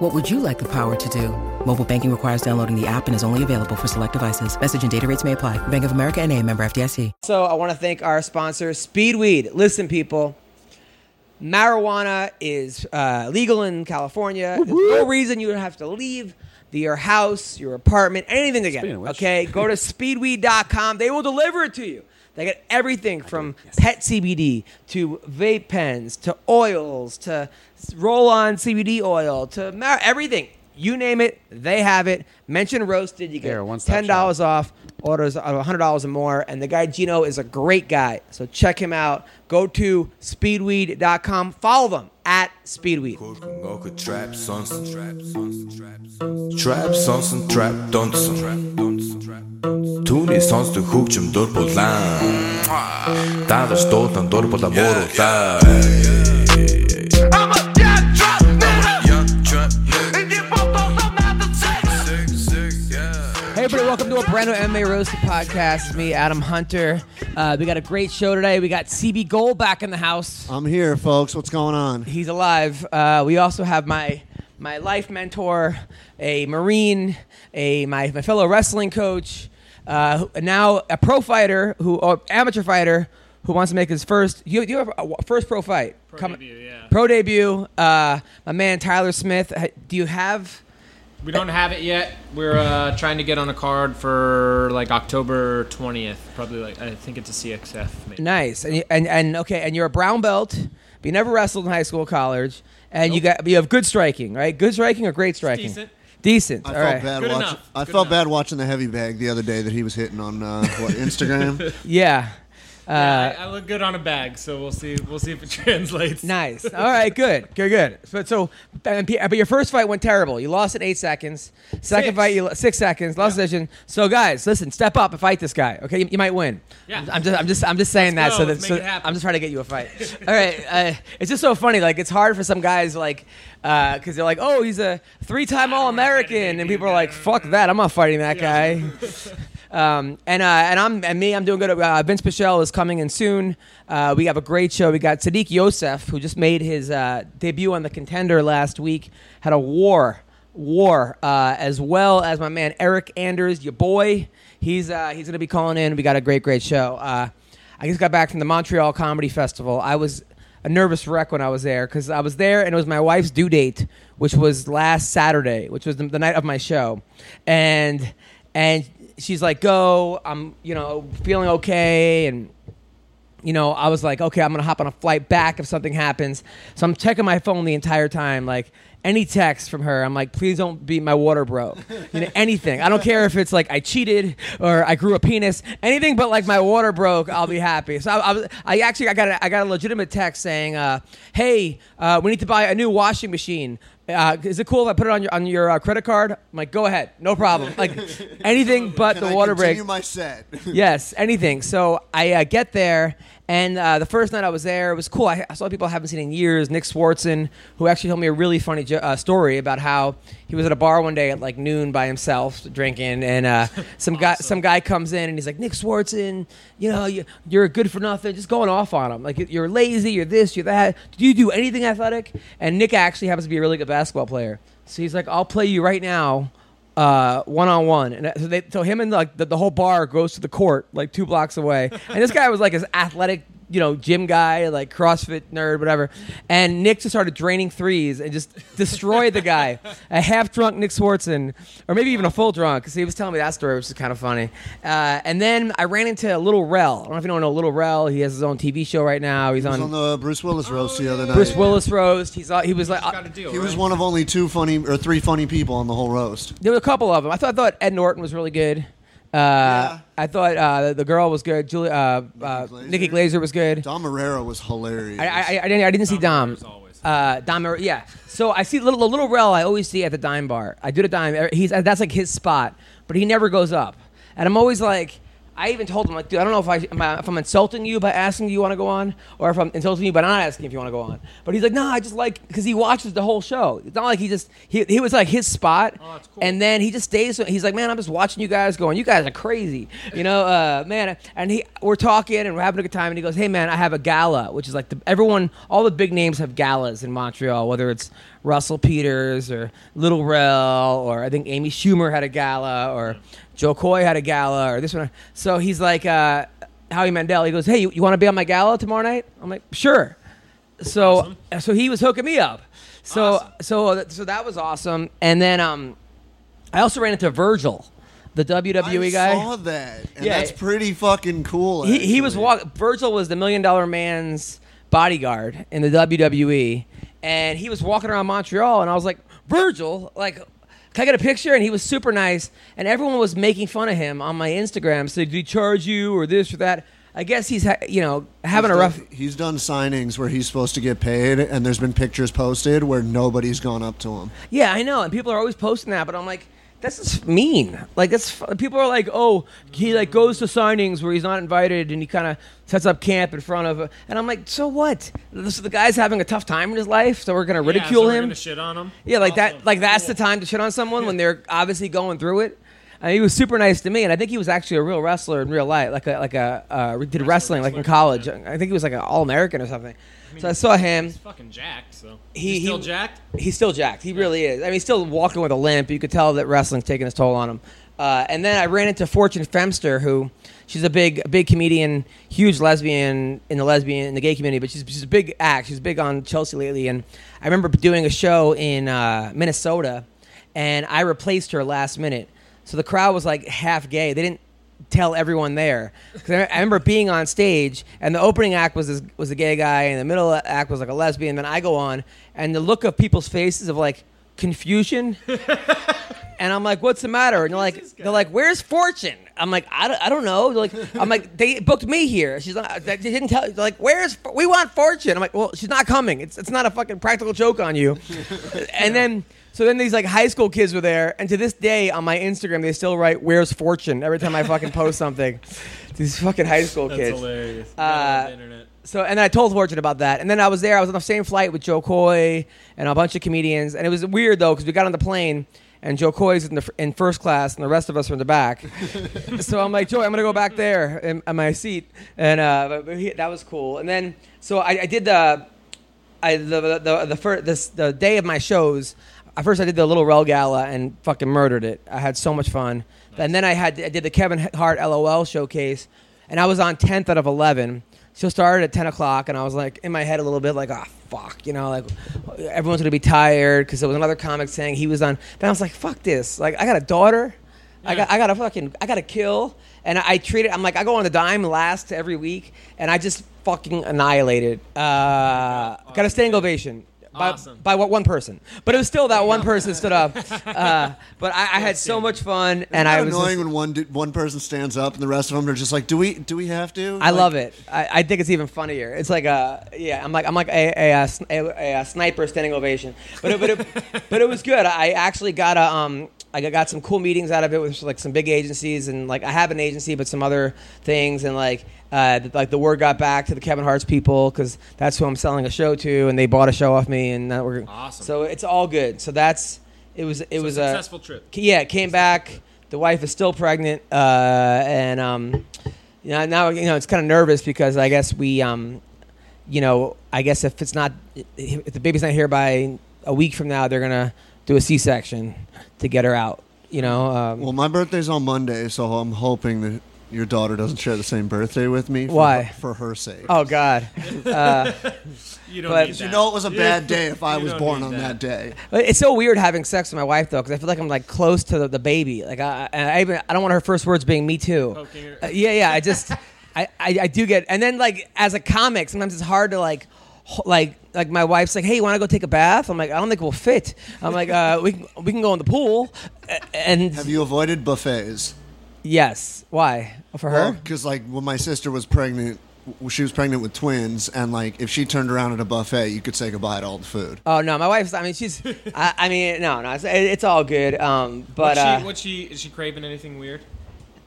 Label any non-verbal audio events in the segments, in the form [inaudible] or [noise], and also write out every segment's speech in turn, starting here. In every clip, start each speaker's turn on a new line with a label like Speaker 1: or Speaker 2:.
Speaker 1: What would you like the power to do? Mobile banking requires downloading the app and is only available for select devices. Message and data rates may apply. Bank of America and a member FDIC.
Speaker 2: So I want to thank our sponsor, Speedweed. Listen, people, marijuana is uh, legal in California. There's no reason you would have to leave the, your house, your apartment, anything to get it.
Speaker 3: Speaking of which.
Speaker 2: Okay, go to speedweed.com. They will deliver it to you. They get everything from pet CBD to vape pens to oils to roll on CBD oil to mar- everything. You name it, they have it. Mention roasted, you get
Speaker 3: They're a one-stop
Speaker 2: ten
Speaker 3: shop.
Speaker 2: dollars off orders of hundred dollars or more. And the guy Gino is a great guy, so check him out. Go to speedweed.com. Follow them at speedweed.
Speaker 4: Mocha trap sonson trap sonson trap sonson trap sonson trap donson trap donson trap Түүний сонсдог хөгжим дур булаа Даалж дуудан дур булаа мууруулаа
Speaker 5: I'm a young trap nigga,
Speaker 4: Young trap nigga.
Speaker 5: and you both don't know how to take it.
Speaker 4: Sick, sick, yeah.
Speaker 2: Hey, everybody, welcome to a brand new MMA Roasted podcast. It's me, Adam Hunter. Uh, we got a great show today. We got CB Gold back in the house.
Speaker 6: I'm here, folks. What's going on?
Speaker 2: He's alive. Uh, we also have my my life mentor, a Marine, a my, my fellow wrestling coach, uh, who- and now a pro fighter who or amateur fighter who wants to make his first you, you have a a first pro fight pro
Speaker 7: debut, yeah.
Speaker 2: pro debut. Uh, my man Tyler Smith. uh, Do you have?
Speaker 7: We don't have it yet. We're uh, trying to get on a card for like October 20th. Probably like I think it's a CXF. Maybe.
Speaker 2: Nice. And, you- and and okay, and you're a brown belt, but you never wrestled in high school, college, and you got you have good striking, right? Good striking or great striking?
Speaker 7: decent.
Speaker 2: Decent.
Speaker 6: I
Speaker 2: All
Speaker 6: felt
Speaker 2: right.
Speaker 6: bad
Speaker 7: Good
Speaker 6: watching.
Speaker 7: enough.
Speaker 6: I
Speaker 7: Good
Speaker 6: felt
Speaker 7: enough.
Speaker 6: bad watching the heavy bag the other day that he was hitting
Speaker 2: [laughs]
Speaker 6: on uh, what Instagram.
Speaker 2: Yeah.
Speaker 7: Yeah, I, I look good on a bag, so we'll see. We'll see if it [laughs] translates.
Speaker 2: Nice. All right. Good. Good. Good. But so, and P- but your first fight went terrible. You lost in eight seconds. Second
Speaker 7: Six.
Speaker 2: fight, you lo- six seconds. Lost decision. So guys, listen, step up and fight this guy. Okay, you, you might win.
Speaker 7: Yeah.
Speaker 2: I'm just, I'm just, I'm just saying
Speaker 7: Let's
Speaker 2: that.
Speaker 7: go. Let's
Speaker 2: so
Speaker 7: make it
Speaker 2: that, so
Speaker 7: happen.
Speaker 2: I'm just trying to get you a fight. All right. Uh, it's just so funny. Like it's hard for some guys, like, because they're like, oh, he's a three-time All-American, and people are like, fuck that, I'm not fighting that
Speaker 7: [laughs]
Speaker 2: guy. Um, and uh, and I'm and me, I'm doing good. Uh, Vince Pichel is coming in soon. Uh, we have a great show. We got Sadiq Yosef, who just made his uh, debut on the Contender last week, had a war war, uh, as well as my man Eric Anders, your boy. He's uh, he's gonna be calling in. We got a great great show. Uh, I just got back from the Montreal Comedy Festival. I was a nervous wreck when I was there because I was there and it was my wife's due date, which was last Saturday, which was the, the night of my show, and and she's like, "Go, I'm you know feeling okay," and you know I was like, "Okay, I'm gonna hop on a flight back if something happens." So I'm checking my phone the entire time, like. Any text from her, I'm like, please don't be my water broke.
Speaker 6: [laughs]
Speaker 2: You know, anything. I don't care if it's like I cheated or I grew a penis, anything but like my water broke, I'll be happy. So I, I, was, I actually I got a, I got a legitimate text saying, uh, "Hey, uh, we need to buy a new washing machine. Uh, is it cool if I put it on your on your uh, credit card?" I'm like, "Go ahead, no problem."
Speaker 6: [laughs]
Speaker 2: Like anything but
Speaker 6: Can
Speaker 2: the
Speaker 6: I
Speaker 2: water break.
Speaker 6: continue my set? [laughs]
Speaker 2: yes, anything. So I uh, get there, and uh, the first night I was there, it was cool. I, I saw people I haven't seen in years. Nick Swartzen, who actually told me a really funny jo- uh, story about how he was at a bar one day at like noon by himself drinking, and uh, some guy some guy comes in and he's like, Nick Swartzen, you know, you, you're good for nothing, just going off on him. Like you- you're lazy, you're this, you're that. Do you do anything athletic? And Nick actually happens to be a really good basketball player, so he's like, I'll play you right now uh, one on one, and so, they, so him and like the, the whole bar goes to the court like two blocks away, [laughs] and this guy was like his athletic, you know, gym guy, like CrossFit nerd, whatever. And Nick just started draining threes and just destroyed the guy, [laughs] a half drunk Nick Swartzen, or maybe even a full drunk, because he was telling me that story, which is kind of funny. Uh, and then I ran into Little Rel. I don't know if you don't know Little Rel. He has his own TV show right now. He's
Speaker 6: I
Speaker 2: on,
Speaker 6: was on the Bruce Willis roast the other night.
Speaker 2: Bruce Willis roast. He's on- he was like uh,
Speaker 7: Got a deal.
Speaker 6: He was
Speaker 7: right?
Speaker 6: one of only two funny or three funny people on the whole roast.
Speaker 2: There were a couple of them. I thought, I thought Ed Norton was really good. Uh, I thought uh, the, the girl was good. Julie, uh, uh,
Speaker 6: Glaser?
Speaker 2: Nikki Glazer was good.
Speaker 6: Dom Herrera was hilarious.
Speaker 2: I, I, I didn't, I didn't see Dom.
Speaker 7: Ramirez always.
Speaker 2: Uh, Dom, Mer- yeah. So I see little little Rel. I always see at the dime er, uh, bar. I do the dime. He's that's like his spot, but he never goes up. And I'm always like, I- I even told him like, dude, I don't know if I am I- if I'm insulting you by asking you want to go on, or if I'm insulting you by not asking if you want to go on. But he's like, no, I just like because he watches the whole show. It's not like he just he, he was like his spot,
Speaker 7: Oh, that's cool.
Speaker 2: and then he just stays. He's like, man, I'm just watching you guys going. You guys are crazy, you know, uh, man. And he we're talking and we're having a good time, and he goes, hey man, I have a gala, which is like the, everyone, all the big names have galas in Montreal, whether it's Russell Peters or Little Rel, or I think Amy Schumer had a gala, or Joe Coy had a gala, or this one. So he's like, uh, Howie Mandel, he goes, hey, you, you want to be on my gala tomorrow night? I'm like, sure. So so he was hooking me up. So
Speaker 7: Awesome.
Speaker 2: so th- so that was awesome. And then um, I also ran into Virgil, the WWE
Speaker 6: I
Speaker 2: guy.
Speaker 6: saw that, and
Speaker 2: Yeah.
Speaker 6: that's pretty fucking cool.
Speaker 2: he, he was
Speaker 6: actually.
Speaker 2: walk. Virgil was the million dollar man's bodyguard in the WWE, and he was walking around Montreal, and I was like, Virgil, like, can I get a picture? And he was super nice, and everyone was making fun of him on my Instagram. So did he charge you or this or that? I guess he's ha- you know having
Speaker 6: He's
Speaker 2: a rough.
Speaker 6: done- He's done signings where he's supposed to get paid, and there's been pictures posted where nobody's gone up to him.
Speaker 2: Yeah, I know, and people are always posting that, but I'm like, that's just mean. Like that's f- people are like, oh, he like goes to signings where he's not invited, and he kind of sets up camp in front of. And I'm like, so what? So the guy's having a tough time in his life, so we're gonna ridicule
Speaker 7: yeah, so we're
Speaker 2: him.
Speaker 7: gonna shit on him.
Speaker 2: Yeah, like
Speaker 7: Awesome.
Speaker 2: that. Like that's
Speaker 7: Cool.
Speaker 2: the time to shit on someone when they're obviously going through it. And he was super nice to me, and I think he was actually a real wrestler in real life, like a like a uh, did wrestling like in college. I think he was like an all American or something. so I saw him.
Speaker 7: He's fucking jacked. So
Speaker 2: He-
Speaker 7: he's still
Speaker 2: he-
Speaker 7: jacked.
Speaker 2: He's still jacked. He really is. I mean, he's still walking with a limp. You could tell that wrestling's taking its toll on him. Uh, and then I ran into Fortune Femster, who she's a big, a big comedian, huge lesbian in the lesbian in the gay community, but she's she's a big act. She's big on Chelsea lately. And I remember doing a show in uh, Minnesota, and I replaced her last minute. So the crowd was like half gay. They didn't tell everyone there. 'Cause I I remember being on stage, and the opening act was this, was a gay guy, and the middle act was like a lesbian. Then I go on, and the look of people's faces of like confusion, and I'm like, "What's the matter?" And they're like, "They're like, where's Fortune?" I'm like, "I don't, I don't know." They're like, "I'm like, they booked me here." She's like, "They didn't tell." They're like, "Where's F- we want Fortune?" I'm like, "Well, she's not coming. It's it's not a fucking practical joke on you." and then. So then these like high school kids were there, and to this day on my Instagram they still write "Where's Fortune" every time I fucking post something. These fucking high school
Speaker 7: That's
Speaker 2: kids.
Speaker 7: hilarious.
Speaker 2: Uh,
Speaker 7: Gotta love the internet.
Speaker 2: So and then I told Fortune about that, and then I was there. I was on the same flight with Joe Coy and a bunch of comedians, and it was weird though because we got on the plane. And Joe Coy's in, the, fr- in first class, and the rest of us are in the back. so I'm like, Joey, I'm gonna go back there in, in my seat, and uh, but- but he, that was cool. And then, so I, I did the I the the the, the, fir- this, the day of my shows. At first, I did the Little Rel Gala and fucking murdered it. I had so much fun, and then I had I did the Kevin Hart LOL showcase, and I was on tenth out of eleven. So it started at ten o'clock, and I was like in my head a little bit like, ah, fuck, you know, like everyone's gonna be tired because there was another comic saying he was on. Then I was like, fuck this, like I got a daughter. I got I got to fucking I got to kill and I, I treat it I'm like I go on the dime last every week and I just fucking annihilated. Uh got a standing ovation. By,
Speaker 7: Awesome.
Speaker 2: by what one person, but it was still that one person stood up. Uh, but I, I had so much fun, and I
Speaker 6: How
Speaker 2: was just-
Speaker 6: annoying when one dude- one person stands up and the rest of them are just like, "Do we? Do we have to?"
Speaker 2: I love it. I, I think it's even funnier. It's like a yeah. I'm like I'm like a a, uh, sn- a, a, a sniper standing ovation. But it, but it, but it was good. I actually got a um. I got some cool meetings out of it with like some big agencies and like I have an agency but some other things and like uh, th- like the word got back to the Kevin Hart's people because that's who I'm selling a show to and they bought a show off me and that we're
Speaker 7: Awesome.
Speaker 2: So it's all good. So that's it was it was a
Speaker 7: successful trip.
Speaker 2: uh, yeah, came back. The wife is still pregnant, uh, and um, you know, now you know it's kind of nervous because I guess we, um, you know, I guess if it's not, if the baby's not here by a week from now, they're gonna do a C-section to get her out. You know, um,
Speaker 6: Well, my birthday's on Monday, so I'm hoping that your daughter doesn't share the same birthday with me. For
Speaker 2: Why?
Speaker 6: Her, for her sake.
Speaker 2: oh God,
Speaker 7: You don't
Speaker 2: But- You
Speaker 7: need
Speaker 6: You
Speaker 7: that.
Speaker 6: know, it was
Speaker 7: [laughs]
Speaker 6: a bad day if I
Speaker 7: You
Speaker 6: was
Speaker 7: don't
Speaker 6: born
Speaker 7: need
Speaker 6: on that, day.
Speaker 2: But it's so weird having sex with my wife though because I feel like I'm like close to the, the baby. Like I, I, I even I don't want her first words being "me too."
Speaker 7: Poking her.
Speaker 2: Uh, yeah, yeah. I just, I, I, I do get, and then like as a comic, sometimes it's hard to like, ho- like, like my wife's like, hey, you want to go take a bath? I'm like, I don't think we'll fit. I'm like, uh, we can, we can go in the pool, A- and
Speaker 6: Have you avoided buffets?
Speaker 2: yes, why for her?
Speaker 6: Because like when my sister was pregnant, w- she was pregnant with twins, and like if she turned around at a buffet, you could say goodbye to all the food.
Speaker 2: Oh no, my wife's. I mean, she's. I, I mean, no, no, it's, it's all good. Um, but
Speaker 7: What's
Speaker 2: uh,
Speaker 7: she, what's she? Is she craving anything weird?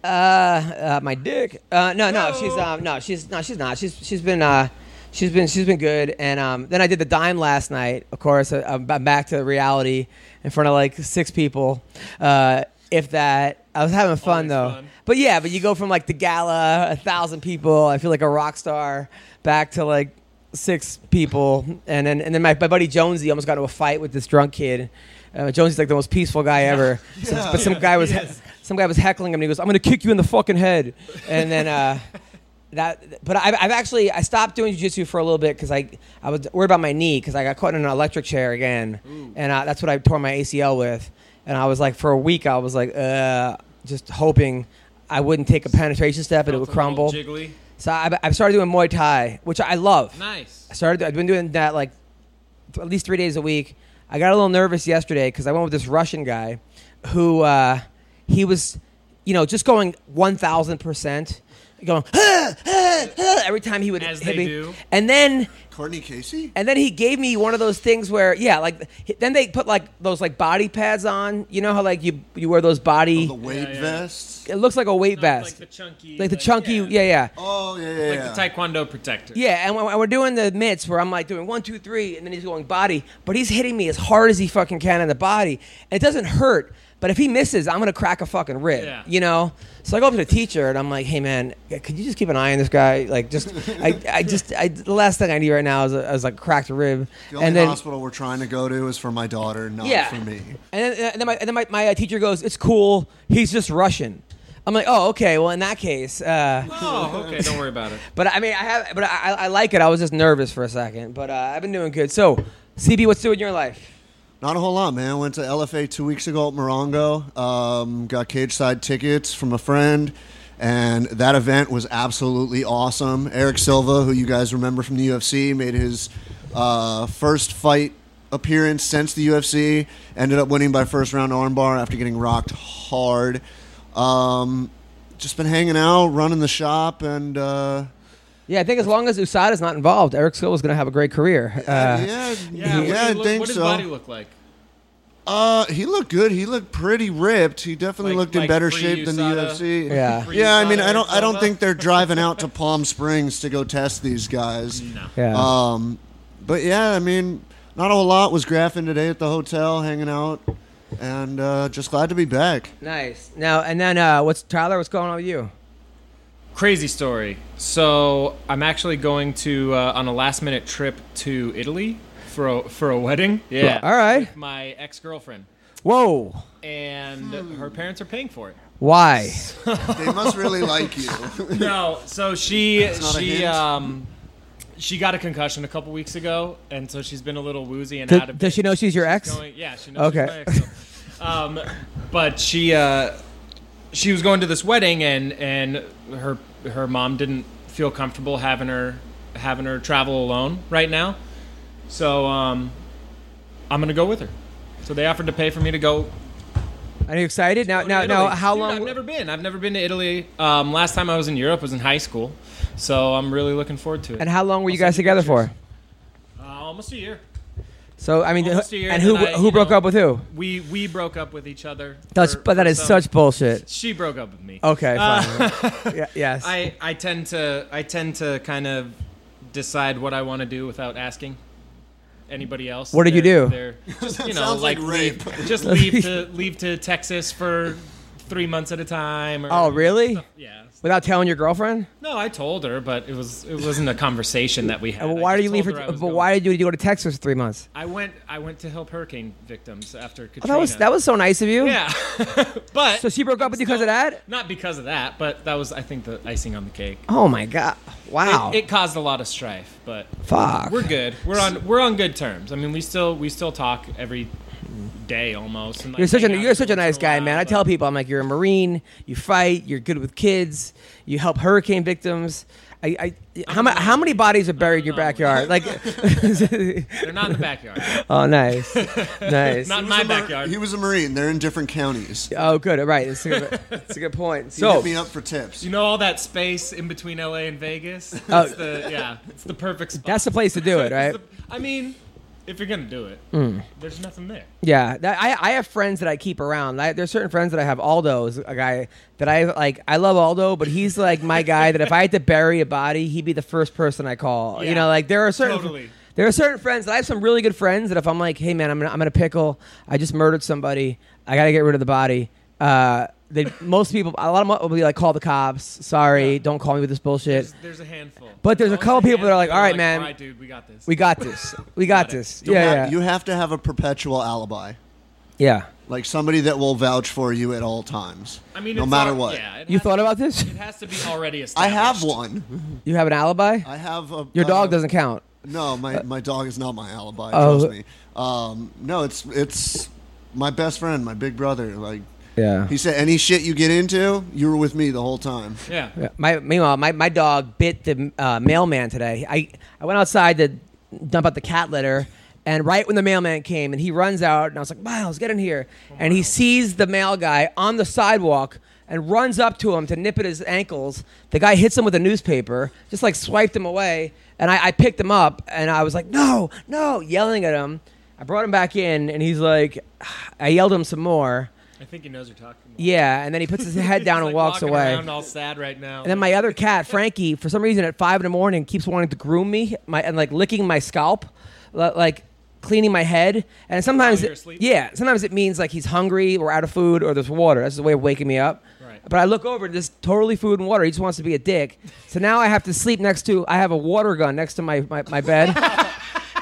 Speaker 2: uh, my dick. Uh, no, no, she's um, no, she's no, she's not. She's she's been uh, she's been she's been good. And um, then I did the dime last night. Of course, I, I'm I'm back to reality in front of like six people. Uh, if that, I was having fun
Speaker 7: Always
Speaker 2: though.
Speaker 7: fun.
Speaker 2: But yeah, but you go from like the gala, a thousand people. I feel like a rock star. Back to like six people, and then and then my, my buddy Jonesy almost got into a fight with this drunk kid. Uh, Jonesy's like the most peaceful guy ever. So- but some guy was some guy was heckling him. and He goes, "I'm gonna kick you in the fucking head," and then. Uh, That, but I've, I've actually I stopped doing jujitsu for a little bit because I I was worried about my knee because I got caught in an electric chair again, and uh, that's what I tore my ACL with, and I was like for a week I was like uh, just hoping I wouldn't take a penetration step and it would
Speaker 7: Felt a little
Speaker 2: crumble.
Speaker 7: Jiggly.
Speaker 2: So I, I've started doing Muay Thai, which I love.
Speaker 7: Nice.
Speaker 2: I started. I've been doing that like th- at least three days a week. I got a little nervous yesterday because I went with this Russian guy, who uh, he was, you know, just going one thousand percent, going "Ah, ah, ah," every time he would
Speaker 7: As
Speaker 2: hit
Speaker 7: they
Speaker 2: me.
Speaker 7: do.
Speaker 2: and then
Speaker 6: Courtney Casey?
Speaker 2: and then he gave me one of those things where yeah, like h- then they put like those like body pads on. You know how like you you wear those body.
Speaker 6: Oh, The weight
Speaker 7: yeah.
Speaker 6: vests?
Speaker 2: it looks like a weight
Speaker 7: Like
Speaker 2: vest,
Speaker 7: the chunky.
Speaker 2: like the chunky.
Speaker 7: Yeah.
Speaker 2: Yeah, yeah.
Speaker 6: Oh, yeah, yeah, yeah.
Speaker 7: Like the taekwondo protector.
Speaker 2: Yeah, and when when we're doing the mitts where I'm like doing one, two, three, and then he's going body, but he's hitting me as hard as he fucking can in the body. And it doesn't hurt, but if he misses, I'm gonna crack a fucking rib,
Speaker 7: Yeah.
Speaker 2: you know. So I go up to the teacher and I'm like, "Hey man, could you just keep an eye on this guy? Like,
Speaker 6: [laughs]
Speaker 2: just I, I just I, the last thing I need right now is, a, is like cracked rib."
Speaker 6: the only
Speaker 2: and then
Speaker 6: hospital we're trying to go to is for my daughter, not
Speaker 2: yeah,
Speaker 6: for me.
Speaker 2: And then, and then my, and then my, my uh, teacher goes, "It's cool. He's just Russian." I'm like, "Oh, okay. Well, in that case." Uh,
Speaker 7: Oh, okay. Don't worry about it.
Speaker 2: But I mean, I have, but I, I like it. I was just nervous for a second, but uh, I've been doing good. So, CB, what's doing your life?
Speaker 6: Not a whole lot, man. Went to LFA two weeks ago at Morongo. Um, got cage side tickets from a friend, and that event was absolutely awesome. Eric Silva, who you guys remember from the UFC, made his uh, first fight appearance since the UFC. Ended up winning by first round armbar after getting rocked hard. Um, just been hanging out, running the shop, and uh,
Speaker 2: Yeah, I think as long as Usada's not involved, Eric Skill is going to have a great career. Uh,
Speaker 6: yeah,
Speaker 7: [laughs] Yeah.
Speaker 6: yeah,
Speaker 7: what does
Speaker 6: I
Speaker 7: he look-
Speaker 6: think
Speaker 7: What does
Speaker 6: so.
Speaker 7: body look like?
Speaker 6: Uh, he looked good. He looked pretty ripped. He definitely
Speaker 7: Like-
Speaker 6: looked in
Speaker 7: like
Speaker 6: better
Speaker 7: pre
Speaker 6: shape than the
Speaker 7: USADA?
Speaker 6: UFC.
Speaker 2: Yeah. Pre
Speaker 6: yeah. I mean,
Speaker 7: USADA
Speaker 6: I don't, I don't
Speaker 7: Silva?
Speaker 6: think they're driving out to Palm Springs to go test these guys.
Speaker 7: No.
Speaker 2: yeah.
Speaker 6: Um, but yeah, I mean, not a whole lot. Was graphing today at the hotel, hanging out, and uh, just glad to be back.
Speaker 2: nice. Now and then, uh, what's Tyler? What's going on with you?
Speaker 7: Crazy story. So I'm actually going to uh, on a last minute trip to Italy for a, for a wedding. Yeah.
Speaker 2: All right.
Speaker 7: With my ex girlfriend,
Speaker 2: Whoa.
Speaker 7: and her parents are paying for it.
Speaker 2: Why?
Speaker 6: They must really like you.
Speaker 7: No, so she
Speaker 6: not a
Speaker 7: she
Speaker 6: hint.
Speaker 7: um she got a concussion a couple weeks ago, and so she's been a little woozy and
Speaker 2: Does-
Speaker 7: out of.
Speaker 2: does
Speaker 7: it.
Speaker 2: she know she's your ex?
Speaker 7: Going, yeah, she knows.
Speaker 2: Okay.
Speaker 7: Okay. um, but she uh, she was going to this wedding, and and her her mom didn't feel comfortable having her having her travel alone right now, so um, I'm gonna go with her. So they offered to pay for me to go
Speaker 2: Are you excited? Now, now,
Speaker 7: Italy.
Speaker 2: now, how
Speaker 7: Dude,
Speaker 2: long?
Speaker 7: I've never been. I've never been to Italy. Um, last time I was in Europe was in high school, so I'm really looking forward to it.
Speaker 2: and how long were you
Speaker 7: I'll
Speaker 2: guys
Speaker 7: send you
Speaker 2: together for?
Speaker 7: pictures. Uh, almost a year.
Speaker 2: So, I mean,
Speaker 7: Almost a year,
Speaker 2: and who
Speaker 7: and then I,
Speaker 2: who
Speaker 7: you
Speaker 2: broke
Speaker 7: know,
Speaker 2: up with who?
Speaker 7: We we broke up with each other.
Speaker 2: That's
Speaker 7: for-
Speaker 2: but that
Speaker 7: for
Speaker 2: is
Speaker 7: some-
Speaker 2: such bullshit.
Speaker 7: She broke up with me.
Speaker 2: Okay, fine.
Speaker 7: [laughs]
Speaker 2: yeah, yes.
Speaker 7: I I tend to I tend to kind of decide what I want to do without asking anybody else.
Speaker 2: What did you
Speaker 7: They're-
Speaker 2: do?
Speaker 7: they're-
Speaker 6: [laughs]
Speaker 7: Just, you know,
Speaker 6: sounds like
Speaker 7: leave- just
Speaker 2: [laughs]
Speaker 7: leave to leave to Texas for three months at a time. Or,
Speaker 2: oh, really?
Speaker 7: Yeah.
Speaker 2: Without telling your girlfriend?
Speaker 7: No, I told her, but it was it wasn't a conversation that we had.
Speaker 2: Uh, But
Speaker 7: I
Speaker 2: why do
Speaker 7: just
Speaker 2: you leave?
Speaker 7: told
Speaker 2: For,
Speaker 7: her I
Speaker 2: but
Speaker 7: was going.
Speaker 2: why did you, did you go to Texas for three months?
Speaker 7: I went I went to help hurricane victims after
Speaker 2: Oh,
Speaker 7: Katrina.
Speaker 2: that was that was so nice of you. [laughs]
Speaker 7: yeah. [laughs] but
Speaker 2: So she broke up with you because of that?
Speaker 7: Not because of that, but that was I think the icing on the cake.
Speaker 2: Oh my god! Wow.
Speaker 7: It, it caused a lot of strife, but
Speaker 2: Fuck.
Speaker 7: we're good. We're on we're on good terms. I mean, we still we still talk every day almost. And like
Speaker 2: You're such a
Speaker 7: hang out
Speaker 2: you're such a
Speaker 7: once in
Speaker 2: nice guy,
Speaker 7: while,
Speaker 2: man. I
Speaker 7: but-
Speaker 2: tell people I'm like you're a marine. You fight. You're good with kids. You help hurricane victims. I, I how, ma- how many bodies are buried in your
Speaker 7: an
Speaker 2: backyard? Like,
Speaker 7: they're not in the backyard.
Speaker 2: [laughs] oh,
Speaker 7: [laughs]
Speaker 2: nice, nice.
Speaker 7: Not
Speaker 6: He
Speaker 7: in
Speaker 6: was
Speaker 7: my
Speaker 6: a Mar- [laughs]
Speaker 7: backyard.
Speaker 6: He was a Marine. They're in different counties.
Speaker 2: Oh, good. Right. It's a good, it's a good point.
Speaker 6: He hit
Speaker 2: So,
Speaker 6: me up for tips.
Speaker 7: you know all that space in between
Speaker 2: [laughs]
Speaker 7: LA and Vegas? It's
Speaker 2: Oh.
Speaker 7: the, yeah, it's the perfect spot.
Speaker 2: That's the place to do it,
Speaker 7: It's
Speaker 2: right? Hmm.
Speaker 7: the- I mean, if you're gonna do it, there's nothing there.
Speaker 2: Yeah, that, I I have friends that I keep around. I, there's certain friends that I have. Aldo is a guy that I like. I love Aldo, but he's like my guy that if I had to bury a body, he'd be the first person I call. you
Speaker 7: Yeah,
Speaker 2: know, like there are certain
Speaker 7: totally.
Speaker 2: there are certain friends. that I have some really good friends that if I'm like, hey man, I'm in, I'm in a pickle. I just murdered somebody. I gotta get rid of the body. Uh, they most people a lot of them will be like, call the cops. Sorry, don't call me with this bullshit.
Speaker 7: There's, there's a handful.
Speaker 2: But there's a
Speaker 7: Always
Speaker 2: couple people that are like,
Speaker 7: handful
Speaker 2: "All right, man,
Speaker 7: all right, dude, we got this."
Speaker 2: We got this. We got this.
Speaker 6: You
Speaker 2: Yeah,
Speaker 6: have,
Speaker 2: yeah,
Speaker 6: You have to have a perpetual alibi,
Speaker 2: yeah.
Speaker 6: like somebody that will vouch for you at all times.
Speaker 7: I mean,
Speaker 6: no
Speaker 7: it's
Speaker 6: matter
Speaker 7: all-
Speaker 6: what.
Speaker 7: Yeah, it
Speaker 2: You
Speaker 7: has-
Speaker 2: thought about this?
Speaker 7: It has to be already
Speaker 6: I
Speaker 7: established.
Speaker 6: have one.
Speaker 2: You have an alibi?
Speaker 6: I have a.
Speaker 2: Your dog
Speaker 6: uh,
Speaker 2: doesn't count.
Speaker 6: No, my,
Speaker 2: Uh,
Speaker 6: my dog is not my alibi.
Speaker 2: Oh.
Speaker 6: Trust me. Um, no, it's it's my best friend, my big brother. Like
Speaker 2: Yeah.
Speaker 6: he said, any shit you get into, you were with me the whole time.
Speaker 7: Yeah.
Speaker 2: Yeah. My meanwhile, my, my dog bit the uh, mailman today. I I went outside to dump out the cat litter, and right when the mailman came, and he runs out, and I was like, Miles, get in here, and he sees the mail guy on the sidewalk. And runs up to him to nip at his ankles. The guy hits him with a newspaper, just like swiped him away. And I, I picked him up and I was like, no, no, yelling at him. I brought him back in and he's like, [sighs] I yelled him some more.
Speaker 7: I think he knows you're talking. About.
Speaker 2: Yeah. And then he puts his head down
Speaker 7: [laughs] He's,
Speaker 2: and
Speaker 7: like,
Speaker 2: walks
Speaker 7: walking
Speaker 2: away.
Speaker 7: around all sad right now.
Speaker 2: And then my other cat, Frankie, for some reason at five in the morning, keeps wanting to groom me my, and like licking my scalp, li- like cleaning my head. And sometimes,
Speaker 7: you're
Speaker 2: it-
Speaker 7: asleep?
Speaker 2: yeah, sometimes it means like he's hungry or out of food or there's water. That's his way of waking me up.
Speaker 7: Right.
Speaker 2: But I look over, there's totally food and water. He just wants to be a dick. So now I have to sleep next to, I have a water gun next to my, my, my bed. [laughs]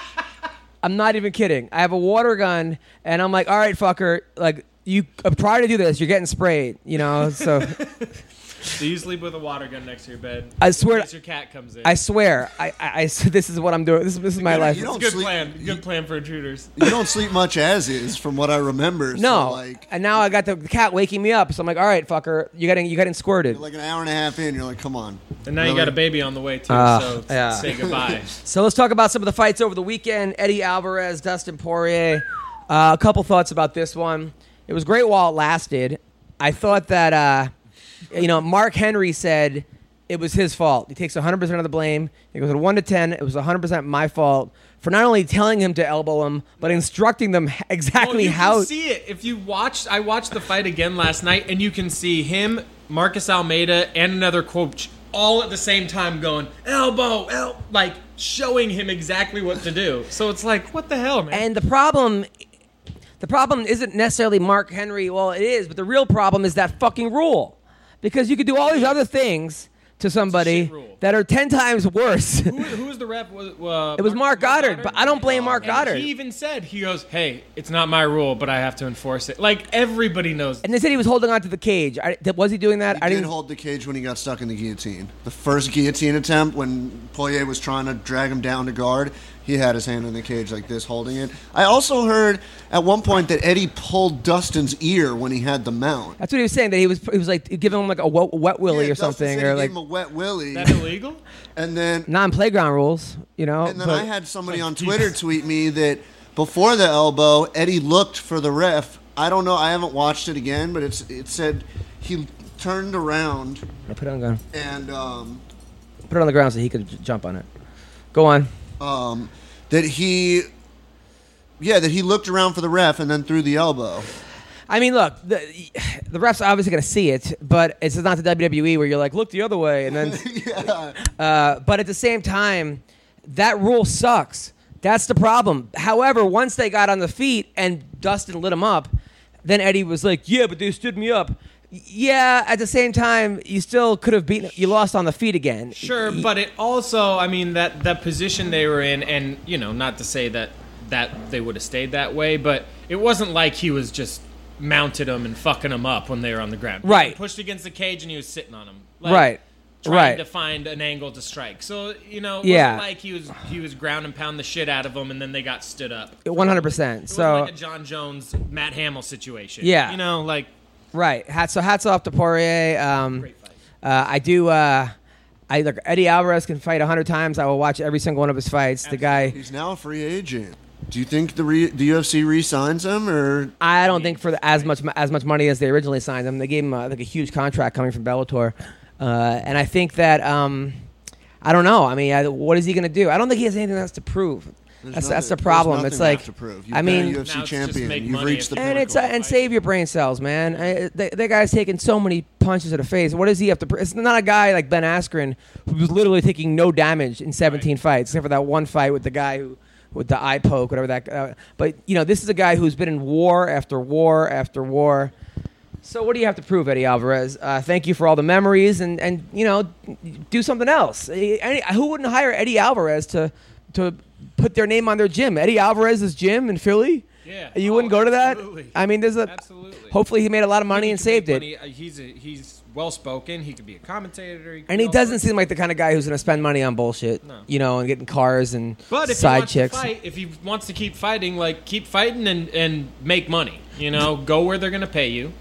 Speaker 2: I'm not even kidding. I have a water gun, and I'm like, all right, fucker, like you I'm trying to do this. You're getting sprayed, you know. So
Speaker 7: Do you sleep with a water gun next to your bed?
Speaker 2: I swear-
Speaker 7: In case your cat comes in.
Speaker 2: I swear, I, I, [laughs] I this is what I'm doing. This, this is my life.
Speaker 6: You
Speaker 7: It's a
Speaker 6: don't
Speaker 7: good
Speaker 6: sleep-
Speaker 7: plan. Good plan for intruders.
Speaker 2: [laughs]
Speaker 6: You don't sleep much as is, from what I remember. so,
Speaker 2: No,
Speaker 6: like
Speaker 2: and now I got the cat waking me up, so I'm like, all right, fucker, you getting you getting squirted.
Speaker 6: like an hour and a half in, you're like, come on.
Speaker 7: And now you got a baby on the way too,
Speaker 2: Ah,
Speaker 7: so
Speaker 2: yeah.
Speaker 7: say
Speaker 2: [laughs]
Speaker 7: goodbye.
Speaker 2: So let's talk about some of the fights over the weekend. Eddie Alvarez, Dustin Poirier. Uh, a couple thoughts about this one. It was great while it lasted. I thought that uh, you know Mark Henry said it was his fault. He takes 100 percent of the blame. It goes from one to ten. It was 100 percent my fault for not only telling him to elbow him, but instructing them [laughs] exactly
Speaker 7: Well, Oh, you
Speaker 2: how.
Speaker 7: can see it if you watched. I watched the fight again last night, and you can see him, Marcus Almeida, and another coach all at the same time going elbow, el, like showing him exactly what to do. So it's like, what the hell, man?
Speaker 2: And the problem, the problem isn't necessarily Mark Henry. Well, it is, but the real problem is that fucking rule, because you could do all these other things to somebody
Speaker 7: shit rule.
Speaker 2: that are ten times
Speaker 7: [laughs]
Speaker 2: worse.
Speaker 7: who, who was the rep? Was, uh,
Speaker 2: It was Mark Goddard, but I don't blame Mark
Speaker 7: And
Speaker 2: Goddard.
Speaker 7: He even said, he goes, hey, it's not my rule, but I have to enforce it. Like, everybody knows.
Speaker 2: And they said he was holding onto the cage. I, th- was he doing that?
Speaker 6: He
Speaker 2: I
Speaker 6: did
Speaker 2: didn't.
Speaker 6: hold the cage when he got stuck in the guillotine. The first guillotine attempt, when Poirier was trying to drag him down to guard, he had his hand in the cage like this, holding it. I also heard at one point that Eddie pulled Dustin's ear when he had the mount.
Speaker 2: that's what he was saying. That he was he was like giving him like a wet, wet willy
Speaker 6: Yeah,
Speaker 2: or
Speaker 6: Dustin
Speaker 2: something,
Speaker 6: said he
Speaker 2: or
Speaker 6: gave
Speaker 2: like
Speaker 6: him a wet willy,
Speaker 7: Is that illegal?
Speaker 6: and then
Speaker 2: non playground rules. You know.
Speaker 6: And then
Speaker 2: but-
Speaker 6: I had somebody
Speaker 7: Like,
Speaker 6: on
Speaker 7: geez.
Speaker 6: Twitter tweet me that before the elbow, Eddie looked for the ref. I don't know. I haven't watched it again, but it's it said he turned around
Speaker 2: I put it on the ground.
Speaker 6: and um,
Speaker 2: Put it on the ground so he could j- jump on it. Go on.
Speaker 6: um, that he yeah that he looked around for the ref and then threw the elbow.
Speaker 2: I mean, look, the, [sighs] the refs obviously going to see it, but it's not the WWE where you're like, look the other way, and then.
Speaker 6: yeah,
Speaker 2: uh, but at the same time, that rule sucks. That's the problem. However, once they got on the feet and Dustin lit him up, then Eddie was like, "Yeah, but they stood me up." Yeah, at the same time, you still could have beaten. You lost on the feet again.
Speaker 7: Sure, but it also, I mean, that that position they were in, and you know, not to say that that they would have stayed that way, but it wasn't like he was just mounted them and fucking them up when they were on the ground. He
Speaker 2: Right.
Speaker 7: pushed against the cage and he was sitting on them.
Speaker 2: Right.
Speaker 7: trying
Speaker 2: Right.
Speaker 7: to find an angle to strike. So you know, it
Speaker 2: Yeah.
Speaker 7: wasn't like he was he was ground and pound the shit out of them, and then they got stood up. It
Speaker 2: one hundred percent.
Speaker 7: was
Speaker 2: So
Speaker 7: like a John Jones, Matt Hamill situation.
Speaker 2: Yeah.
Speaker 7: you know, like
Speaker 2: Right. Hats, so hats off to Poirier. Um,
Speaker 7: Great fight.
Speaker 2: Uh, I do. Uh, I look. Eddie Alvarez can fight hundred times. I will watch every single one of his fights. The guy.
Speaker 6: he's now a free agent. Do you think the re- the UFC re-signs him or?
Speaker 2: I don't think for the, as much as much money as they originally signed him. They gave him uh, like a huge contract coming from Bellator, uh, and I think that um, I don't know. I mean, I, what is he going to do? I don't think he has anything else to prove.
Speaker 6: There's
Speaker 2: that's
Speaker 6: nothing-
Speaker 2: that's the
Speaker 6: there's
Speaker 2: problem.
Speaker 6: nothing
Speaker 2: It's
Speaker 6: we have
Speaker 2: like
Speaker 6: to prove. You've
Speaker 2: I
Speaker 6: been a
Speaker 2: mean,
Speaker 6: UFC
Speaker 7: Now it's just make
Speaker 6: champion. You've
Speaker 7: money
Speaker 6: reached the
Speaker 7: if-
Speaker 2: and it's uh,
Speaker 6: pinnacle.
Speaker 2: and save your brain cells, man. I, uh, that, that guy's taking so many punches to the face. What does he have to? pr- It's not a guy like Ben Askren who was literally taking no damage in 17 fights, except for that one fight with the guy who with the eye poke, whatever that. Uh, but you know, this is a guy who's been in war after war after war. So what do you have to prove, Eddie Alvarez? Uh, thank you for all the memories, and, and you know, do something else. Eh, Any, who wouldn't hire Eddie Alvarez to to put their name on their gym? Eddie Alvarez's gym in Philly.
Speaker 7: Yeah.
Speaker 2: you wouldn't
Speaker 7: Oh,
Speaker 2: go to that.
Speaker 7: absolutely.
Speaker 2: I mean, there's a.
Speaker 7: Absolutely.
Speaker 2: Hopefully, he made a lot of money
Speaker 7: He
Speaker 2: and
Speaker 7: could make
Speaker 2: saved it.
Speaker 7: money. Uh, He's a, he's well spoken. He could be a commentator. could
Speaker 2: And he
Speaker 7: be all
Speaker 2: doesn't
Speaker 7: sorts of-
Speaker 2: seem like the kind of guy who's going to spend money on bullshit, you know, and getting cars and
Speaker 7: But if he
Speaker 2: side
Speaker 7: wants
Speaker 2: chicks.
Speaker 7: to fight, if he wants to keep fighting, like keep fighting and and make money. You
Speaker 2: [laughs]
Speaker 7: know, go where they're gonna pay you,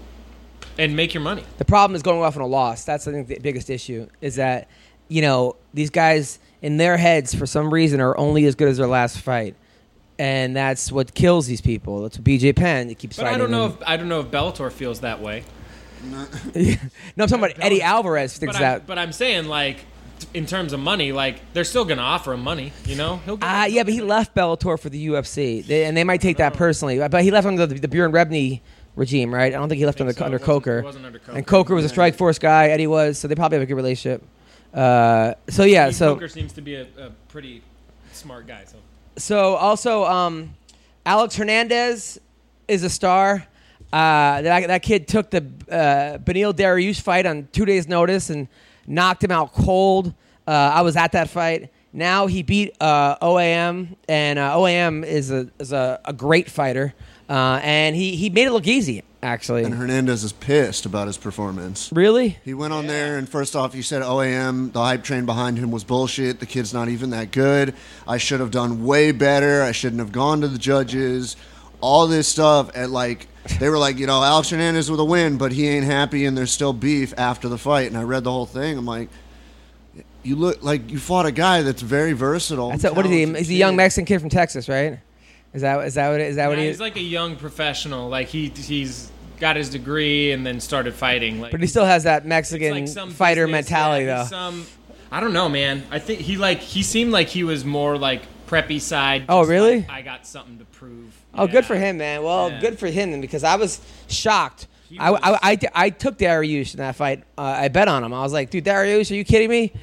Speaker 7: and make your money.
Speaker 2: The problem is going off on a loss. That's I think the biggest issue is that you know these guys in their heads for some reason are only as good as their last fight, and that's what kills these people. That's what BJ Penn it keeps
Speaker 7: But
Speaker 2: fighting.
Speaker 7: I don't know
Speaker 2: him.
Speaker 7: if I don't know if Bellator feels that way.
Speaker 2: no, I'm talking about Eddie Alvarez thinks
Speaker 7: But
Speaker 2: that.
Speaker 7: I'm, but I'm saying like, t- in terms of money, like they're still gonna offer him money. You know, he'll. Get
Speaker 2: Ah, yeah, but he left Bellator for the UFC, they, and they might take
Speaker 7: Oh.
Speaker 2: that personally. But he left under the, the Bjorn Rebney regime, right? I don't think he left
Speaker 7: think
Speaker 2: under,
Speaker 7: so.
Speaker 2: under
Speaker 7: It wasn't-
Speaker 2: Coker.
Speaker 7: it wasn't under Coker.
Speaker 2: And Coker was a strike force guy. Eddie was, so they probably have a good relationship. Uh, so yeah,
Speaker 7: Steve
Speaker 2: so
Speaker 7: Coker seems to be a, a pretty smart guy. So
Speaker 2: So also, um, Alex Hernandez is a star. Uh, that that kid took the uh, Benil Dariush fight on two days' notice and knocked him out cold. Uh, I was at that fight. Now he beat uh, OAM, and uh, OAM is a is a, a great fighter, uh, and he, he made it look easy actually.
Speaker 6: And Hernandez is pissed about his performance.
Speaker 2: Really?
Speaker 6: He went on there and first off, he said OAM, the hype train behind him was bullshit. The kid's not even that good. I should have done way better. I shouldn't have gone to the judges. All this stuff. And like, they were like, you know, Alex Hernandez with a win, but he ain't happy and there's still beef after the fight. And I read the whole thing. I'm like, you look like you fought a guy that's very versatile.
Speaker 2: That's a, what is he?
Speaker 6: talented
Speaker 2: He's a young
Speaker 6: kid.
Speaker 2: Mexican kid from Texas, right? Is that is that what is that what
Speaker 7: Yeah,
Speaker 2: he
Speaker 7: he's
Speaker 2: is?
Speaker 7: like a young professional. Like he he's got his degree and then started fighting. Like
Speaker 2: but he still has that
Speaker 7: it's
Speaker 2: Mexican
Speaker 7: like some
Speaker 2: fighter
Speaker 7: business-
Speaker 2: mentality,
Speaker 7: yeah,
Speaker 2: though.
Speaker 7: he's Some, I don't know, man. I think he like he seemed like he was more like preppy side.
Speaker 2: Oh,
Speaker 7: just
Speaker 2: really?
Speaker 7: like, I got something to prove.
Speaker 2: Oh,
Speaker 7: Yeah.
Speaker 2: good for him, man. Well,
Speaker 7: Yeah.
Speaker 2: good for him then, because I was shocked.
Speaker 7: He
Speaker 2: I,
Speaker 7: was-
Speaker 2: I, I, I took Dariush in that fight. Uh, I bet on him. I was like, dude, Dariush, are you kidding me?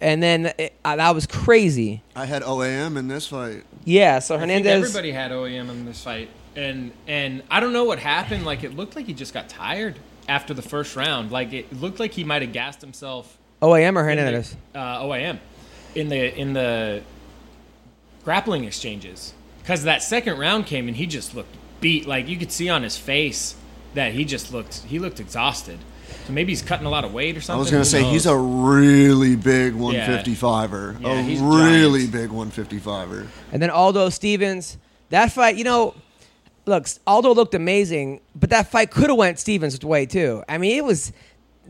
Speaker 2: And then it, uh, that was crazy.
Speaker 6: I had OAM in this fight.
Speaker 2: Yeah, so
Speaker 7: I think
Speaker 2: Hernandez.
Speaker 7: Everybody had OEM in this fight, and and I don't know what happened. Like it looked like he just got tired after the first round. Like it looked like he might have gassed himself.
Speaker 2: OAM or
Speaker 7: in the-
Speaker 2: Hernandez?
Speaker 7: uh, OAM in the in the grappling exchanges because that second round came and he just looked beat. Like you could see on his face that he just looked he looked exhausted. So maybe he's cutting a lot of weight or
Speaker 6: I
Speaker 7: something.
Speaker 6: was gonna
Speaker 7: Who
Speaker 6: say he's a
Speaker 7: knows?
Speaker 6: really big 155er.
Speaker 7: Yeah, he's
Speaker 6: a really
Speaker 7: giant.
Speaker 6: big 155er.
Speaker 2: And then Aldo Stevens. That fight, you know, look, Aldo looked amazing, but that fight could have went Stevens' way, too. I mean, it was.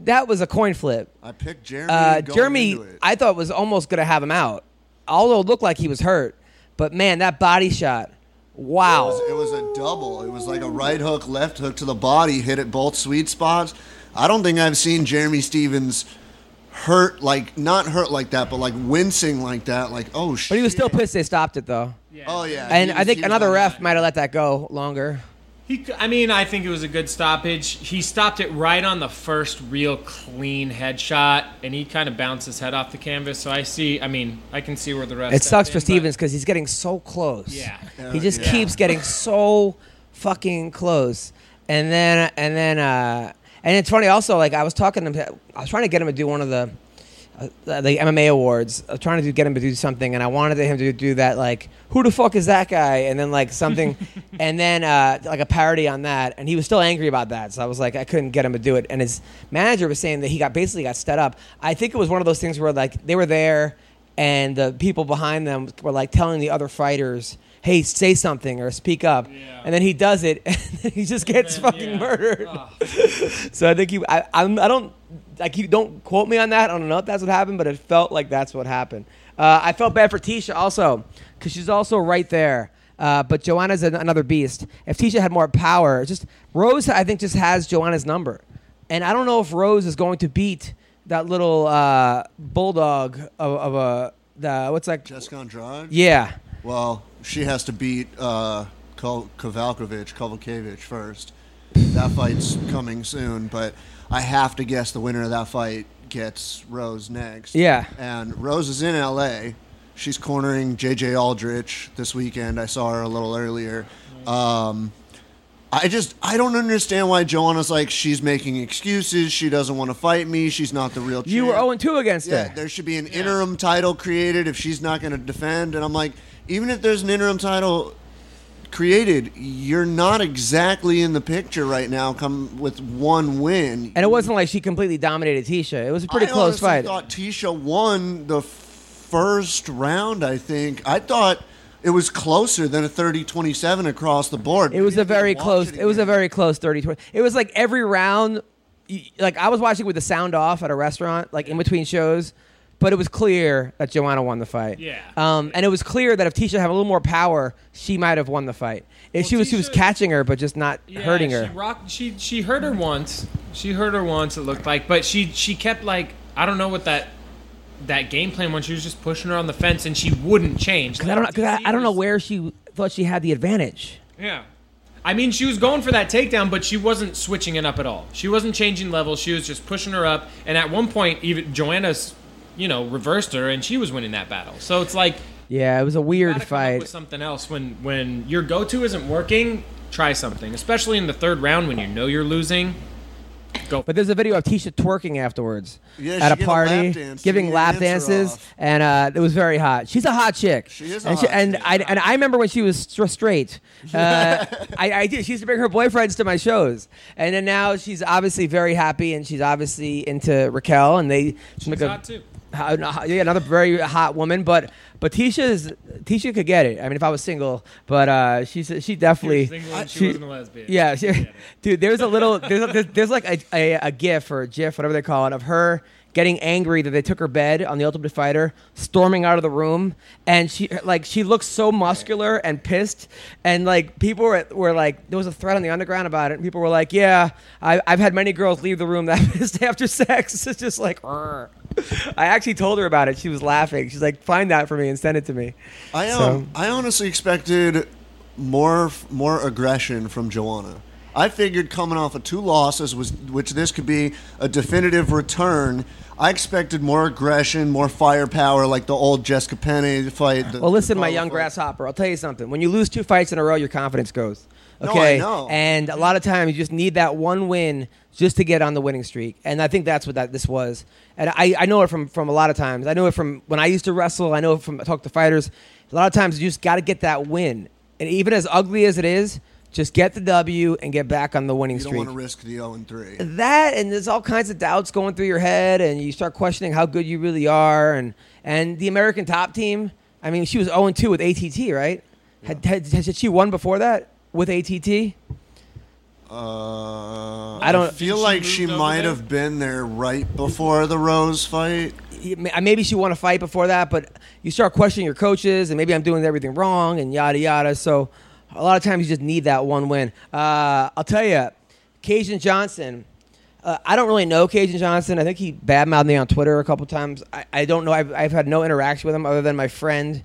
Speaker 2: That was a coin flip.
Speaker 6: I picked Jeremy.
Speaker 2: Uh,
Speaker 6: going
Speaker 2: Jeremy,
Speaker 6: into it.
Speaker 2: I thought was almost going to have him out. Aldo looked like he was hurt, but man, that body shot! Wow.
Speaker 6: It was- it was a double. It was like a right hook, left hook to the body, hit at both sweet spots. I don't think I've seen Jeremy Stevens hurt like not hurt like that, but like wincing like that. Like oh shit.
Speaker 2: but he was still pissed they stopped it though.
Speaker 6: Oh yeah.
Speaker 2: And
Speaker 6: he
Speaker 2: I
Speaker 6: was-
Speaker 2: think
Speaker 6: he was
Speaker 2: another
Speaker 6: on
Speaker 2: ref
Speaker 6: that.
Speaker 2: might have let that go longer.
Speaker 7: He, I mean, I think it was a good stoppage. He stopped it right on the first real clean headshot, and he kind of bounced his head off the canvas. So I see. I mean, I can see where the rest.
Speaker 2: It sucks for Stevens because he's getting so close.
Speaker 7: Yeah.
Speaker 2: He just
Speaker 6: yeah.
Speaker 2: keeps getting so fucking close. And then and then uh and it's funny also like I was talking to him I was trying to get him to do one of the uh, the MMA awards. I was trying to do, get him to do something, and I wanted him to do that, like "Who the fuck is that guy?" and then like something, and then uh, like a parody on that. And he was still angry about that, so I was like, I couldn't get him to do it. And his manager was saying that he got basically got set up. I think it was one of those things where like they were there, and the people behind them were like telling the other fighters. Hey, say something or speak up, and then he does it, [laughs] and he just gets fucking
Speaker 7: yeah.
Speaker 2: murdered. So I think he, I, I'm, I don't, like you don't quote me on that. I don't know if that's what happened, but it felt like that's what happened. Uh, I felt bad for Tisha also because she's also right there. Uh, but Joanna's an, another beast. If Tisha had more power, it's just Rose, I think, just has Joanna's number, and I don't know if Rose is going to beat that little uh, bulldog of, of a the what's that?
Speaker 6: Jessica Andrade.
Speaker 2: Yeah,
Speaker 6: Well, she has to beat uh, Kol- Kovalkovich, Kovalkiewicz first. That fight's coming soon, but I have to guess the winner of that fight gets Rose next.
Speaker 2: Yeah.
Speaker 6: And Rose is in L.A. She's cornering J.J. Aldrich this weekend. I saw her a little earlier. Um, I just I don't understand why Joanna's like she's making excuses. She doesn't want to fight me. She's not the real.
Speaker 2: You were
Speaker 6: champ.
Speaker 2: 0 2 against
Speaker 6: Yeah,
Speaker 2: her.
Speaker 6: there should be an interim title created if she's not going to defend. And I'm like, even if there's an interim title created, you're not exactly in the picture right now. Come with one win.
Speaker 2: And it wasn't like she completely dominated Tisha. It was a pretty
Speaker 6: I
Speaker 2: close
Speaker 6: honestly
Speaker 2: fight.
Speaker 6: thought Tisha won the f- first round. I think I thought it was closer than a 30-27 across the board.
Speaker 2: It was a
Speaker 6: Maybe
Speaker 2: very
Speaker 6: watch
Speaker 2: close. It, was a
Speaker 6: again.
Speaker 2: very close 30-20. It was like every round, y- like I was watching with the sound off at a restaurant, like in between shows, but it was clear that Joanna won the fight.
Speaker 7: Yeah.
Speaker 2: Um, and it was clear that if Tisha had a little more power, she might have won the fight. If she was, she was
Speaker 7: Tisha-
Speaker 2: catching her, but just not
Speaker 7: Yeah,
Speaker 2: hurting her.
Speaker 7: She rocked. She she hurt her once. She hurt her once. It looked like, but she she kept like I don't know what that that game plan when she was just pushing her on the fence and she wouldn't change.
Speaker 2: Cause I don't know. Cause I, I don't know where she thought she had the advantage.
Speaker 7: Yeah. I mean, she was going for that takedown, but she wasn't switching it up at all. She wasn't changing levels. She was just pushing her up. And at one point, even Joanna's, you know, reversed her, and she was winning that battle. So it's like
Speaker 2: Yeah, it was a
Speaker 7: gotta
Speaker 2: weird
Speaker 7: come up with
Speaker 2: fight.
Speaker 7: something else when when your go-to isn't working. Try something, especially in the third round when you know you're losing. Go.
Speaker 2: But there's a video of Tisha twerking afterwards
Speaker 6: Yeah,
Speaker 2: at
Speaker 6: she
Speaker 2: a
Speaker 6: gave a
Speaker 2: party,
Speaker 6: lap dance to
Speaker 2: giving
Speaker 6: get
Speaker 2: lap
Speaker 6: an answer
Speaker 2: dances,
Speaker 6: off.
Speaker 2: and uh, it was very hot. She's a hot chick.
Speaker 6: She is a
Speaker 2: and
Speaker 6: hot
Speaker 2: and
Speaker 6: chick.
Speaker 2: I and I remember when she was stra-
Speaker 6: [laughs]
Speaker 2: straight. Uh, I, I did. She used to bring her boyfriends to my shows, and then now she's obviously very happy, and she's obviously into Raquel, and they make a-
Speaker 7: hot, too.
Speaker 2: How- no, yeah, another very hot woman, but but Tisha's Tisha could get it. I mean, if I was single, but uh, she's she definitely
Speaker 7: single and she wasn't a lesbian.
Speaker 2: Yeah, she- [laughs] dude, there's a little there's, a, there's there's like a, a a gif or a gif whatever they call it of her getting angry that they took her bed on the Ultimate Fighter, storming out of the room, and she like she looks so muscular and pissed, and like people were were like there was a thread on the underground about it, and people were like, yeah, I, I've had many girls leave the room that [laughs] pissed after sex. [laughs] It's just like. "Arr." I actually told her about it. She was laughing. She's like, "Find that for me and send it to me."
Speaker 6: I um,
Speaker 2: So-
Speaker 6: I honestly expected more more aggression from Joanna. I figured coming off of two losses was which this could be a definitive return. I expected more aggression, more firepower, like the old Jessica Penny fight. the-
Speaker 2: Well, listen,
Speaker 6: the
Speaker 2: my
Speaker 6: Paula
Speaker 2: young
Speaker 6: fight.
Speaker 2: grasshopper. I'll tell you something. When you lose two fights in a row, your confidence goes.
Speaker 6: No, I
Speaker 2: Okay.
Speaker 6: know.
Speaker 2: And a lot of times you just need that one win just to get on the winning streak. And I think that's what that this was. And I, I know it from, from a lot of times. I know it from when I used to wrestle. I know it from I talk to fighters. A lot of times you just got to get that win. And even as ugly as it is, just get the W and get back on the winning
Speaker 6: You don't
Speaker 2: streak Uh,
Speaker 6: want to risk the zero and three.
Speaker 2: that and there's all kinds of doubts going through your head and you start questioning how good you really are and and the American top team I mean she was 0 2 with ATT right had, had, had she won before that with ATT
Speaker 6: Uh,
Speaker 2: I don't-
Speaker 6: feel
Speaker 7: Did she
Speaker 6: like she
Speaker 7: moved over
Speaker 6: might
Speaker 7: there?
Speaker 6: have been there right before the Rose fight.
Speaker 2: Yeah, ma- maybe she won a fight before that but you start questioning your coaches and maybe I'm doing everything wrong and yada yada so a lot of times you just need that one win uh, I'll tell you Cajun Johnson Uh, I don't really know Cajun Johnson. I think he badmouthed me on Twitter a couple times. I, I don't know. I've, I've had no interaction with him other than my friend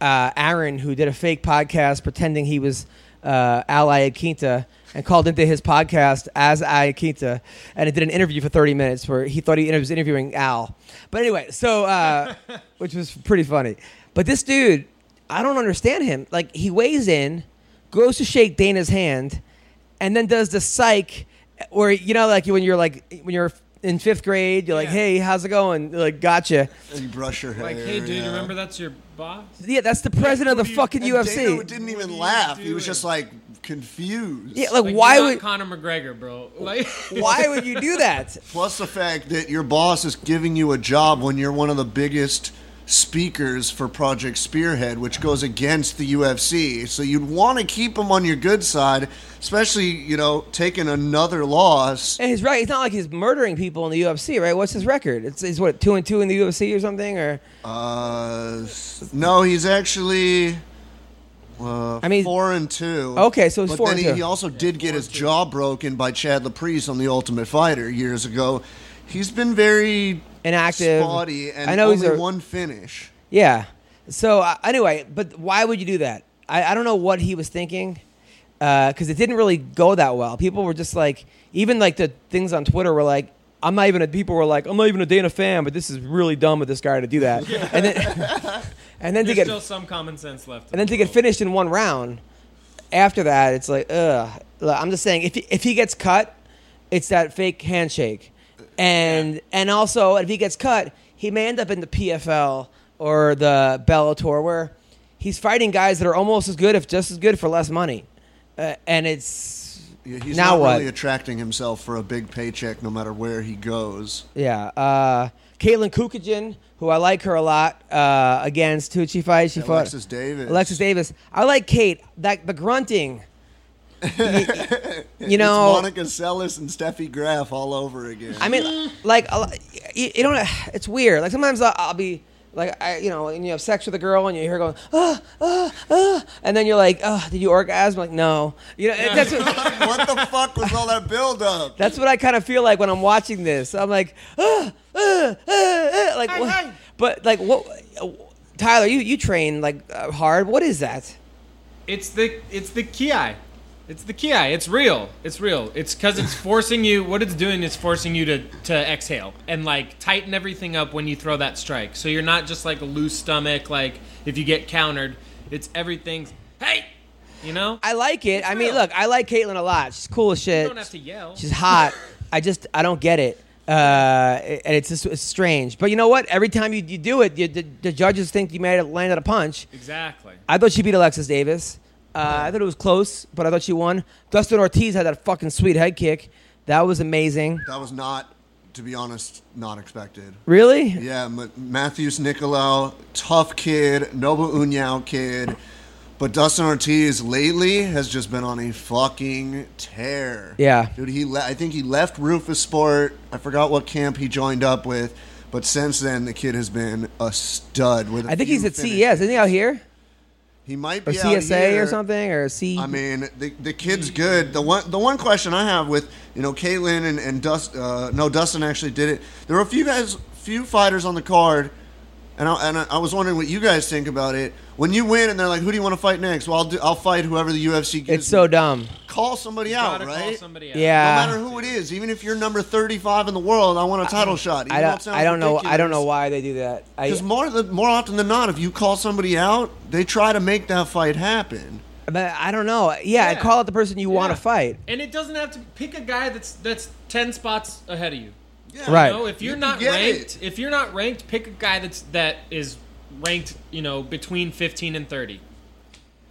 Speaker 2: uh, Aaron, who did a fake podcast pretending he was uh, Ally Aquinta and called into his podcast as Ally Aquinta, and it did an interview for 30 minutes where he thought he was interviewing Al. But anyway, so
Speaker 6: [laughs]
Speaker 2: uh, which was pretty funny. But this dude, I don't understand him. Like he weighs in, goes to shake Dana's hand, and then does the psych where you know like when you're like when you're in fifth grade you're like
Speaker 7: Yeah.
Speaker 2: hey how's it going They're like gotcha
Speaker 6: And you brush your hair.
Speaker 7: Like, hey, dude,
Speaker 6: yeah.
Speaker 7: remember that's your boss?
Speaker 2: yeah that's the president of the fucking
Speaker 6: And
Speaker 2: ufc
Speaker 6: Dana didn't even laugh. He was
Speaker 7: doing?
Speaker 6: just like confused.
Speaker 2: yeah like,
Speaker 7: Like,
Speaker 2: why
Speaker 7: you're not
Speaker 2: would
Speaker 7: Conor McGregor, bro? Like, [laughs]
Speaker 2: why would you do that
Speaker 6: Plus the fact that your boss is giving you a job when you're one of the biggest speakers for Project Spearhead, which goes against the UFC. So you'd want to keep him on your good side, especially, you know, taking another loss.
Speaker 2: and he's right it's not like he's murdering people in the ufc right what's his record it's, it's what two and two in the ufc or something or
Speaker 6: Uh, no, he's actually. Uh,
Speaker 2: I mean-
Speaker 6: four and two.
Speaker 2: Okay, so it's
Speaker 6: but
Speaker 2: four
Speaker 6: then
Speaker 2: and
Speaker 6: he,
Speaker 2: two.
Speaker 6: he also did get his jaw broken by Chad Laprise on The Ultimate Fighter years ago. He's been very
Speaker 2: Inactive.
Speaker 6: spotty, and
Speaker 2: I know he's
Speaker 6: only
Speaker 2: a-
Speaker 6: one finish.
Speaker 2: yeah So uh, anyway, but why would you do that? I, I don't know what he was thinking because it didn't really go that well. People were just like, even like the things on Twitter were like, I'm not even a. People were like, I'm not even a Dana fan, but this is really dumb of this guy to do
Speaker 7: [laughs]
Speaker 2: that. And then, [laughs] and then to get
Speaker 7: There's still some common sense left.
Speaker 2: and then to get finished in one round. After that, it's like, ugh. Look, I'm just saying, if he, if he gets cut, it's that fake handshake, and and also if he gets cut, he may end up in the PFL or the Bellator where he's fighting guys that are almost as good, if just as good, for less money, uh, and it's
Speaker 6: Yeah, He's
Speaker 2: now
Speaker 6: not
Speaker 2: what?
Speaker 6: really attracting himself for a big paycheck, no matter where he goes.
Speaker 2: Yeah. Uh, Caitlin Kukogen, who I like her a lot, uh, against who she fight? She fought
Speaker 6: Alexis Davis.
Speaker 2: Alexis Davis. I like Kate. That the
Speaker 6: [laughs]
Speaker 2: grunting. Y- you know,
Speaker 6: it's Monica Seles and Steffi Graf all over again.
Speaker 2: I mean, like, a lot- you, you don't. [sighs] It's weird. Like sometimes I'll, I'll be like, I, you know, and you have sex with a girl, and you hear her going, ah, ah, ah, and then you're like, oh, did you orgasm? Like, no. You know, that's what,
Speaker 6: [laughs] what the fuck was all that build
Speaker 2: [laughs]
Speaker 6: up?
Speaker 2: that's what I kind of feel like when I'm watching this. I'm like, ah, ah, ah, ah, like, what- but like, what? Tyler, you you train like uh, hard. What is that?
Speaker 7: It's the it's the ki. It's the ki. It's real. It's real. It's because it's forcing you. What it's doing is forcing you to to exhale and like tighten everything up when you throw that strike. So you're not just like a loose stomach. Like if you get countered, it's everything's hey, you know.
Speaker 2: I like it. I mean,
Speaker 7: real.
Speaker 2: look, I like Caitlyn a lot. She's cool as shit.
Speaker 7: you don't have to yell.
Speaker 2: She's
Speaker 7: [laughs]
Speaker 2: hot. I just I don't get it, uh, and it's just it's strange. But you know what? Every time you, you do it, you, the, the judges think you may have landed a punch.
Speaker 7: exactly.
Speaker 2: I thought she beat Alexis Davis. Uh, I thought it was close, but I thought she won. Dustin Ortiz had that fucking sweet head kick. That was amazing.
Speaker 6: That was not, to be honest, not expected.
Speaker 2: Really?
Speaker 6: Yeah, M- Matthews Nicolau, tough kid, Noble Unyao kid. But Dustin Ortiz lately has just been on a fucking tear.
Speaker 2: Yeah.
Speaker 6: Dude, he le- I think he left Rufus Sport. I forgot what camp he joined up with. But since then, the kid has been a stud. With a
Speaker 2: I think
Speaker 6: few
Speaker 2: he's at
Speaker 6: finishes.
Speaker 2: CES. Isn't he out here
Speaker 6: He might
Speaker 2: or
Speaker 6: be out
Speaker 2: CSA or
Speaker 6: here.
Speaker 2: something or C?
Speaker 6: I mean, the, the kid's good. The one the one question I have with you know Caitlin and and Dust uh, no Dustin actually did it. There were a few guys, few fighters on the card, and I, and I I was wondering what you guys think about it. When you win and they're like, "Who do you want to fight next?" Well, I'll do, I'll fight whoever the UFC gives.
Speaker 2: it's so
Speaker 6: me.
Speaker 2: dumb.
Speaker 6: Call somebody out,
Speaker 7: Gotta call
Speaker 6: right?
Speaker 7: somebody out.
Speaker 6: No
Speaker 2: Yeah.
Speaker 6: matter who it is, even if you're number thirty-five in the world, I want a title shot. Even
Speaker 2: I
Speaker 6: though it
Speaker 2: don't.
Speaker 6: sounds
Speaker 2: I don't know. I don't
Speaker 6: ridiculous.
Speaker 2: know why they do that. I,
Speaker 6: Because more than- more often than not, if you call somebody out, they try to make that fight happen.
Speaker 2: but I don't know. Yeah,
Speaker 7: Yeah.
Speaker 2: call out the person you want to
Speaker 7: Yeah.
Speaker 2: fight.
Speaker 7: And it doesn't have to pick a guy that's that's ten spots ahead of you.
Speaker 6: Yeah,
Speaker 2: Right.
Speaker 7: You know, if you're
Speaker 6: can
Speaker 7: not
Speaker 6: get
Speaker 7: ranked,
Speaker 6: it.
Speaker 7: if you're not ranked, pick a guy that's that is ranked, you know, between 15 and 30.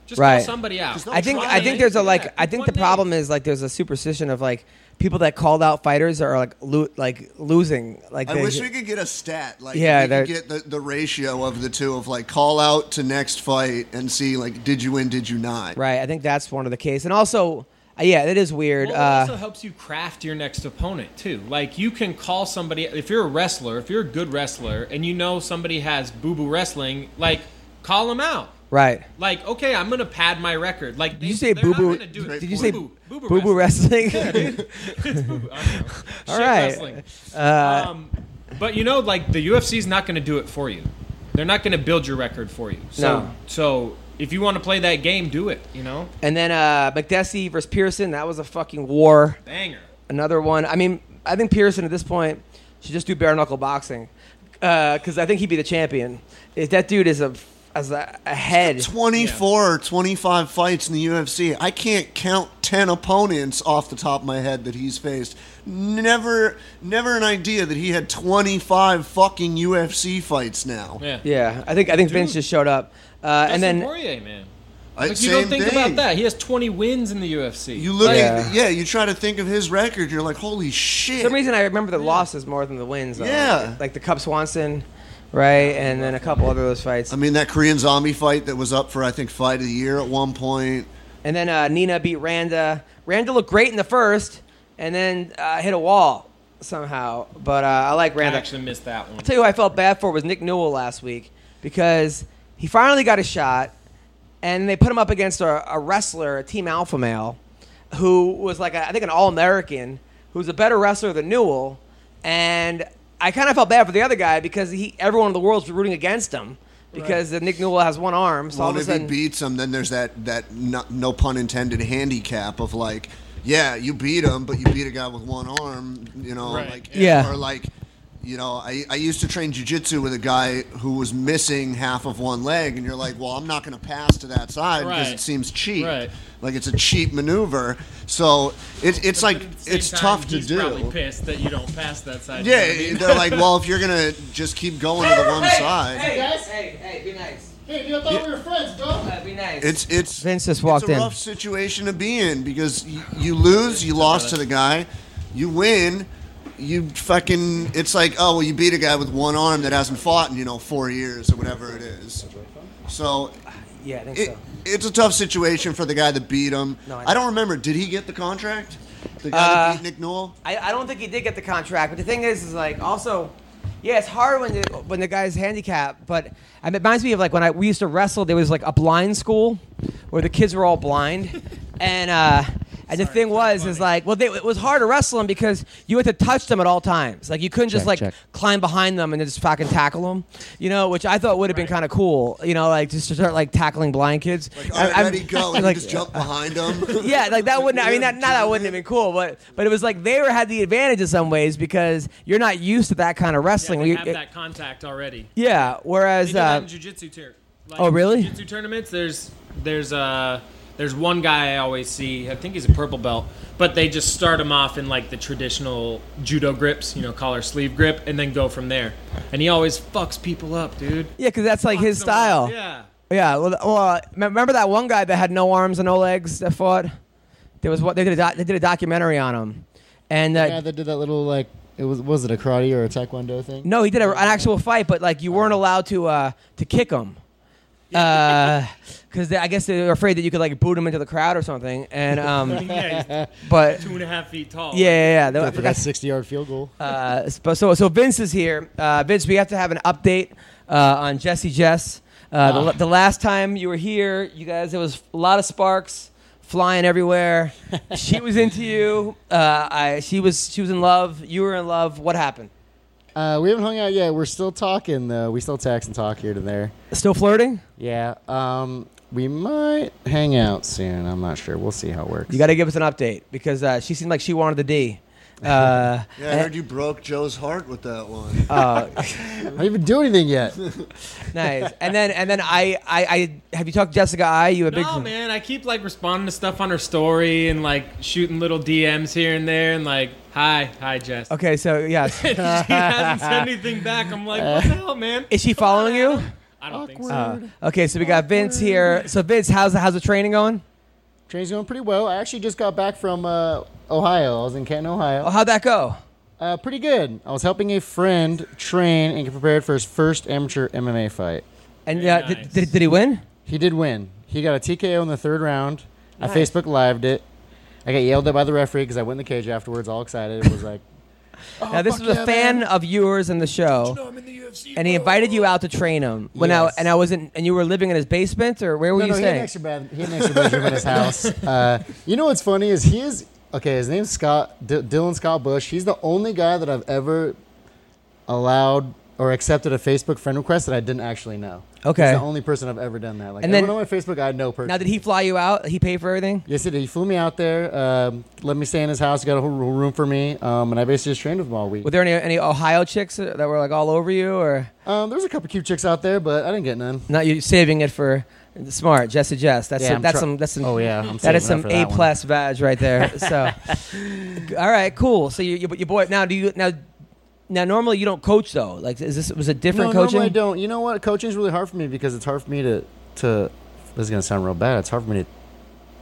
Speaker 7: Just
Speaker 2: Right.
Speaker 7: call somebody out.
Speaker 6: no
Speaker 2: I think
Speaker 6: Try
Speaker 2: I think there's a
Speaker 7: Yeah.
Speaker 2: like I think
Speaker 7: One
Speaker 2: the
Speaker 7: name.
Speaker 2: problem is like there's a superstition of like people that called out fighters are like lo- like losing like
Speaker 6: I
Speaker 2: they-
Speaker 6: wish we could get a stat. Like,
Speaker 2: Yeah,
Speaker 6: yeah, we
Speaker 2: that-
Speaker 6: could get the, the ratio of the two of like call out to next fight and see like did you win, did you not?
Speaker 2: right I think that's one of the case and also uh, yeah it is weird
Speaker 7: Well, it also
Speaker 2: uh,
Speaker 7: helps you craft your next opponent too. Like you can call somebody if you're a wrestler, if you're a good wrestler, and you know somebody has boo boo wrestling, like call them out.
Speaker 2: right
Speaker 7: Like okay, I'm gonna pad my record. Like
Speaker 2: did you say boo boo did you say boo boo wrestling All
Speaker 7: Shit
Speaker 2: right. Uh,
Speaker 7: wrestling. um, but you know, like the UFC's not going to do it for you. They're not going to build your record for you. So,
Speaker 2: No.
Speaker 7: so if you want to play that game, do it. You know,
Speaker 2: [laughs] and then uh, McDessie versus Pearson that was a fucking war
Speaker 7: banger.
Speaker 2: another one I mean I think Pearson at this point should just do bare knuckle boxing because I think he'd be the champion If that dude is a as a, a head.
Speaker 6: 24 or 25 fights in the UFC. I can't count 10 opponents off the top of my head that he's faced. Never never an idea that he had 25 fucking UFC fights now.
Speaker 7: Yeah.
Speaker 2: Yeah, I think I think Vince just showed up, uh, and
Speaker 7: Dustin
Speaker 2: then
Speaker 7: Poirier, man.
Speaker 6: I-
Speaker 7: Like, you don't
Speaker 6: same
Speaker 7: think
Speaker 6: thing.
Speaker 7: about that. He has 20 wins in the UFC.
Speaker 6: You look
Speaker 2: Yeah.
Speaker 6: at yeah, you try to think of his record, you're like holy shit.
Speaker 2: for some reason I remember the losses more than the wins. Though.
Speaker 6: Yeah.
Speaker 2: like, the Cub Swanson, right, and then a couple other those fights,
Speaker 6: I mean that Korean zombie fight that was up for I think fight of the year at one point.
Speaker 2: and then uh, Nina beat Randa. Randa looked great in the first, and then uh, hit a wall somehow. But uh, I like
Speaker 7: I
Speaker 2: Randa.
Speaker 7: actually missed that one.
Speaker 2: I'll tell you who I felt bad for was Nick Newell last week because he finally got a shot, and they put him up against a, a wrestler, a Team Alpha Male, who was like a, I think an All American, who's a better wrestler than Newell, and I kind of felt bad for the other guy because he everyone in the world's rooting against him because uh, Nick Newell has one arm. So all
Speaker 6: Well,
Speaker 2: of a
Speaker 6: if he
Speaker 2: sudden,
Speaker 6: beats him, then there's that that no, no pun intended handicap of like, yeah, you beat him, but you beat a guy with one arm, you know,
Speaker 7: Right.
Speaker 6: like
Speaker 2: Yeah.
Speaker 6: or like, you know, I, I used to train jujitsu with a guy who was missing half of one leg, and you're like, well, I'm not going to pass to that side because
Speaker 7: Right.
Speaker 6: it seems cheap,
Speaker 7: Right.
Speaker 6: like it's a cheap maneuver. So it's it's like
Speaker 7: At the same
Speaker 6: it's
Speaker 7: time,
Speaker 6: tough to
Speaker 7: he's
Speaker 6: do.
Speaker 7: Probably pissed that you don't pass that side. you know what I
Speaker 6: Yeah,
Speaker 7: mean?
Speaker 6: they're like, well, if you're gonna just keep going to the one side,
Speaker 3: guys?
Speaker 2: hey, hey, be nice.
Speaker 3: Hey, I thought we were friends, bro.
Speaker 2: Uh, be nice.
Speaker 6: it's it's
Speaker 2: Vince just walked
Speaker 6: it's a
Speaker 2: in.
Speaker 6: rough situation to be in because you, you lose, you lost to the guy, you win, you fucking. It's like, oh well, you beat a guy with one arm that hasn't fought in you know four years or whatever it is. So
Speaker 2: yeah, I think
Speaker 6: it,
Speaker 2: so.
Speaker 6: it's a tough situation for the guy that beat him.
Speaker 2: No, I Uh,
Speaker 6: I, don't remember. Did he get the contract? The guy that beat Nick Newell.
Speaker 2: I, I don't think he did get the contract, but the thing is, is like also, yeah, it's hard when the when the guy's handicapped. But I mean, it reminds me of like when I we used to wrestle. There was like a blind school where the kids were all blind, and uh, and the thing was is like, well, they, it was hard to wrestle them because you had to touch them at all times. Like you couldn't just
Speaker 8: Check,
Speaker 2: like
Speaker 8: check.
Speaker 2: climb behind them and then just fucking tackle them, you know? Which I thought would have been kind of cool, you know, like just to start like tackling blind kids.
Speaker 6: All right,
Speaker 2: I- I'm-
Speaker 6: ready,
Speaker 2: [laughs]
Speaker 6: go, and you just jump behind him.
Speaker 2: yeah, like that wouldn't. I mean, that, not that wouldn't have been cool, but but it was like they were had the advantage in some ways because you're not used to that kind of wrestling.
Speaker 7: Yeah,
Speaker 2: You-
Speaker 7: they have that contact already.
Speaker 2: yeah,
Speaker 7: They
Speaker 2: whereas
Speaker 7: do that
Speaker 2: uh,
Speaker 7: in jujitsu too. Like,
Speaker 2: oh, really?
Speaker 7: Jiu-jitsu tournaments. There's there's uh there's one guy I always see. I think he's a purple belt, but they just start him off in like the traditional judo grips, you know, collar sleeve grip, and then go from there. And he always fucks people up, dude.
Speaker 2: yeah, because that's like his
Speaker 7: Fucks them
Speaker 2: style.
Speaker 7: up, Yeah. [laughs]
Speaker 2: Yeah, well, th- well, uh, me- remember that one guy that had no arms and no legs that fought? There was what they did a doc, they did a documentary on him, and uh,
Speaker 3: Yeah, they did that little like it was was it a karate or a taekwondo thing?
Speaker 2: no, he did a, an actual fight, but like you weren't
Speaker 7: Uh-huh.
Speaker 2: allowed to uh, to kick him. Because they I guess they were afraid that you could like boot him into the crowd or something, and
Speaker 7: [laughs]
Speaker 2: um,
Speaker 7: Yeah, he's
Speaker 2: but
Speaker 7: two and a half feet tall.
Speaker 2: yeah, yeah, yeah. I
Speaker 3: I
Speaker 2: forgot
Speaker 3: that sixty yard field goal.
Speaker 2: Uh, sp- so so Vince is here. Uh, Vince, we have to have an update uh, on Jesse Jess. Uh,
Speaker 7: Ah.
Speaker 2: the, la- the last time you were here, you guys, there was a lot of sparks flying
Speaker 7: [laughs]
Speaker 2: everywhere. she was into you. Uh, I, she was she was in love. You were in love. What happened?
Speaker 3: Uh, we haven't hung out yet. We're still talking though. We still text and talk here to there.
Speaker 2: Still flirting?
Speaker 3: Yeah. Um, we might hang out soon. I'm not sure. We'll see how it works.
Speaker 2: You got to give us an update because uh, she seemed like she wanted the [laughs] D. Uh,
Speaker 6: [laughs] Yeah, I heard you broke Joe's heart with that one.
Speaker 2: Oh.
Speaker 3: I haven't even do anything yet.
Speaker 2: nice. And then and then I, I I have you talked to Jessica? I you a big
Speaker 7: No, man, I keep like responding to stuff on her story and like shooting little DMs here and there and like, hi, hi, Jess.
Speaker 2: Okay, so yes.
Speaker 7: [laughs] she hasn't sent anything back. I'm like, what the hell, man?
Speaker 2: Is she following you?
Speaker 7: I don't think so.
Speaker 2: Okay, so we got Vince here. So Vince, how's how's the training going?
Speaker 3: Train's going pretty well. I actually just got back from uh, Ohio. I was in Canton,
Speaker 2: Oh,
Speaker 3: Ohio.
Speaker 2: how'd that go?
Speaker 3: Uh, pretty good. I was helping a friend train and get prepared for his first amateur MMA fight.
Speaker 2: And
Speaker 7: Very
Speaker 2: uh, did,
Speaker 7: nice.
Speaker 2: did, did he win?
Speaker 3: He did win. He got a TKO in the third round.
Speaker 2: Nice.
Speaker 3: I Facebook lived it. I got yelled at by the referee because I went in the cage afterwards, all excited. It was like, Oh,
Speaker 2: now this was a fan of yours and the show, and he invited you out to train him. When
Speaker 3: Yes.
Speaker 2: I and I wasn't, and you were living in his basement, or where were
Speaker 3: no,
Speaker 2: you
Speaker 3: no, he had
Speaker 2: staying?
Speaker 3: an extra bed. He had an extra
Speaker 2: [laughs]
Speaker 3: bedroom in his house. Uh, you know what's funny is he is okay. His name's Scott D- Dylan Scott Bush. He's the only guy that I've ever allowed or accepted a Facebook friend request that I didn't actually know.
Speaker 2: Okay.
Speaker 3: he's the only person I've ever done that. Like,
Speaker 2: And
Speaker 3: and
Speaker 2: then-
Speaker 3: then, on my Facebook, I know person.
Speaker 2: Now, did he fly you out? He paid for everything.
Speaker 3: Yes, he did. He flew me out there, um, let me stay in his house, got a whole whole room for me, um, and I basically just trained with him all week.
Speaker 2: Were there any any Ohio chicks that were like all over you, or
Speaker 3: Um, there was a couple cute chicks out there, but I didn't get none.
Speaker 2: not? You saving it for smart Jess to Jess. That's
Speaker 3: Yeah,
Speaker 2: some,
Speaker 3: I'm
Speaker 2: that's
Speaker 3: try-
Speaker 2: some that's some.
Speaker 3: Oh, yeah, I'm
Speaker 2: that is
Speaker 3: saving that
Speaker 2: some
Speaker 3: for
Speaker 2: A
Speaker 3: that one.
Speaker 2: plus badge right there.
Speaker 3: [laughs]
Speaker 2: So, all right, cool. So you you, you boy now do you now. Now, normally you don't coach though. Like, is this was a different
Speaker 3: no,
Speaker 2: coaching?
Speaker 3: normally I don't. You know what? Coaching is really hard for me because it's hard for me to to. This is gonna sound real bad. It's hard for me to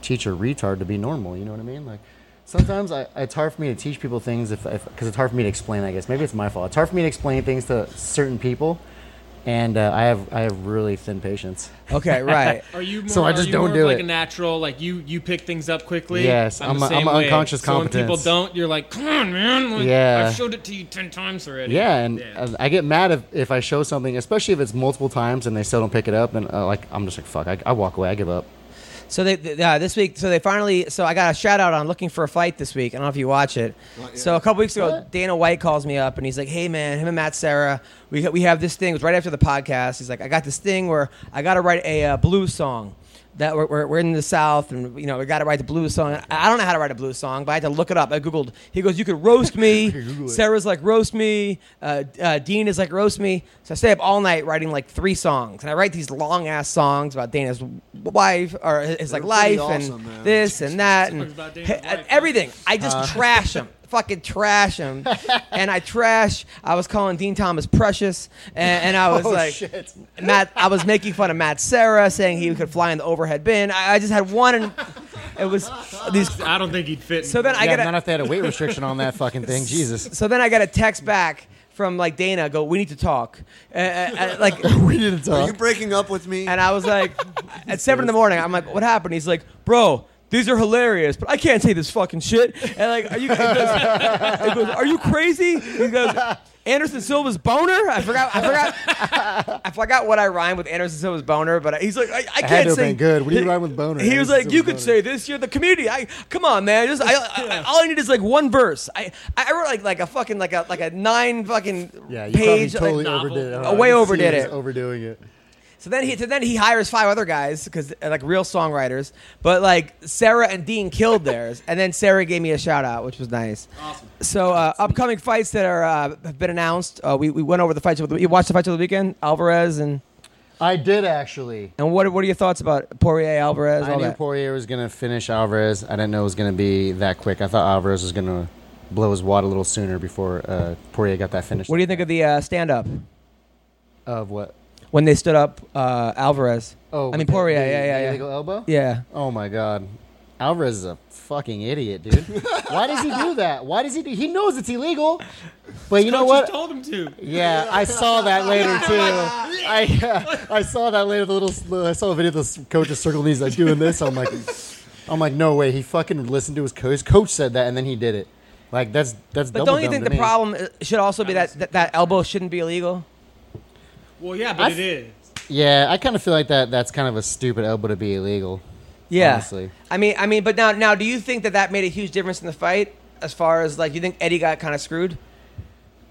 Speaker 3: teach a retard to be normal. You know what I mean? Like sometimes I, it's hard for me to teach people things if because it's hard for me to explain. I guess maybe it's my fault. It's hard for me to explain things to certain people, and uh, I have I have really thin patience.
Speaker 2: Okay,
Speaker 3: [laughs]
Speaker 2: right.
Speaker 7: Are you more,
Speaker 3: So I
Speaker 7: are
Speaker 3: just
Speaker 7: you
Speaker 3: don't
Speaker 7: more of,
Speaker 3: do
Speaker 7: like
Speaker 3: it.
Speaker 7: a natural, like you you pick things up quickly?
Speaker 3: Yes, I'm
Speaker 7: the
Speaker 3: a- I'm
Speaker 7: same
Speaker 3: a
Speaker 7: way.
Speaker 3: unconscious
Speaker 7: So when people
Speaker 3: competence.
Speaker 7: don't, you're like, come on, man. Like,
Speaker 3: Yeah.
Speaker 7: I've showed it to you 10 times already.
Speaker 3: Yeah, and uh, I get mad if, if I show something, especially if it's multiple times and they still don't pick it up. And uh, like I'm just like fuck, I, I walk away, I give up.
Speaker 2: So they, th- uh, this week, so they finally, so I got a shout out on looking for a fight this week. I don't know if you watch it. So a couple weeks ago, Dana White calls me up and he's like, "Hey man, him and Matt Sarah, we got- we have this thing." It was right after the podcast. He's like, "I got this thing where I got to write a uh, blues song." That we're, we're, we're in the South, and you know we got to write the blues song. I- I don't know how to write a blues song, but I had to look it up. I googled. He goes, "You could roast
Speaker 6: [laughs]
Speaker 2: me." Sarah's like, "Roast me." Uh, uh, Dean is like, "Roast me." So I stay up all night writing like three songs, and I write these long ass songs about Dana's w- wife or his his, like
Speaker 6: They're pretty
Speaker 2: life
Speaker 6: awesome,
Speaker 2: and
Speaker 6: man.
Speaker 2: this and that and uh,
Speaker 7: about Dana's
Speaker 2: Hey,
Speaker 7: life,
Speaker 2: everything. I just
Speaker 3: Uh.
Speaker 2: trash
Speaker 3: [laughs]
Speaker 2: him. Fucking trash him, and I trash. I was calling Dean Thomas precious, and, and I was like,
Speaker 3: Oh, shit.
Speaker 2: Matt. I was making fun of Matt Sarah, saying he could fly in the overhead bin. I, I just had one, and it was these.
Speaker 7: I don't think he'd fit.
Speaker 2: So then I
Speaker 3: yeah,
Speaker 2: got
Speaker 3: not if they had a weight restriction on that fucking thing. Jesus.
Speaker 2: so then I got a text back from like Dana. Go, we need to talk. Uh, uh, uh, like
Speaker 3: [laughs] We didn't
Speaker 6: Are
Speaker 3: talk.
Speaker 6: you breaking up with
Speaker 2: [laughs]
Speaker 6: me?
Speaker 2: And I was like, at seven in the morning, I'm like, what happened? He's like, bro, these are hilarious, but I can't say this fucking shit. And like, are you? He goes, he goes, are you crazy? He goes, Anderson Silva's boner. I forgot. I forgot. I forgot what I rhymed with Anderson Silva's boner, but he's like, I, I
Speaker 3: Had to
Speaker 2: can't
Speaker 3: have
Speaker 2: say
Speaker 3: been good. What do you rhyme with boner?
Speaker 2: He was
Speaker 3: Anderson
Speaker 2: like, you
Speaker 3: Silva's
Speaker 2: could
Speaker 3: boner."
Speaker 2: say this. You're the comedian. I come on, man. Just I, I, I- all I need is like one verse. I I wrote like like a fucking like a like a nine fucking
Speaker 3: Yeah, you
Speaker 2: page. like-
Speaker 3: probably totally
Speaker 7: novel.
Speaker 3: overdid it.
Speaker 2: Uh, way
Speaker 3: I can see
Speaker 2: overdid
Speaker 3: he was
Speaker 2: it.
Speaker 3: Overdoing it.
Speaker 2: So then he so then he hires five other guys because like real songwriters, but like Sarah and Dean killed theirs, and then Sarah gave me a shout out, which was nice. Awesome. So uh, upcoming fights that are uh, have been announced. Uh, we, we went over the fights. Of the, you watched the fights of the weekend, Alvarez and
Speaker 3: I did actually.
Speaker 2: and what what are your thoughts about Poirier Alvarez?
Speaker 3: I
Speaker 2: all
Speaker 3: knew
Speaker 2: that?
Speaker 3: Poirier was gonna finish Alvarez. I didn't know it was gonna be that quick. I thought Alvarez was gonna blow his wad a little sooner before uh, Poirier got that finish.
Speaker 2: what do you think of the uh, stand up
Speaker 3: of what?
Speaker 2: when they stood up uh, Alvarez?
Speaker 3: Oh,
Speaker 2: I mean
Speaker 3: the-
Speaker 2: Poirier.
Speaker 3: the-
Speaker 2: yeah,
Speaker 3: the
Speaker 2: yeah,
Speaker 3: illegal
Speaker 2: yeah.
Speaker 3: elbow.
Speaker 2: Yeah.
Speaker 3: Oh my God, Alvarez is a fucking idiot, dude. Why does he do that? Why does he do? He knows it's illegal, but you know what?
Speaker 7: told him to.
Speaker 3: Yeah, I saw
Speaker 2: [laughs]
Speaker 3: that later too. I uh, I saw that later. The little I saw a video of this coach just circling these like doing this. I'm like, I'm like, no way. He fucking listened to his coach. His coach said that, and then he did it. Like that's that's.
Speaker 2: But don't you think the problem uh, should also be that, that that elbow shouldn't be illegal?
Speaker 7: Well, yeah, but it is.
Speaker 3: Yeah, I kind of feel like that. That's kind of a stupid elbow to be illegal.
Speaker 2: Yeah.
Speaker 3: honestly.
Speaker 2: I mean, I mean, but now, now, do you think that that made a huge difference in the fight? As far as like, you think Eddie got kind of screwed?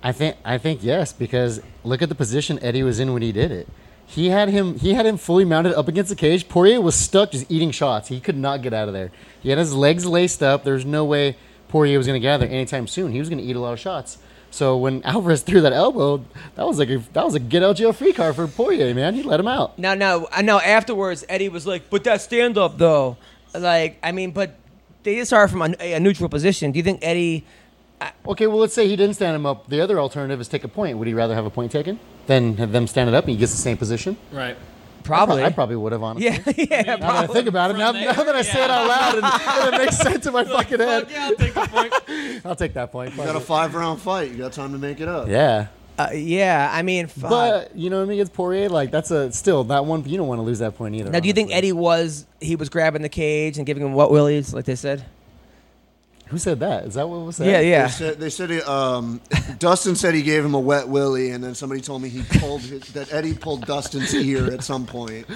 Speaker 3: I think I think yes because look at the position Eddie was in when he did it. He had him he had him fully mounted up against the cage. Poirier was stuck just eating shots. He could not get out of there. He had his legs laced up. There's no way Poirier was going to get out of there anytime soon. He was going to eat a lot of shots. So when [laughs] Alvarez threw that elbow, that was like a, that was a get out jail free card for Poirier, man. He let him out.
Speaker 2: No, no, I know. Afterwards, Eddie was like, "But that stand up, though." Like, I mean, but they just are from a, a neutral position. Do you think Eddie?
Speaker 3: Okay, well let's say he didn't stand him up. The other alternative is take a point. Would he rather have a point taken than have them stand it up and he gets the same position?
Speaker 7: Right.
Speaker 2: Probably.
Speaker 3: I probably would have
Speaker 2: [laughs]
Speaker 3: honestly. [laughs]
Speaker 2: yeah, yeah.
Speaker 3: Now that I think about it, now, now that I say it out loud, and, and it makes sense in my fucking head.
Speaker 7: Fuck yeah, I'll take
Speaker 3: [laughs]
Speaker 7: the point.
Speaker 3: I'll take that point.
Speaker 6: you got a five round fight. You got time to make it up.
Speaker 3: yeah.
Speaker 2: Uh, yeah. I mean, fuck.
Speaker 3: But you know what I mean? It's Poirier. Like that's a still that one. You don't want to lose that point either.
Speaker 2: now, do you think
Speaker 3: honestly.
Speaker 2: Eddie was he was grabbing the cage and giving him what willies, like they said?
Speaker 3: Who said that? Is that what was said?
Speaker 2: Yeah,
Speaker 6: They
Speaker 2: yeah.
Speaker 6: said, they said he, um, [laughs] Dustin said he gave him a wet willy, and then somebody told me he pulled his, that Eddie pulled Dustin's ear at some
Speaker 3: [laughs]
Speaker 6: point.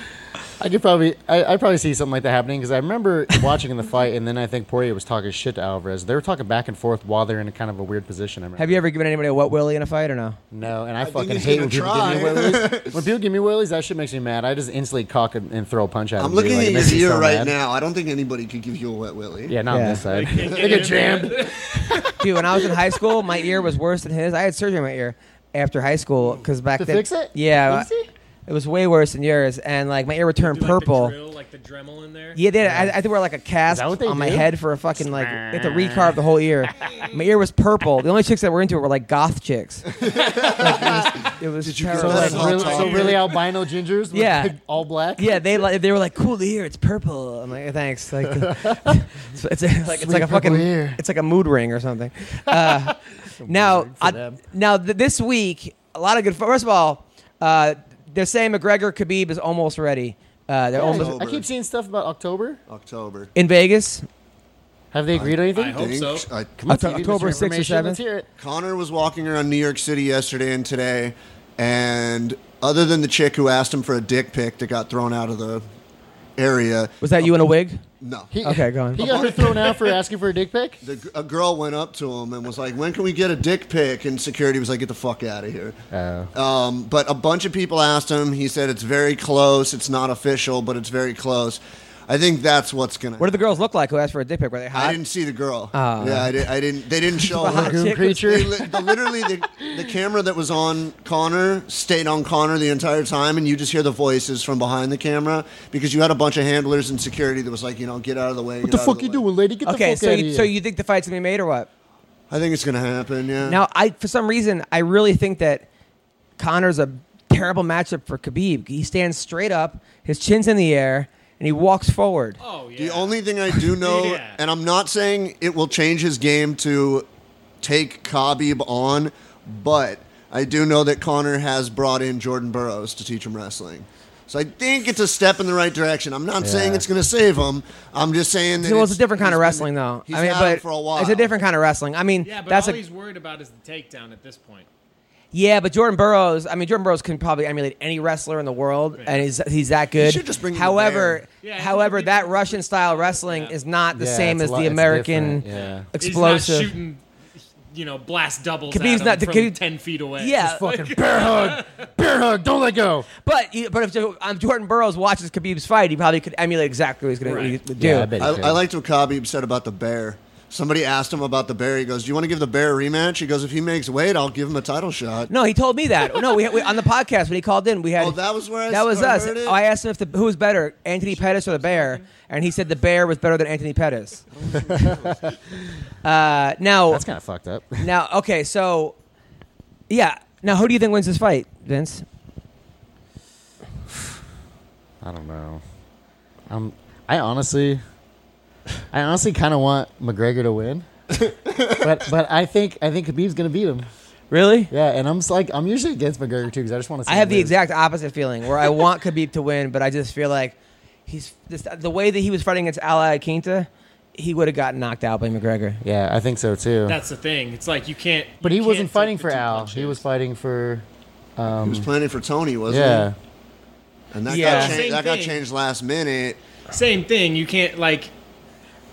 Speaker 3: I could probably, I, I probably see something like that happening because I remember watching in the fight, and then I think Poirier was talking shit to Alvarez. They were talking back and forth while they're in a kind of a weird position. I remember.
Speaker 2: Have you ever given anybody a what willie in a fight or no?
Speaker 3: No, and I,
Speaker 6: think
Speaker 3: fucking
Speaker 6: he's
Speaker 3: hate
Speaker 6: gonna
Speaker 3: when people give me
Speaker 6: [laughs]
Speaker 3: willies. when people give me willies, that shit makes me mad. I just instantly cock and, and throw a punch at
Speaker 6: I'm
Speaker 3: him.
Speaker 6: looking
Speaker 3: dude. Like, it
Speaker 6: at
Speaker 3: makes me
Speaker 6: your ear
Speaker 3: so
Speaker 6: right
Speaker 3: mad.
Speaker 6: now. I don't think anybody could give you a wet willy.
Speaker 3: Yeah, not on
Speaker 2: Yeah.
Speaker 3: this side. They get jammed.
Speaker 2: Dude, when I was in high school, my ear was worse than his. I had surgery on my ear after high school because back
Speaker 3: To
Speaker 2: then,
Speaker 3: fix it?
Speaker 2: yeah, uh,
Speaker 3: Easy?
Speaker 2: it was way worse than yours. And like my ear would turn
Speaker 7: Do, like, the
Speaker 2: purple.
Speaker 7: drill, like the Dremel in there.
Speaker 2: yeah, they had, I, I had to wear like a cast
Speaker 3: that
Speaker 2: on
Speaker 3: what they
Speaker 2: my
Speaker 3: do?
Speaker 2: head for a fucking like. They had to recarve the whole ear. My ear was purple. The only chicks that were into it were like goth
Speaker 3: [laughs]
Speaker 2: chicks. Like, it was, it was
Speaker 6: Did you get
Speaker 2: terrible.
Speaker 3: So like
Speaker 6: That's all
Speaker 3: really,
Speaker 6: time.
Speaker 3: so really albino gingers, with
Speaker 2: Yeah.
Speaker 3: like, all black.
Speaker 2: yeah, they like, they were like cool ear. It's purple. I'm like thanks. Like it's, it's like it's like a
Speaker 3: purple
Speaker 2: fucking
Speaker 3: ear.
Speaker 2: it's like a mood ring or something. Uh, now I,
Speaker 3: them.
Speaker 2: now th- this week a lot of good. First of all, uh, they're saying McGregor Khabib is almost ready. Uh, they're
Speaker 3: Yeah,
Speaker 2: almost
Speaker 3: I keep seeing stuff about October.
Speaker 6: October.
Speaker 2: in Vegas.
Speaker 3: Have they agreed on
Speaker 7: I
Speaker 3: anything?
Speaker 7: hope so.
Speaker 6: Think- I-
Speaker 3: Come on,
Speaker 2: Oct-
Speaker 3: TV,
Speaker 2: October
Speaker 3: Mr.
Speaker 2: 6th or
Speaker 3: Information,
Speaker 2: 7th?
Speaker 3: Let's hear it.
Speaker 6: Connor was walking around New York City yesterday and today, and other than the chick who asked him for a dick pic that got thrown out of the area.
Speaker 2: Was that you in a wig?
Speaker 6: No.
Speaker 3: He,
Speaker 2: Okay, go on.
Speaker 3: He got her thrown out for asking for a dick pic. [laughs]
Speaker 6: the, g- a girl went up to him and was like, "When can we get a dick pic?" And security was like, "Get the fuck out of here." Um, but a bunch of people asked him. He said, "It's very close. It's not official, but it's very close." I think that's what's gonna.
Speaker 2: What do the girls look like who asked for a dick pic? Were they hot?
Speaker 6: I didn't see the girl.
Speaker 2: Oh.
Speaker 6: yeah, I, di- I didn't.
Speaker 2: [laughs]
Speaker 6: They didn't show
Speaker 2: A hot
Speaker 6: her.
Speaker 2: chick was-
Speaker 3: creature.
Speaker 6: They li- the- literally, the, the camera that was on Connor stayed on Connor the entire time, and you just hear the voices from behind the camera because you had a bunch of handlers and security that was like, you know, get out of the way.
Speaker 3: What [laughs] the fuck you doing, lady? Get
Speaker 2: okay,
Speaker 3: the fuck
Speaker 2: so
Speaker 3: out
Speaker 2: you,
Speaker 3: of
Speaker 2: so
Speaker 3: here.
Speaker 2: you think the fight's gonna be made or what?
Speaker 6: I think it's gonna happen. Yeah.
Speaker 2: Now, I for some reason I really think that Connor's a terrible matchup for Khabib. He stands straight up, his chin's in the air, and he walks forward.
Speaker 7: Oh yeah.
Speaker 6: The only thing I
Speaker 7: [laughs]
Speaker 6: do know,
Speaker 7: Yeah.
Speaker 6: and I'm not saying it will change his game to take Khabib on, but I do know that Connor has brought in Jordan Burroughs to teach him wrestling. So I think it's a step in the right direction. I'm not saying it's going to save him. I'm just saying that
Speaker 2: well, it's a different kind of
Speaker 6: he's been-
Speaker 2: wrestling, though.
Speaker 6: He's
Speaker 2: I mean,
Speaker 6: had
Speaker 2: but
Speaker 6: it for a while.
Speaker 2: it's a different kind of wrestling. I mean,
Speaker 7: yeah, but
Speaker 2: that's
Speaker 7: all
Speaker 2: a
Speaker 7: he's worried about is the takedown at this point.
Speaker 2: yeah. But Jordan Burroughs, I mean, Jordan Burroughs can probably emulate any wrestler in the world, and he's he's that good.
Speaker 6: should just bring him
Speaker 2: however,
Speaker 7: there. Yeah, he
Speaker 2: however,
Speaker 7: should be-
Speaker 2: that Russian style wrestling
Speaker 7: Yeah.
Speaker 2: is not the
Speaker 3: Yeah,
Speaker 2: same
Speaker 3: it's a
Speaker 2: as
Speaker 3: lot-
Speaker 2: the
Speaker 3: it's
Speaker 2: American
Speaker 3: different, yeah.
Speaker 2: explosive.
Speaker 7: He's not shooting, you know, blast doubles at
Speaker 2: Khabib's
Speaker 7: him
Speaker 2: not-
Speaker 7: from
Speaker 2: Khabib-
Speaker 7: ten feet away.
Speaker 2: yeah,
Speaker 3: fucking bear hug, bear hug. Don't let go.
Speaker 2: But but if um, Jordan Burroughs watches Khabib's fight, he probably could emulate exactly what he's going
Speaker 7: Right.
Speaker 2: to do.
Speaker 3: Yeah, I bet.
Speaker 6: I, I liked what Khabib said about the bear. Somebody asked him about the bear. He goes, "Do you want to give the bear a rematch?" He goes, "If he makes weight, I'll give him a title shot."
Speaker 2: No, he told me that. No, we, we on the podcast when he called in, we had.
Speaker 6: Oh, that was where I
Speaker 2: that was
Speaker 6: heard
Speaker 2: us.
Speaker 6: it?
Speaker 2: I asked him if the, who was better, Anthony Pettis or the Bear, and he said the Bear was better than Anthony
Speaker 6: [laughs]
Speaker 2: Pettis. [laughs]
Speaker 6: Oh,
Speaker 2: uh, now,
Speaker 3: That's kind of fucked up.
Speaker 2: now, okay, so yeah. Now, who do you think wins this fight, Vince?
Speaker 3: I don't know. Um, I honestly, I honestly kind of want McGregor to [laughs] win, but but I think I think Khabib's gonna beat him.
Speaker 2: Really?
Speaker 3: Yeah, and I'm just like I'm usually against McGregor too because I just want to.
Speaker 2: I have the exact opposite feeling where I want Khabib to win, but I just feel like he's this, the way that he was fighting against Ali Quinta, he would have gotten knocked out by McGregor.
Speaker 3: Yeah, I think so too.
Speaker 7: that's the thing. It's like you can't.
Speaker 3: but he
Speaker 7: you can't
Speaker 3: wasn't
Speaker 7: take
Speaker 3: fighting
Speaker 7: the
Speaker 3: for
Speaker 7: two
Speaker 3: Al.
Speaker 7: punches.
Speaker 3: He was fighting for
Speaker 6: he was planning for Tony, wasn't he?
Speaker 3: yeah.
Speaker 6: And that,
Speaker 2: Yeah.
Speaker 6: got,
Speaker 7: Same
Speaker 6: changed, that got
Speaker 7: thing.
Speaker 6: changed last minute.
Speaker 7: same thing. You can't like.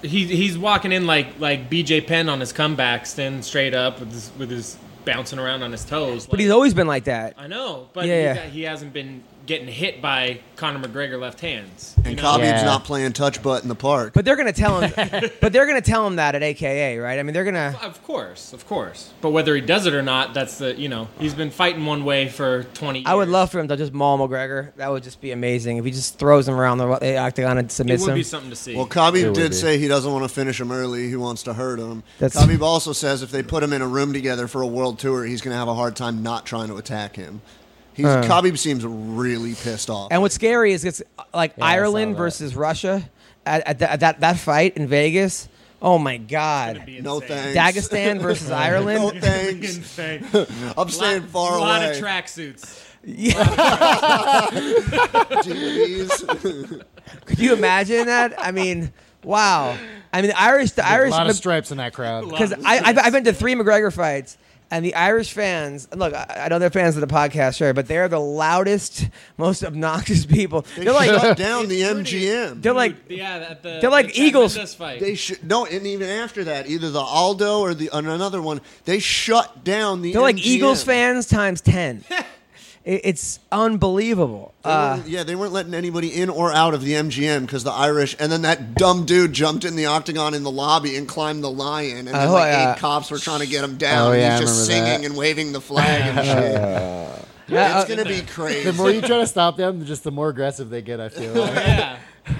Speaker 7: He, he's walking in like like BJ Penn on his comeback, standing straight up with his, with his bouncing around on his toes.
Speaker 2: But he's always been like that.
Speaker 7: I know, but
Speaker 2: Yeah,
Speaker 7: he's-
Speaker 2: yeah.
Speaker 7: he hasn't been getting hit by Conor McGregor left hands. you
Speaker 6: And
Speaker 7: know?
Speaker 6: Khabib's
Speaker 3: Yeah.
Speaker 6: not playing touch butt in the park.
Speaker 2: But they're gonna tell him. but they're gonna tell him that at AKA, right? I mean, they're gonna.
Speaker 7: Of course, of course. But whether he does it or not, that's the you know he's been fighting one way for twenty. Years.
Speaker 2: I would love for him to just maul McGregor. That would just be amazing if he just throws him around the, the octagon and
Speaker 7: It
Speaker 2: submits
Speaker 7: would
Speaker 2: him.
Speaker 7: be something to see.
Speaker 6: well,
Speaker 3: It
Speaker 6: Khabib
Speaker 3: would
Speaker 6: did
Speaker 3: be.
Speaker 6: say he doesn't want to finish him early. He wants to hurt him.
Speaker 2: That's-
Speaker 6: Khabib also says if they put him in a room together for a world tour, he's going to have a hard time not trying to attack him. He's, Khabib seems really pissed off.
Speaker 2: and what's scary is it's uh, like
Speaker 3: I saw
Speaker 2: Ireland
Speaker 3: that.
Speaker 2: versus Russia at, at, tha- at that that fight in Vegas. Oh my God!
Speaker 6: no thanks.
Speaker 2: Dagestan versus Ireland.
Speaker 6: no
Speaker 7: [laughs]
Speaker 6: thanks. I'm [laughs] staying far
Speaker 7: a lot
Speaker 6: away.
Speaker 7: of tracksuits.
Speaker 2: [laughs]
Speaker 6: Jeez.
Speaker 2: Could you imagine that? I mean, wow. I mean, the Irish, the Irish,
Speaker 3: a lot of stripes in
Speaker 2: [laughs]
Speaker 3: that crowd.
Speaker 2: because I I've, I've been to three McGregor fights, and the Irish fans. and Look, I, I know they're fans of the podcast, sure, but they're the loudest, most obnoxious people. They're
Speaker 6: shut
Speaker 2: like,
Speaker 6: down the MGM.
Speaker 2: they're like,
Speaker 7: yeah, that, the,
Speaker 2: They're like
Speaker 7: the Chad
Speaker 2: Eagles.
Speaker 7: Mendes Fight.
Speaker 6: They should no, and even after that, either the Aldo or the and another one, they shut down the.
Speaker 2: they're like
Speaker 6: MGM.
Speaker 2: Eagles fans times
Speaker 6: [laughs]
Speaker 2: ten. It- it's unbelievable.
Speaker 6: They
Speaker 2: Uh,
Speaker 6: weren't- yeah, they weren't letting anybody in or out of the MGM because the Irish. And then that dumb dude jumped in the octagon in the lobby and climbed the lion, and then
Speaker 2: Oh,
Speaker 6: like
Speaker 2: yeah.
Speaker 6: eight cops were trying to get him down.
Speaker 3: Oh,
Speaker 6: and
Speaker 3: yeah, I
Speaker 6: he's just
Speaker 3: remember
Speaker 6: singing
Speaker 3: that.
Speaker 6: and waving the flag and
Speaker 2: [laughs]
Speaker 6: shit.
Speaker 2: uh,
Speaker 6: it's gonna be crazy.
Speaker 3: the more you try to stop them, just the more aggressive they get. I
Speaker 2: [laughs]
Speaker 3: feel, like.
Speaker 7: yeah,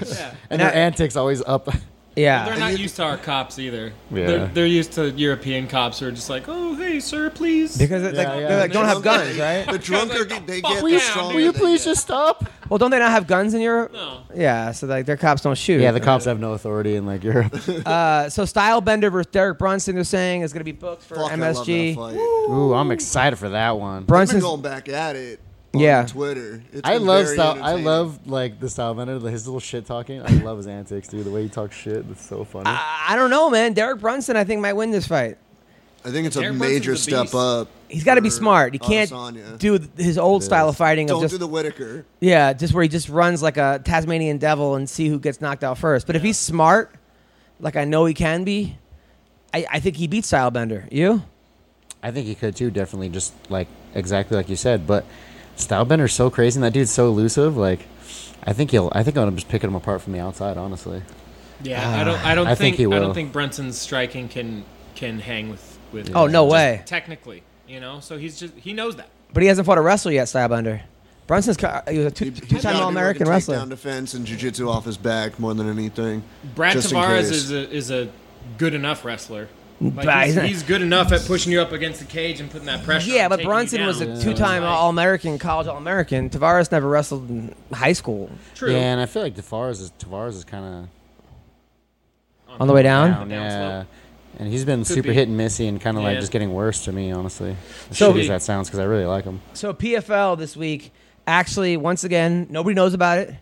Speaker 7: yeah.
Speaker 3: and their
Speaker 2: I-
Speaker 3: antics always
Speaker 2: [laughs]
Speaker 3: up.
Speaker 2: yeah.
Speaker 7: They're
Speaker 6: Uh,
Speaker 7: not used to our cops either.
Speaker 3: Yeah.
Speaker 7: They're, they're used to European cops who are just like, oh hey sir, please.
Speaker 2: Because it, like,
Speaker 3: Yeah, yeah.
Speaker 2: they like, don't have
Speaker 6: Drunk-
Speaker 2: guns,
Speaker 6: [laughs]
Speaker 2: right?
Speaker 6: The drunker they
Speaker 7: fuck
Speaker 6: get,
Speaker 7: will you-
Speaker 6: the stronger.
Speaker 3: Will you
Speaker 6: they
Speaker 3: please
Speaker 6: get.
Speaker 3: just stop?
Speaker 2: Well, don't they not have guns in Europe?
Speaker 7: No.
Speaker 2: Yeah, so like their cops don't shoot.
Speaker 3: Yeah, the cops have no authority in like Europe.
Speaker 2: Uh, so Stylebender versus Derek Brunson, they're saying is going to be booked for
Speaker 6: Fuck, I love
Speaker 2: MSG.
Speaker 6: that fight.
Speaker 3: Ooh, I'm excited for that one.
Speaker 6: I've been
Speaker 2: Brunson's
Speaker 6: going back at it. On
Speaker 2: Yeah.
Speaker 6: Twitter. It's
Speaker 3: I
Speaker 6: been
Speaker 3: love
Speaker 6: very
Speaker 3: Sal- I
Speaker 6: entertaining.
Speaker 3: love like the Salvender, his little shit talking. I love his antics, dude. The way he talks shit, that's so funny.
Speaker 2: I I don't know, man. Derek Brunson, I think, might win this fight.
Speaker 6: I think it's a
Speaker 7: Derek Brunson's
Speaker 6: major
Speaker 7: a
Speaker 6: step
Speaker 7: beast.
Speaker 6: up.
Speaker 2: He's got to be
Speaker 6: for
Speaker 2: smart. He can't
Speaker 6: Adesanya.
Speaker 2: do th- his old style of fighting
Speaker 6: Don't
Speaker 2: of just
Speaker 6: do the Whitaker.
Speaker 2: yeah, just where he just runs like a Tasmanian devil and see who gets knocked out first. But if he's smart, like I know he can be, I, I think he beats Stylebender. You?
Speaker 3: I think he could too, definitely, just like exactly like you said. But Stylebender's so crazy, and that dude's so elusive. Like, I think he'll. I think I'm just picking him apart from the outside, honestly.
Speaker 7: Yeah, I don't. I don't
Speaker 3: Ah, I think
Speaker 7: think.
Speaker 3: he
Speaker 7: I
Speaker 3: will.
Speaker 7: don't think Brunson's striking can can hang with with.
Speaker 2: Oh no
Speaker 7: just
Speaker 2: way!
Speaker 7: Technically, you know, so he's just he knows that.
Speaker 2: But he hasn't fought a wrestler yet, Stylebender. Brunson's ca- he was a two,
Speaker 6: He- he's
Speaker 2: two-time
Speaker 6: gotta be
Speaker 2: All-American
Speaker 6: working
Speaker 2: wrestler.
Speaker 6: takedown defense and jiu-jitsu off his back more than anything.
Speaker 7: Brad
Speaker 6: just in
Speaker 7: Tavares
Speaker 6: case.
Speaker 7: is a, is a good enough wrestler.
Speaker 2: Bah,
Speaker 7: Like
Speaker 2: he's not-
Speaker 7: he's, he's good enough at pushing you up against the cage and putting that pressure.
Speaker 2: Yeah,
Speaker 7: on,
Speaker 2: but
Speaker 7: taking you
Speaker 2: Brunson was
Speaker 7: down.
Speaker 2: a
Speaker 7: So
Speaker 2: two-time
Speaker 7: it's like-
Speaker 2: All-American, college All-American. Tavares never wrestled in high school.
Speaker 7: True.
Speaker 3: Yeah, and I feel like Tavares is Tavares is kind
Speaker 2: On the way
Speaker 3: of
Speaker 2: down?
Speaker 3: down,
Speaker 7: down
Speaker 3: yeah.
Speaker 7: slope.
Speaker 3: And he's been super
Speaker 7: be.
Speaker 3: hit and missy, and kind of like
Speaker 7: Yeah.
Speaker 3: just getting worse to me, honestly. As
Speaker 2: So-
Speaker 3: shitty as that sounds, because I really like him.
Speaker 2: So PFL this week, actually, once again, nobody knows about it,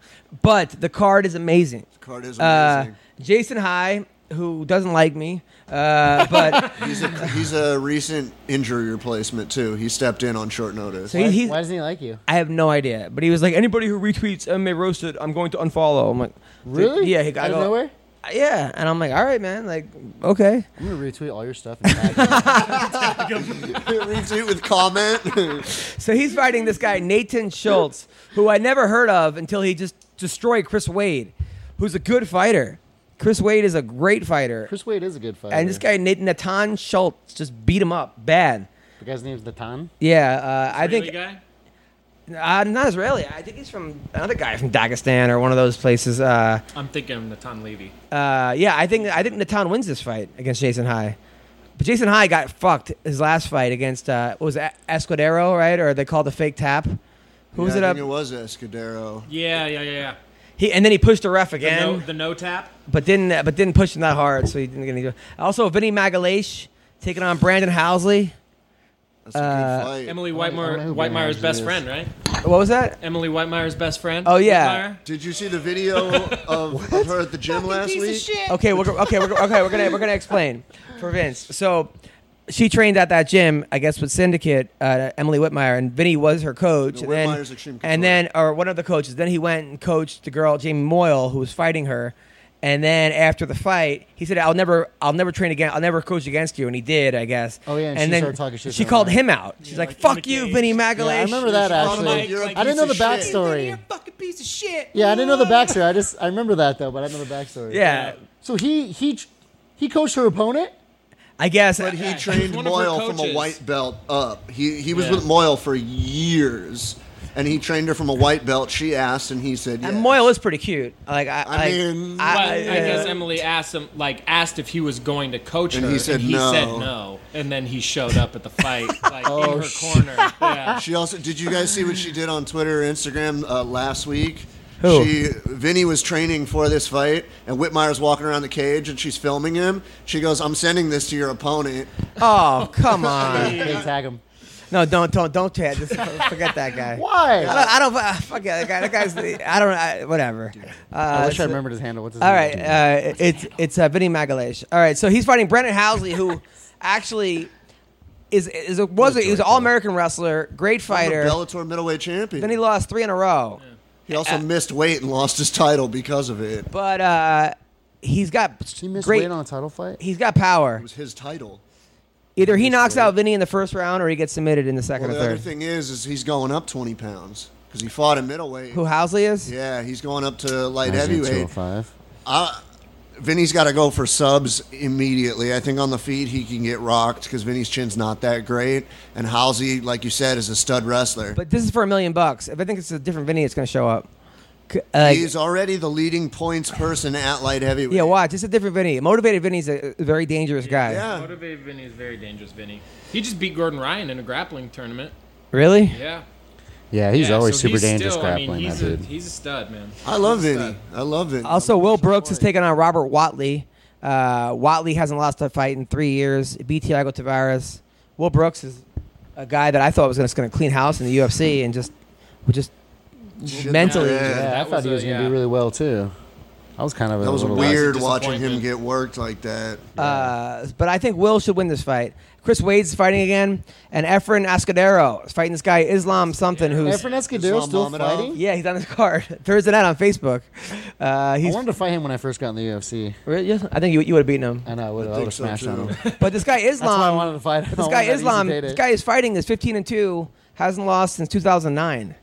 Speaker 2: but the card is amazing.
Speaker 6: Card is
Speaker 2: Uh,
Speaker 6: amazing.
Speaker 2: Jason High, who doesn't like me, uh,
Speaker 3: [laughs]
Speaker 2: but
Speaker 6: he's, a, he's a recent injury replacement too. He stepped in on short notice.
Speaker 2: So he- he's-
Speaker 3: Why doesn't he like you?
Speaker 2: I have no idea. But he was like, anybody who retweets MMA roasted, I'm going to unfollow. I'm like, dude,
Speaker 3: Really?
Speaker 2: Yeah, he got
Speaker 3: out of nowhere.
Speaker 2: Yeah, and I'm like, all right, man, like, okay.
Speaker 3: I'm gonna retweet all your stuff. And
Speaker 2: [laughs]
Speaker 3: tag you.
Speaker 6: Retweet with comment.
Speaker 2: So he's fighting this guy Nathan Schultz, who I never heard of until he just destroyed Chris Wade, who's a good fighter. Chris Wade is a great fighter.
Speaker 3: Chris Wade is a good fighter.
Speaker 2: And this guy Nat- Nathan Schultz just beat him up bad.
Speaker 3: the guy's name's Natan.
Speaker 2: Yeah, uh, I think
Speaker 7: Israeli guy?
Speaker 2: uh, not Israeli. I think he's from another guy from Dagestan or one of those places. Uh,
Speaker 7: I'm thinking of Natan Levy.
Speaker 2: uh, yeah, I think I think Natan wins this fight against Jason High. But Jason High got fucked his last fight against uh, what was it, Escudero, right? Or they called the fake tap. Who was
Speaker 6: Yeah,
Speaker 2: it
Speaker 6: I
Speaker 2: up?
Speaker 6: think it was Escudero.
Speaker 7: Yeah, yeah, yeah, yeah.
Speaker 2: He and then he pushed the ref
Speaker 7: The,
Speaker 2: again,
Speaker 7: no, the no tap.
Speaker 2: but didn't but didn't push him that hard, so he didn't get any. Also, Vinny Magalhaes taking on Brandon Housley.
Speaker 6: That's a
Speaker 2: Uh,
Speaker 6: good fight.
Speaker 3: I
Speaker 7: Emily
Speaker 3: don't know
Speaker 7: Whitemore,
Speaker 3: who Ben
Speaker 7: Whitemore's
Speaker 3: Harrison
Speaker 7: best
Speaker 3: is.
Speaker 7: friend, right?
Speaker 2: What was that?
Speaker 7: Emily Whitemore's best friend.
Speaker 2: Oh, yeah.
Speaker 7: Whitmire?
Speaker 6: Did you see the
Speaker 7: [laughs]
Speaker 6: video of, of her at the gym last
Speaker 7: piece of
Speaker 6: week?
Speaker 7: shit.
Speaker 2: Okay, we're, go- okay, we're, go- okay. We're gonna we're gonna explain for Vince. So she trained at that gym, I guess, with Syndicate. Uh, Emily Whitmire and Vinny was her coach. and
Speaker 6: No,
Speaker 2: then,
Speaker 6: Whitmire's extreme
Speaker 2: and then, or one of the coaches. Then he went and coached the girl Jamie Moyle, who was fighting her. And then after the fight, he said, "I'll never, I'll never train again. I'll never coach against you." And he did, I guess.
Speaker 3: Oh, yeah, and she
Speaker 2: then
Speaker 3: started talking shit to
Speaker 2: she
Speaker 3: him,
Speaker 2: called
Speaker 3: right?
Speaker 2: him out. She's like,
Speaker 7: like,
Speaker 2: "Fuck
Speaker 7: in the
Speaker 2: you,
Speaker 7: cage.
Speaker 2: Vinny
Speaker 3: Yeah, I
Speaker 2: Magalhaes."
Speaker 3: remember that
Speaker 6: Called him
Speaker 3: actually.
Speaker 6: out,
Speaker 7: Mike,
Speaker 6: "You're a
Speaker 7: like,
Speaker 3: I didn't know the
Speaker 6: piece of shit."
Speaker 3: backstory.
Speaker 7: fucking piece of shit.
Speaker 3: Yeah, I didn't know the backstory. I just I remember that though, but I didn't know the backstory.
Speaker 2: Yeah,
Speaker 3: So he he he coached her opponent.
Speaker 2: I guess.
Speaker 6: But he
Speaker 7: Yeah,
Speaker 6: trained
Speaker 7: he's one of her
Speaker 6: Moyle from a
Speaker 7: coaches.
Speaker 6: white belt up. He he was
Speaker 7: Yeah.
Speaker 6: with Moyle for years, and he trained her from a white belt. She asked, and he said, yes.
Speaker 2: and Moyle is pretty cute. Like I,
Speaker 6: I
Speaker 2: like,
Speaker 6: mean-
Speaker 7: But
Speaker 2: I,
Speaker 7: I, [laughs]
Speaker 2: yeah.
Speaker 7: guess Emily asked him, like, asked if he was going to coach
Speaker 6: And
Speaker 7: her,
Speaker 6: he said
Speaker 7: and he
Speaker 6: no.
Speaker 7: said no, and then he showed up at the fight, like in her
Speaker 3: shit.
Speaker 7: corner. Yeah.
Speaker 6: She also did. You guys see what she did on Twitter, or Instagram uh, last week.
Speaker 2: Who?
Speaker 6: She, Vinny was training for this fight, and Whitmire's walking around the cage, and she's filming him. She goes, "I'm sending this to your opponent."
Speaker 2: Oh
Speaker 6: [laughs]
Speaker 2: come on.
Speaker 3: They tag him.
Speaker 2: No, don't, don't, don't chat. Just forget that guy. I
Speaker 3: Why?
Speaker 2: don't, I don't uh, fuck yeah, that guy. That guy's. I don't. I, whatever. Uh,
Speaker 3: I wish I remembered his handle. What's his
Speaker 2: all
Speaker 3: name?
Speaker 2: right. Uh, it's it's uh, Vinny Magalhaes. All right. So he's fighting Brendan Housley, who actually is is a, was a, he was an all American wrestler, great fighter.
Speaker 6: Bellator middleweight champion.
Speaker 2: Then he lost three in a row.
Speaker 6: He also missed weight and lost his title because of it. It
Speaker 2: But uh, he's got
Speaker 3: he missed
Speaker 2: great.
Speaker 3: weight on a title fight.
Speaker 2: he's got power.
Speaker 6: was his title.
Speaker 2: Either he knocks out Vinny in the first round, or he gets submitted in the second
Speaker 6: Well, the
Speaker 2: or
Speaker 6: other
Speaker 2: third.
Speaker 6: thing is, is he's going up 20 pounds because he fought in middleweight.
Speaker 2: who Housley is?
Speaker 6: Yeah, he's going up to light heavyweight.
Speaker 3: 205.
Speaker 6: Vinny's got to go for subs immediately. I think on the feet he can get rocked because Vinny's chin's not that great, and Halsey, like you said, is a stud wrestler.
Speaker 2: But this is for a million bucks. If I think it's a different Vinny, it's going to show up. C- Like,
Speaker 6: He's already the leading points person at light heavyweight.
Speaker 2: Yeah, watch. It's a different Vinny. Motivated Vinny's a a very dangerous guy.
Speaker 6: Yeah,
Speaker 7: Motivated Vinny is very dangerous, Vinny. He just beat Gordon Ryan in a grappling tournament.
Speaker 2: Really?
Speaker 7: Yeah.
Speaker 3: Yeah, he's
Speaker 7: Yeah,
Speaker 3: always
Speaker 7: so
Speaker 3: super
Speaker 7: he's
Speaker 3: dangerous
Speaker 7: still,
Speaker 3: grappling.
Speaker 7: I mean, he's,
Speaker 3: that
Speaker 7: a,
Speaker 3: dude.
Speaker 7: he's a stud, man.
Speaker 6: I love Vinny. I love Vinny.
Speaker 2: Also, Will Brooks is taking on Robert Watley. Uh, Watley hasn't lost a fight in three years. Beat Tiago Tavares. Will Brooks is a guy that I thought was just going to clean house in the UFC and just, would just mentally.
Speaker 6: Yeah.
Speaker 3: yeah, I
Speaker 7: That
Speaker 3: thought
Speaker 7: was
Speaker 3: he
Speaker 7: a-
Speaker 3: was going to
Speaker 7: yeah.
Speaker 3: do really well too. I was kind of a
Speaker 6: That was
Speaker 3: little
Speaker 6: weird
Speaker 7: That's a
Speaker 6: watching him
Speaker 7: disappointment.
Speaker 6: get worked like that.
Speaker 2: Uh, but I think Will should win this fight. Chris Wade's fighting again, and Efren Ascadero is fighting this guy Islam something who's
Speaker 3: Efren Escudero
Speaker 6: Islam
Speaker 3: still
Speaker 6: Mammadov?
Speaker 3: fighting.
Speaker 2: yeah he's on his card [laughs] Thursday night on Facebook. Uh,
Speaker 3: I
Speaker 2: he's
Speaker 3: wanted to fight him when I first got in the UFC,
Speaker 2: Really? I think you you would have beaten
Speaker 3: [laughs]
Speaker 2: him.
Speaker 3: and I would
Speaker 6: think
Speaker 3: have
Speaker 6: so,
Speaker 3: smashed on him.
Speaker 6: too.
Speaker 3: That's
Speaker 2: But this guy Islam.
Speaker 3: why I wanted to fight.
Speaker 2: This guy Islam, this guy is fighting. Is 15 and two, hasn't lost since 2009.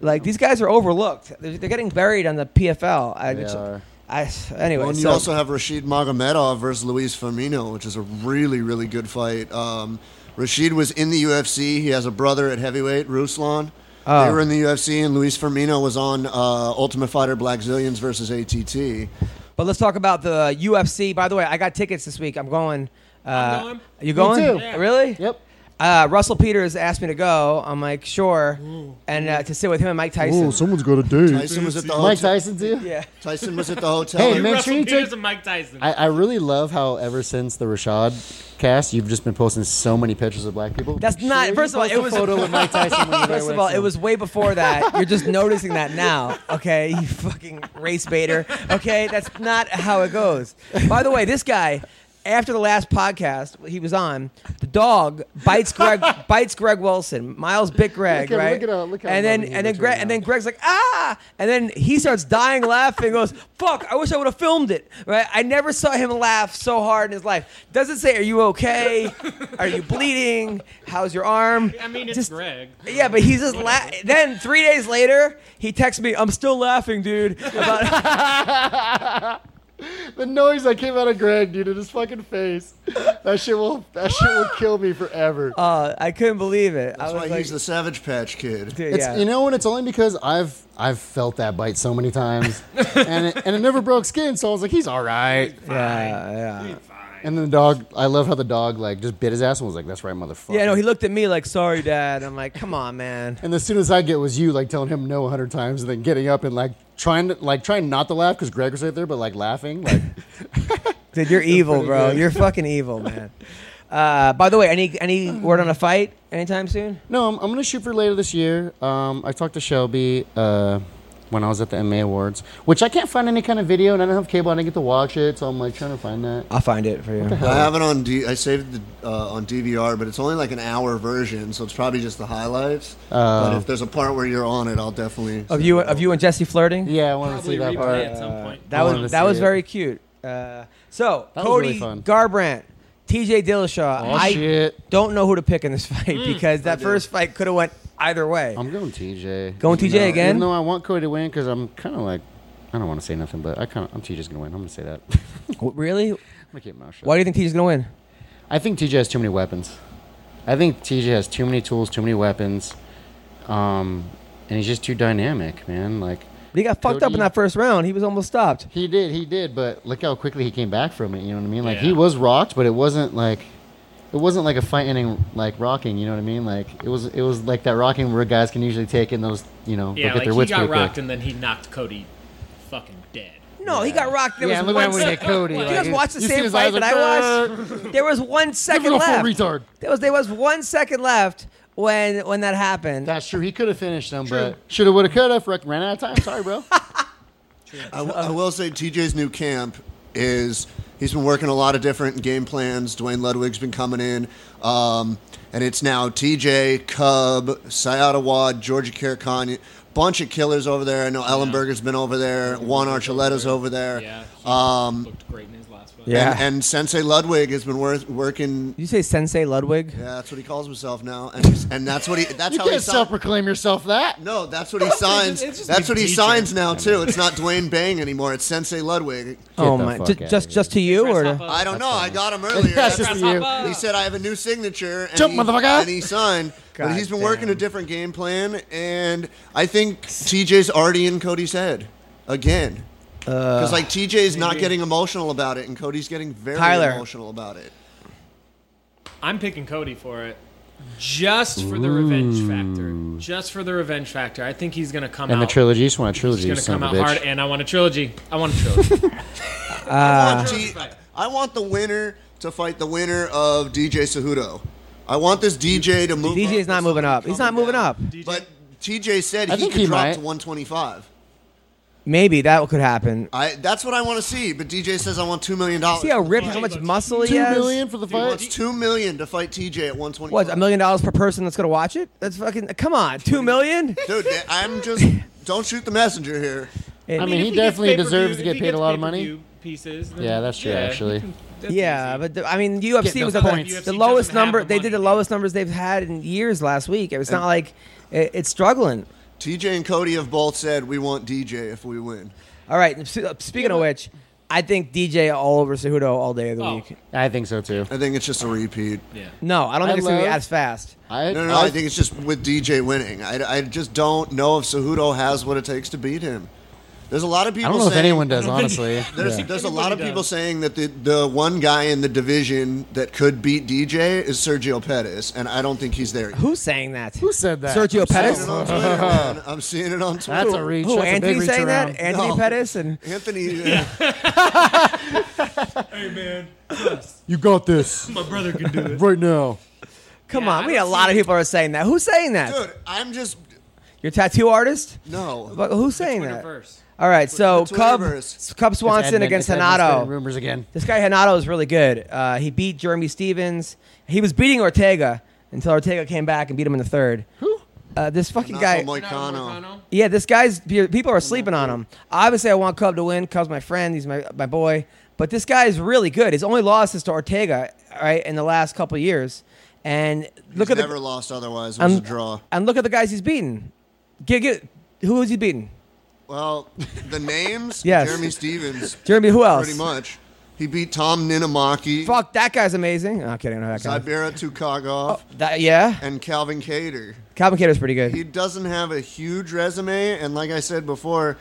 Speaker 2: Like these guys are overlooked. They're, they're getting buried on the PFL. I,
Speaker 3: They are.
Speaker 2: I anyway.
Speaker 6: Well, and you
Speaker 2: so-
Speaker 6: also have Rashid Magomedov versus Luis Firmino, which is a really, really good fight. Um, Rashid was in the UFC. He has a brother at heavyweight, Ruslan. They
Speaker 2: Oh.
Speaker 6: were in the UFC, and Luis Firmino was on uh, Ultimate Fighter Black Zillions versus ATT.
Speaker 2: but let's talk about the UFC. By the way, I got tickets this week. I'm going. Uh,
Speaker 7: I'm going.
Speaker 2: You going?
Speaker 3: too. Yeah.
Speaker 2: Really?
Speaker 3: Yep.
Speaker 2: Uh, Russell Peters asked me to go. I'm like, sure, and uh, to sit with him and Mike Tyson.
Speaker 3: someone's got a dude.
Speaker 6: Tyson was at the
Speaker 3: Mike
Speaker 6: hotel.
Speaker 3: Tyson too.
Speaker 2: yeah.
Speaker 6: Tyson was at
Speaker 2: [laughs]
Speaker 6: the hotel.
Speaker 3: Hey,
Speaker 6: and
Speaker 3: man,
Speaker 7: Russell
Speaker 3: sure you
Speaker 7: Peters
Speaker 3: take-
Speaker 7: and Mike Tyson.
Speaker 3: I, I really love how ever since the Rashad cast, you've just been posting so many pictures of black people.
Speaker 2: That's not-
Speaker 3: you
Speaker 2: first of all,
Speaker 3: post
Speaker 2: it
Speaker 3: a
Speaker 2: was- [laughs]
Speaker 3: photo with Mike Tyson. When you
Speaker 2: First of all, it was way before that. You're just noticing that now, okay? You fucking race baiter, okay? That's not how it goes. By the way, this guy, after the last podcast he was on, the dog bites
Speaker 3: [laughs]
Speaker 2: Greg, bites Greg Wilson. Miles bit Greg,
Speaker 3: Look at-
Speaker 2: right?
Speaker 3: look at how- look how
Speaker 2: and then
Speaker 3: loving he
Speaker 2: and then
Speaker 3: looks
Speaker 2: Greg
Speaker 3: right
Speaker 2: and
Speaker 3: now.
Speaker 2: then Greg's like ah, and then he starts dying laughing. and Goes fuck, I wish I would have filmed it, right? I never saw him laugh so hard in his life. Doesn't say, are you okay? Are you bleeding? How's your arm?
Speaker 7: I mean, it's
Speaker 2: Just-
Speaker 7: Greg.
Speaker 2: yeah, but he's just la- then three days later he texts me, "I'm still laughing, dude." About [laughs]
Speaker 3: the noise that came out of Greg, dude, in his fucking face. That shit will that shit will kill me forever.
Speaker 2: uh, I couldn't believe it. I
Speaker 6: That's why
Speaker 2: was like,
Speaker 6: he's the Savage Patch Kid.
Speaker 2: dude,
Speaker 3: It's
Speaker 2: yeah.
Speaker 3: you know, and it's only because I've I've felt that bite so
Speaker 2: [laughs]
Speaker 3: many times, and it, and it never broke skin. So I was like, he's all right.
Speaker 2: yeah, yeah,
Speaker 3: And then the dog, I love how the dog like just bit his ass and was like, "That's right, motherfucker."
Speaker 2: yeah. No, he looked at me like, "Sorry, Dad." I'm like, "Come on, man."
Speaker 3: And as soon as I get was you like telling him no a hundred times, and then getting up and like trying to like trying not to laugh because Greg was right there, but like laughing. Like
Speaker 2: Dude, [laughs] you're evil,
Speaker 3: pretty
Speaker 2: bro.
Speaker 3: good.
Speaker 2: You're fucking evil, [laughs] man. Uh, by the way, any any word on a fight anytime soon?
Speaker 3: no, I'm, I'm gonna shoot for later this year. Um, I talked to Shelby uh, when I was at the MA Awards, which I can't find any kind of video, and I don't have cable. I didn't get to watch it, so I'm like trying to find that.
Speaker 2: I'll find it for you.
Speaker 6: I have it on. D- I saved it uh, on DVR, but it's only like an hour version, so it's probably just the highlights. but if there's a part where you're on it, I'll definitely.
Speaker 2: Oh. Of you, of you and Jesse flirting.
Speaker 3: Yeah, I wanted to
Speaker 7: Probably
Speaker 3: see that
Speaker 7: replay
Speaker 3: part.
Speaker 7: at some point.
Speaker 2: That
Speaker 3: I wanted to
Speaker 2: was that
Speaker 3: see
Speaker 2: was
Speaker 3: it.
Speaker 2: very cute. Uh, so
Speaker 3: That was
Speaker 2: Cody
Speaker 3: really fun.
Speaker 2: Garbrandt, TJ Dillashaw.
Speaker 3: Oh,
Speaker 2: I
Speaker 3: shit.
Speaker 2: don't know who to pick in this [laughs] fight because that first fight could have went either way.
Speaker 3: I'm going TJ.
Speaker 2: Going TJ
Speaker 3: Even though-
Speaker 2: again?
Speaker 3: Even though I want Cody to win because I'm kind of like I don't want to say nothing, but I kind of I'm TJ's gonna win. I'm gonna say that. [laughs] I'm
Speaker 2: W- really?
Speaker 3: gonna keep my mouth shut.
Speaker 2: Why do you think TJ's gonna win?
Speaker 3: I think TJ has too many weapons. I think TJ has too many tools, too many weapons, um, and he's just too dynamic, man. Like
Speaker 2: But he got fucked up in
Speaker 3: Cody-
Speaker 2: that first round. He was almost stopped.
Speaker 3: he did, he did, but look how quickly he came back from it. You know what I mean? Like he
Speaker 7: Yeah.
Speaker 3: was rocked, but it wasn't like it wasn't like a fight ending like rocking. You know what I mean? Like it was, it was like that rocking where guys can usually take in those, you know,
Speaker 7: Yeah,
Speaker 3: they'll
Speaker 7: like
Speaker 3: get their
Speaker 7: he
Speaker 3: wits
Speaker 7: got
Speaker 3: pretty
Speaker 7: rocked
Speaker 3: quick.
Speaker 7: and then he knocked Cody fucking dead.
Speaker 2: No, he got rocked. There
Speaker 3: Yeah,
Speaker 2: was
Speaker 3: look
Speaker 2: one
Speaker 3: at when they
Speaker 2: sec-
Speaker 3: Cody.
Speaker 2: Did
Speaker 3: like,
Speaker 2: you guys
Speaker 3: it-
Speaker 2: watch the
Speaker 3: you see
Speaker 2: same
Speaker 3: his
Speaker 2: fight
Speaker 3: eyes
Speaker 2: that
Speaker 3: like,
Speaker 2: I watched? There was one second
Speaker 3: a full
Speaker 2: left.
Speaker 3: retard.
Speaker 2: There was there was one second left when when that happened.
Speaker 3: That's true. He could have finished them, but should have, would have, could have. Ran out of time. Sorry, bro.
Speaker 6: I, w- I will say TJ's new camp is he's been working a lot of different game plans. Dwayne Ludwig's been coming in, um, and it's now TJ, Cub, Sayada Wad, Georgia Kirkanya, bunch of killers over there. I know Ellenberger's been over there. Juan Archuleta's over there.
Speaker 7: Yeah, he
Speaker 6: Um,
Speaker 7: looked great in his last fight.
Speaker 2: Yeah.
Speaker 6: And, and Sensei Ludwig has been wor- working.
Speaker 2: Did you say Sensei Ludwig?
Speaker 6: Yeah, that's what he calls himself now, and he's- and that's what he that's
Speaker 3: You
Speaker 6: how he
Speaker 3: can't
Speaker 6: signs.
Speaker 3: self-proclaim yourself that.
Speaker 6: No, that's what he signs.
Speaker 7: it's just
Speaker 6: that's
Speaker 7: like
Speaker 6: what he
Speaker 7: teacher.
Speaker 6: signs now too. It's not Dwayne Bang anymore. It's Sensei [laughs] Ludwig.
Speaker 2: oh
Speaker 3: the
Speaker 2: my!
Speaker 3: fuck
Speaker 2: ju-
Speaker 3: outta
Speaker 2: just
Speaker 3: here.
Speaker 2: just to you or? to-
Speaker 6: I don't know. I got him earlier.
Speaker 3: That's just you.
Speaker 6: He said I have a new signature. And
Speaker 3: Jump,
Speaker 6: he,
Speaker 3: motherfucker.
Speaker 6: And he signed.
Speaker 2: God
Speaker 6: but he's been
Speaker 2: damn.
Speaker 6: working a different game plan, and I think TJ's already in Cody's head again.
Speaker 2: Uh,
Speaker 6: Because like TJ's not getting emotional about it, and Cody's getting very
Speaker 2: Tyler.
Speaker 6: emotional about it.
Speaker 7: I'm picking Cody for it. Just for the revenge factor. Just for the revenge factor. I think he's gonna come
Speaker 3: And
Speaker 7: out.
Speaker 3: the trilogy, you just want a trilogy,
Speaker 7: He's
Speaker 3: you
Speaker 7: gonna
Speaker 3: son
Speaker 7: come
Speaker 3: of
Speaker 7: out
Speaker 3: a bitch.
Speaker 7: hard, and I want a trilogy. I want
Speaker 3: [laughs]
Speaker 7: a trilogy.
Speaker 2: Uh,
Speaker 6: I want T- I want the winner to fight the winner of DJ Cejudo. I want this DJ to move.
Speaker 2: DJ's
Speaker 6: up
Speaker 2: not moving
Speaker 6: with somebody
Speaker 2: up. He's
Speaker 6: coming
Speaker 2: not moving
Speaker 6: down.
Speaker 2: up.
Speaker 6: But TJ said
Speaker 3: I
Speaker 6: he
Speaker 3: think
Speaker 6: could
Speaker 3: he
Speaker 6: drop
Speaker 3: might.
Speaker 6: to 125.
Speaker 2: Maybe that could happen.
Speaker 6: I, that's what I want to see. But DJ says I want two million dollars.
Speaker 2: See how ripped, how much muscle he
Speaker 3: Two
Speaker 2: has.
Speaker 3: million for the
Speaker 6: He wants
Speaker 3: fight.
Speaker 6: two million to fight TJ at one twenty.
Speaker 2: What a million dollars per person that's gonna watch it? That's fucking. Come on, two million.
Speaker 6: Dude, I'm just don't shoot the messenger here.
Speaker 3: I mean, he definitely
Speaker 7: if gets pay-per-view-
Speaker 3: deserves to
Speaker 7: if
Speaker 3: get
Speaker 7: he
Speaker 3: paid
Speaker 7: gets
Speaker 3: a lot of money.
Speaker 7: pay-per-view Pieces. then-
Speaker 3: Yeah, that's true, actually.
Speaker 7: he that's
Speaker 2: Yeah,
Speaker 7: easy.
Speaker 2: but the, I mean, UFC
Speaker 8: Get
Speaker 2: was
Speaker 8: the
Speaker 2: at the,
Speaker 8: points.
Speaker 2: the
Speaker 7: UFC doesn't
Speaker 2: lowest
Speaker 7: have
Speaker 2: number.
Speaker 7: the
Speaker 2: they did the
Speaker 7: money.
Speaker 2: lowest numbers they've had in years last week. It was not like it, it's struggling.
Speaker 6: TJ and Cody have both said we want DJ if we win.
Speaker 2: All right. s- uh, Speaking of which, I think DJ all over Cejudo all day of the
Speaker 7: Oh.
Speaker 2: week.
Speaker 3: I think so too.
Speaker 6: I think it's just a repeat.
Speaker 7: yeah.
Speaker 2: No, I don't think
Speaker 3: I
Speaker 2: it's gonna be
Speaker 3: love-
Speaker 2: as fast.
Speaker 3: I,
Speaker 6: No, no, no, I think it's just with DJ winning. I, I just don't know if Cejudo has what it takes to beat him. There's a lot of people.
Speaker 3: I don't know if
Speaker 6: saying,
Speaker 3: anyone does, honestly.
Speaker 6: There's,
Speaker 3: Yeah.
Speaker 6: there's a lot of
Speaker 7: Everybody
Speaker 6: people
Speaker 7: does.
Speaker 6: saying that the, the one guy in the division that could beat DJ is Sergio Pettis, and I don't think he's there. yet.
Speaker 2: Who's saying that?
Speaker 3: Who said that?
Speaker 2: Sergio
Speaker 6: I'm
Speaker 2: Pettis.
Speaker 6: seeing it on Twitter, man. I'm seeing it on Twitter.
Speaker 3: That's a reach.
Speaker 2: Who?
Speaker 3: That's a big
Speaker 2: Anthony
Speaker 3: reach
Speaker 2: saying
Speaker 3: around.
Speaker 2: that? Anthony
Speaker 6: No.
Speaker 2: Pettis and
Speaker 3: [laughs]
Speaker 6: Anthony. uh,
Speaker 7: Hey man,
Speaker 3: You got this
Speaker 7: [laughs] my brother can do it.
Speaker 3: right now.
Speaker 2: come
Speaker 7: Yeah,
Speaker 2: on,
Speaker 7: I
Speaker 2: we had a
Speaker 7: don't
Speaker 2: lot of
Speaker 7: see-
Speaker 2: people are saying that. Who's saying that?
Speaker 6: Dude, I'm just
Speaker 2: Your tattoo artist?
Speaker 6: no.
Speaker 2: But who's saying that?
Speaker 7: Twitterverse.
Speaker 2: All right, so
Speaker 6: the
Speaker 2: Cub,
Speaker 6: Twitterverse.
Speaker 2: Cub Swanson
Speaker 3: Edmund-
Speaker 2: against
Speaker 3: it's Edmund spreading
Speaker 2: Hanato.
Speaker 3: Rumors again.
Speaker 2: This guy Hanato is really good. Uh, he beat Jeremy Stevens. He was beating Ortega until Ortega came back and beat him in the third. Who? Uh, this fucking guy.
Speaker 6: Not Moicano.
Speaker 7: Moicano?
Speaker 2: Yeah, this guy's people are sleeping on him. Obviously, I want Cub to win. Cub's my friend. He's my my boy. But this guy is really good. His only loss is to Ortega, all right, in the last couple years. And look
Speaker 6: He's
Speaker 2: at
Speaker 6: never
Speaker 2: the
Speaker 6: lost otherwise. It was
Speaker 2: and,
Speaker 6: a draw.
Speaker 2: and look at the guys he's beaten. Get, get, who has he beaten?
Speaker 6: Well, the names.
Speaker 2: [laughs] Yes. [laughs]
Speaker 6: Jeremy Stevens.
Speaker 2: Jeremy. Who else?
Speaker 6: Pretty much. He beat Tom Ninamaki,
Speaker 2: Fuck, that guy's amazing. Oh, I'm kidding. I know that guy. Oh.
Speaker 6: Zybera Tukagov,
Speaker 2: That, yeah,
Speaker 6: and Calvin Cater.
Speaker 2: Calvin Cater's pretty good.
Speaker 6: He doesn't have a huge resume, and like I said before,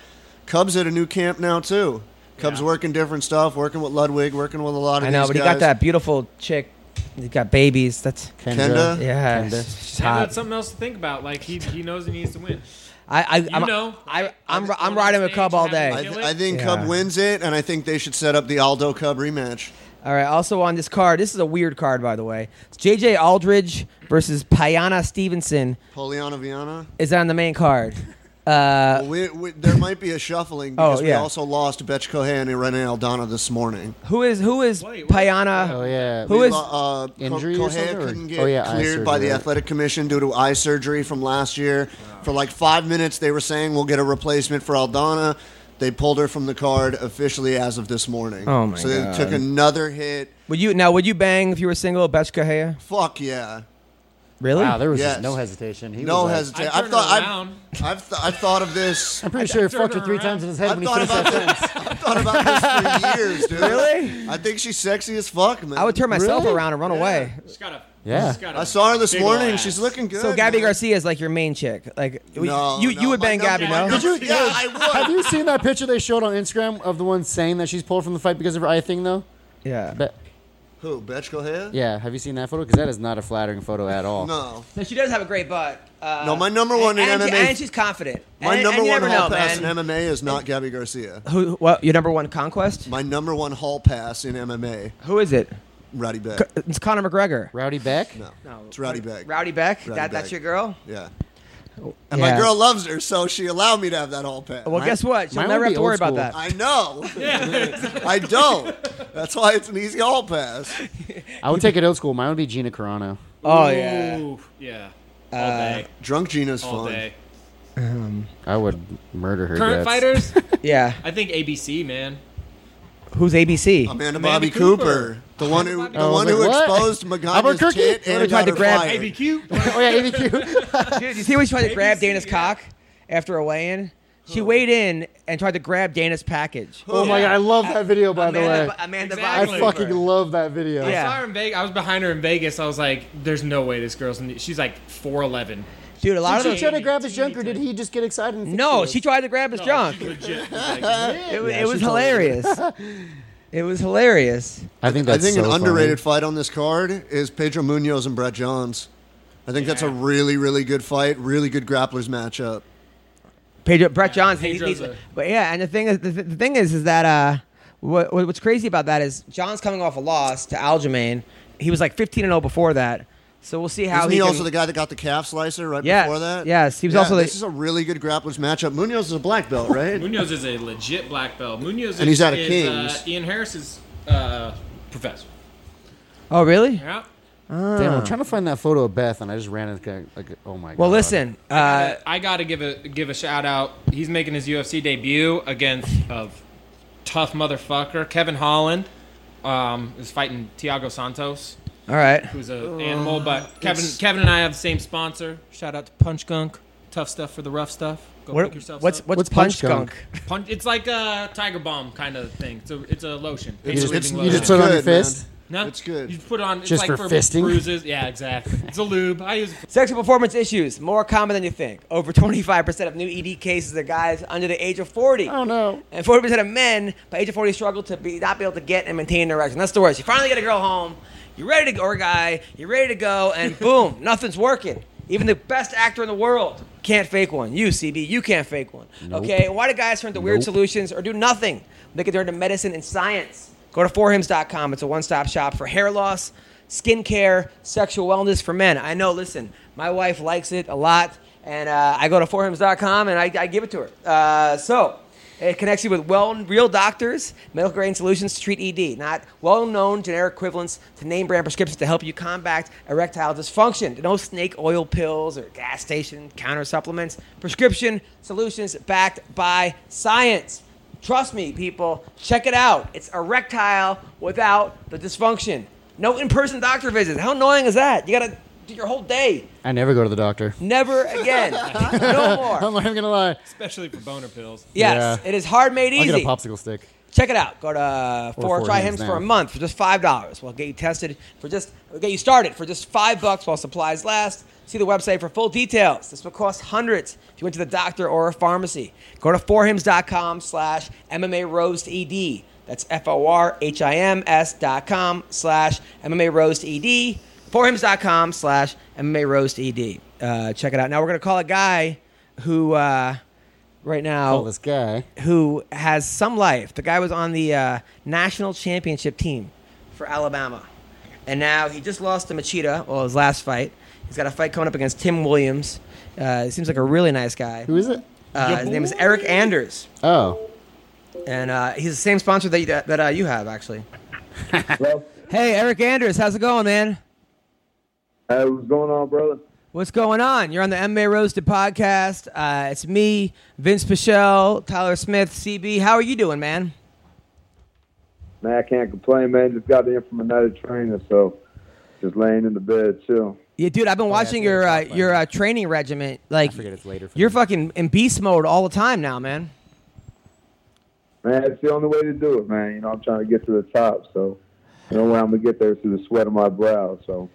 Speaker 6: Cubs at a new camp now too. Cubs working different stuff, working with Ludwig, working with a lot of.
Speaker 2: I know,
Speaker 6: these
Speaker 2: but he
Speaker 6: guys.
Speaker 2: got that beautiful chick. He got babies. That's
Speaker 6: Kenda?
Speaker 2: yeah,
Speaker 3: Kinda.
Speaker 2: she's
Speaker 7: Yeah,
Speaker 2: hot.
Speaker 7: that's something else to think about. Like he, he knows he needs to win.
Speaker 2: I, I, I'm,
Speaker 7: know.
Speaker 2: I, I'm,
Speaker 7: Just
Speaker 2: I'm
Speaker 7: going
Speaker 2: riding
Speaker 7: on
Speaker 2: with Cub
Speaker 7: stage,
Speaker 2: all
Speaker 7: having
Speaker 6: I,
Speaker 2: day.
Speaker 7: a
Speaker 6: th-
Speaker 7: Kill it?
Speaker 6: I think
Speaker 2: Yeah.
Speaker 6: Cub wins it, and I think they should set up the Aldo Cub rematch.
Speaker 2: All right. Also on this card, this is a weird card, by the way. It's JJ Aldridge versus Payana Stevenson
Speaker 6: Poliana Viana.
Speaker 2: is on the main
Speaker 6: [laughs]
Speaker 2: card.
Speaker 6: Well, we, we, there might be a shuffling because we
Speaker 2: Oh, yeah.
Speaker 6: also lost Betch Cohen and Rene Aldana this morning.
Speaker 2: Who is who is
Speaker 7: Wait, what?
Speaker 2: Payana?
Speaker 3: Oh yeah.
Speaker 2: Who
Speaker 6: We
Speaker 2: is-
Speaker 6: lo- uh, Co-
Speaker 3: Injury or
Speaker 6: Cohen
Speaker 3: something, or-
Speaker 6: couldn't get
Speaker 3: Oh, yeah, eye
Speaker 6: cleared by
Speaker 3: surgery,
Speaker 6: the
Speaker 3: right.
Speaker 6: athletic commission due to eye surgery from last year. For like five minutes, they were saying we'll get a replacement for Aldana. They pulled her from the card officially as of this morning.
Speaker 2: Oh, my
Speaker 6: So they
Speaker 2: God.
Speaker 6: took another hit.
Speaker 2: Would you now? Would you bang if you were single, Betch Kahea?
Speaker 6: Fuck yeah.
Speaker 2: Really?
Speaker 3: Wow, there was
Speaker 6: Yes.
Speaker 3: just no hesitation. He
Speaker 6: No
Speaker 3: was like-
Speaker 6: hesitation.
Speaker 7: I
Speaker 6: I've
Speaker 7: turn
Speaker 6: thought
Speaker 7: her
Speaker 6: I've,
Speaker 7: around.
Speaker 6: I've, th- I've thought of
Speaker 3: [laughs]
Speaker 6: this.
Speaker 3: I'm pretty sure he fucked her
Speaker 7: her
Speaker 3: three
Speaker 7: around.
Speaker 3: times in his head
Speaker 6: I've
Speaker 3: when he
Speaker 6: thought
Speaker 3: finished
Speaker 6: about
Speaker 3: that
Speaker 6: this. I've thought about this for years, dude.
Speaker 2: Really?
Speaker 6: I think she's sexy as fuck, man.
Speaker 2: I would turn myself
Speaker 3: Really?
Speaker 2: around and run away.
Speaker 7: Just gotta,
Speaker 3: Yeah.
Speaker 7: just gotta
Speaker 6: I saw her this
Speaker 7: big ol'
Speaker 6: morning.
Speaker 7: ass.
Speaker 6: She's looking good.
Speaker 2: So Gabby
Speaker 6: man.
Speaker 2: Garcia is like your main chick. Like we-
Speaker 6: No,
Speaker 2: you,
Speaker 6: no,
Speaker 2: you would
Speaker 6: my
Speaker 2: bang
Speaker 6: number-
Speaker 2: Gabby,
Speaker 6: my
Speaker 2: no?
Speaker 6: number-
Speaker 3: Did you-
Speaker 6: Yeah, I
Speaker 3: Have
Speaker 6: would.
Speaker 3: you seen that picture they showed on Instagram of the one saying that she's pulled from the fight because of her eye thing, though?
Speaker 2: Yeah.
Speaker 3: But
Speaker 6: Who? Betch Cohen?
Speaker 3: yeah, have you seen that photo? Because that is not a flattering photo at all.
Speaker 6: No.
Speaker 2: No, she does have a great butt. Uh,
Speaker 6: No, my number one in
Speaker 2: and,
Speaker 6: MMA
Speaker 2: and she's confident.
Speaker 6: My
Speaker 2: And-
Speaker 6: number
Speaker 2: and you
Speaker 6: one
Speaker 2: never
Speaker 6: hall
Speaker 2: know,
Speaker 6: pass
Speaker 2: man.
Speaker 6: in MMA is not Gabby Garcia.
Speaker 2: Who? What? Your number one conquest?
Speaker 6: My number one hall pass in MMA,
Speaker 2: Who is it?
Speaker 6: Rowdy Beck.
Speaker 2: It's Conor McGregor.
Speaker 3: Rowdy Beck.
Speaker 6: No, it's Rowdy Beck.
Speaker 2: Rowdy Beck.
Speaker 6: Rowdy
Speaker 2: that,
Speaker 6: Beck.
Speaker 2: That's your girl.
Speaker 6: Yeah. And my
Speaker 2: Yeah.
Speaker 6: girl loves her, so she allowed me to have that hall pass.
Speaker 2: Well, guess what? She'll
Speaker 3: mine
Speaker 2: never
Speaker 3: would
Speaker 2: have
Speaker 3: be
Speaker 2: to worry
Speaker 3: old
Speaker 2: about
Speaker 3: school.
Speaker 2: that.
Speaker 6: I
Speaker 7: [laughs]
Speaker 6: know. I don't. That's why it's an easy hall pass.
Speaker 3: I would take it old school. Mine would be Gina Carano.
Speaker 2: Oh yeah.
Speaker 7: Ooh, yeah. All day,
Speaker 6: Drunk Gina's
Speaker 7: all
Speaker 6: Uh, fun.
Speaker 7: day.
Speaker 3: I would murder her. guts.
Speaker 7: Current fighters,
Speaker 2: Yeah.
Speaker 7: I think ABC man.
Speaker 2: Who's ABC?
Speaker 6: Amanda,
Speaker 7: Amanda
Speaker 6: Bobby Cooper.
Speaker 7: Cooper.
Speaker 6: the one who,
Speaker 7: Bobby
Speaker 6: the
Speaker 7: Cooper.
Speaker 6: one
Speaker 3: I
Speaker 6: who
Speaker 3: was like, what?
Speaker 6: exposed Maganda's
Speaker 3: Albuquerque?
Speaker 6: tit and
Speaker 2: Somebody tried
Speaker 6: got
Speaker 2: to
Speaker 6: her
Speaker 2: grab
Speaker 6: fired.
Speaker 3: [laughs]
Speaker 7: ABQ.
Speaker 3: oh yeah, ABQ.
Speaker 2: Dude, you see when she tried to grab
Speaker 7: ABC,
Speaker 2: Dana's
Speaker 7: yeah.
Speaker 2: cock after a weigh-in? She weighed in and tried to grab Dana's package.
Speaker 3: oh my god, I love that video. By
Speaker 2: Amanda,
Speaker 3: the way,
Speaker 2: Bo- Amanda
Speaker 7: Exactly.
Speaker 3: I
Speaker 2: Bobby.
Speaker 3: fucking love that video.
Speaker 2: Yeah.
Speaker 7: I saw her in Vegas. I was behind her in Vegas. I was like, "There's no way this girl's." In she's like 4'11".
Speaker 2: Dude, a lot of
Speaker 3: Did
Speaker 2: them.
Speaker 3: she try to grab his junk, or did he just get excited? And think
Speaker 2: No,
Speaker 3: was?
Speaker 2: she tried to grab his
Speaker 3: Oh,
Speaker 7: No,
Speaker 2: junk.
Speaker 7: she's legit. Like, [laughs]
Speaker 2: It, was-
Speaker 3: Yeah,
Speaker 2: it was
Speaker 3: she totally
Speaker 2: hilarious.
Speaker 3: [laughs]
Speaker 2: it was hilarious.
Speaker 3: I think
Speaker 6: I
Speaker 3: that's
Speaker 6: think an
Speaker 3: so
Speaker 6: underrated
Speaker 3: funny.
Speaker 6: fight on this card is Pedro Munoz and Brett Johns. I think that's a
Speaker 7: Yeah.
Speaker 6: really, really good fight. Really good grapplers matchup.
Speaker 2: Pedro, Brett Johns. he-
Speaker 7: Pedro's
Speaker 2: he's-
Speaker 7: a-
Speaker 2: but yeah, and the thing is, the, th- the thing is, is that uh, what, what- what's crazy about that is Johns coming off a loss to Aljamain. He was like 15 and 0 before that. So we'll see how
Speaker 6: Isn't he,
Speaker 2: can-
Speaker 6: also the guy that got the calf slicer right
Speaker 2: Yes,
Speaker 6: before that?
Speaker 2: yes, he was
Speaker 6: Yeah,
Speaker 2: also the-
Speaker 6: This is a really good grappler's matchup. Munoz is a black belt, right?
Speaker 7: [laughs] Munoz is a legit black belt. Munoz
Speaker 6: And
Speaker 7: is,
Speaker 6: he's out of
Speaker 7: is,
Speaker 6: Kings.
Speaker 7: Uh, Ian Harris's uh, professor.
Speaker 2: Oh, really?
Speaker 7: Yeah.
Speaker 3: Damn,
Speaker 6: Uh.
Speaker 3: I'm trying to find that photo of Beth, and I just ran into guy like, oh my god.
Speaker 2: Well, listen. Uh,
Speaker 7: I gotta give a give a shout out. He's making his UFC debut against a tough motherfucker, Kevin Holland. Um, is fighting Tiago Santos,
Speaker 2: uh, all right.
Speaker 7: who's
Speaker 6: Oh,
Speaker 7: a animal. But Kevin Kevin and I have the same sponsor. Shout out to Punch Gunk. Tough stuff for the rough stuff. Go
Speaker 2: What-
Speaker 7: pick yourself
Speaker 2: what's
Speaker 7: up.
Speaker 2: what's
Speaker 3: What's
Speaker 2: punch
Speaker 3: Punch
Speaker 2: skunk?
Speaker 7: Punch, it's like a Tiger Bomb kind of thing. It's a, it's a lotion.
Speaker 6: It's-
Speaker 7: Pain
Speaker 3: you
Speaker 7: relieving
Speaker 3: just,
Speaker 6: leaving
Speaker 3: you
Speaker 6: lotion.
Speaker 3: just put it on your
Speaker 6: Good, man.
Speaker 3: fist.
Speaker 7: No,
Speaker 6: It's good.
Speaker 7: You put it on it's
Speaker 3: Just
Speaker 7: like
Speaker 3: for fisting?
Speaker 7: bruises. Yeah, exactly. It's a lube. I use it for
Speaker 2: Sexual performance issues more common than you think. Over 25% of new ED cases are guys under the age of 40.
Speaker 3: Oh no.
Speaker 2: And 40% of men by age of 40 struggle to be not be able to get and maintain an erection. That's the worst. You finally get a girl home, you're ready to go, or a guy, you're ready to go, and boom, nothing's working. Even the best actor in the world can't fake one. You, CB, you can't fake one. Okay? Why do guys turn to weird solutions or do nothing? They can turn to medicine and science. Go to forhims.com. It's a one stop shop for hair loss, skincare, sexual wellness for men. I know, listen, my wife likes it a lot, and uh, I go to forhims.com and I, I give it to her. Uh, so, it connects you with well real doctors, medical grade solutions to treat ED, not well known generic equivalents to name brand prescriptions to help you combat erectile dysfunction. No snake oil pills or gas station counter supplements. Prescription solutions backed by science. Trust me, people, check it out. It's erectile without the dysfunction. No in person doctor visits. How annoying is that? You gotta do your whole day.
Speaker 3: I never go to the doctor.
Speaker 2: Never again. no more.
Speaker 3: [laughs] I'm not even gonna lie.
Speaker 7: especially for boner pills.
Speaker 2: Yes,
Speaker 3: Yeah.
Speaker 2: it is hard made
Speaker 3: I'll
Speaker 2: easy.
Speaker 3: get a popsicle stick.
Speaker 2: Check it out. Go to uh,
Speaker 3: Or
Speaker 2: four
Speaker 3: four
Speaker 2: try
Speaker 3: hands
Speaker 2: hims for a
Speaker 3: down.
Speaker 2: month for just five dollars. We'll get you tested for just we'll get you started for just five bucks while supplies last. See the website for full details. This will cost hundreds if you went to the doctor or a pharmacy. Go to forhims.com slash MMA Roast ED. That's F O R H I M S dot com slash MMA Roast ED. Forhims.com slash MMA Roast ED. Uh, check it out. Now we're going to call a guy who uh, right now
Speaker 3: Oh, this guy.
Speaker 2: who has some life. The guy was on the uh, national championship team for Alabama, and now he just lost to Machida. Well, his last fight. He's got a fight coming up against Tim Williams. Uh, he seems like a really nice guy.
Speaker 3: Who is it?
Speaker 2: Uh, his name is Eric Anders,
Speaker 3: Oh,
Speaker 2: and uh, he's the same sponsor that you, that, that, uh, you have
Speaker 3: [laughs]
Speaker 2: actually. hey, Eric Anders, how's it going, man?
Speaker 8: Hey, what's going on, brother?
Speaker 2: What's going on? You're on the MMA Roasted podcast. Uh, it's me, Vince Pichel, Tyler Smith, CB. How are you doing, man?
Speaker 8: Man, I can't complain, man. Just got in from another trainer, so just laying in the bed, chill.
Speaker 2: Yeah, dude, I've been watching
Speaker 3: Oh, I
Speaker 2: your uh,
Speaker 3: forget it's
Speaker 2: your uh, training regiment. Like,
Speaker 3: I forget it's later for
Speaker 2: you're
Speaker 3: me.
Speaker 2: fucking in beast mode all the time now, man.
Speaker 8: Man, it's the only way to do it, man. You know, I'm trying to get to the top, so the only way I'm gonna get there is through the sweat of my brow. So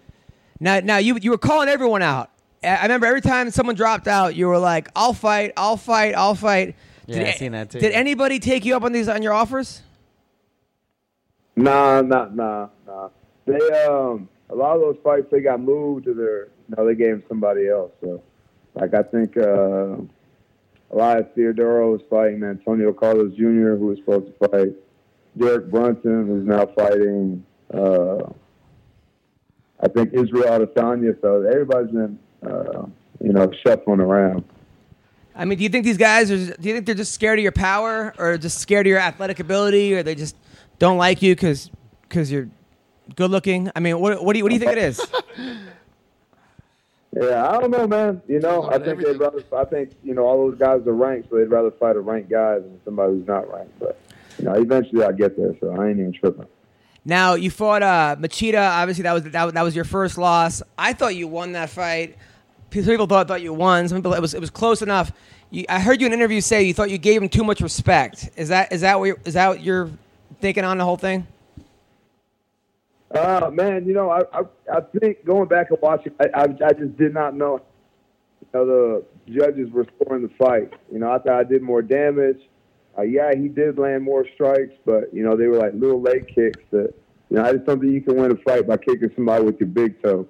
Speaker 2: Now, now you you were calling everyone out. I I remember every time someone dropped out, you were like, "I'll fight, I'll fight, I'll fight."
Speaker 3: Yeah, I seen that too.
Speaker 2: Did anybody take you up on these on your offers?
Speaker 8: nah, nah, nah, nah. They um a lot of those fights they got moved to their you know, they gave 'em somebody else. So like I think uh Elias Theodoro was fighting Antonio Carlos Jr., who was supposed to fight Derek Brunson, who's now fighting, uh, I think, Israel Adesanya. So everybody's been, uh, you know, shuffling around.
Speaker 2: I mean, do you think these guys are? Do you think they're just scared of your power, or just scared of your athletic ability, or they just don't like you because because you're good looking? I mean, what what do you what do you think it is?
Speaker 8: Yeah, I don't know, man. You know, I think they'd rather. I think you know all those guys are ranked, so they'd rather fight a ranked guy than somebody who's not ranked. But you know, eventually I get there, so I ain't even tripping.
Speaker 2: Now you fought uh, Machida. Obviously, that was that, was- that was your first loss. I thought you won that fight. Pe- Some people thought thought you won. Some people it was it was close enough. You, I heard you in an interview say you thought you gave him too much respect. Is that is that what you're, is that what you're thinking on the whole thing?
Speaker 8: Uh, man, you know, I, I I think going back and watching, I, I I just did not know. You know, the judges were scoring the fight. You know, I thought I did more damage. Uh, yeah, he did land more strikes, but you know, they were like little leg kicks that. You know, I just don't think you can win a fight by kicking somebody with your big toe.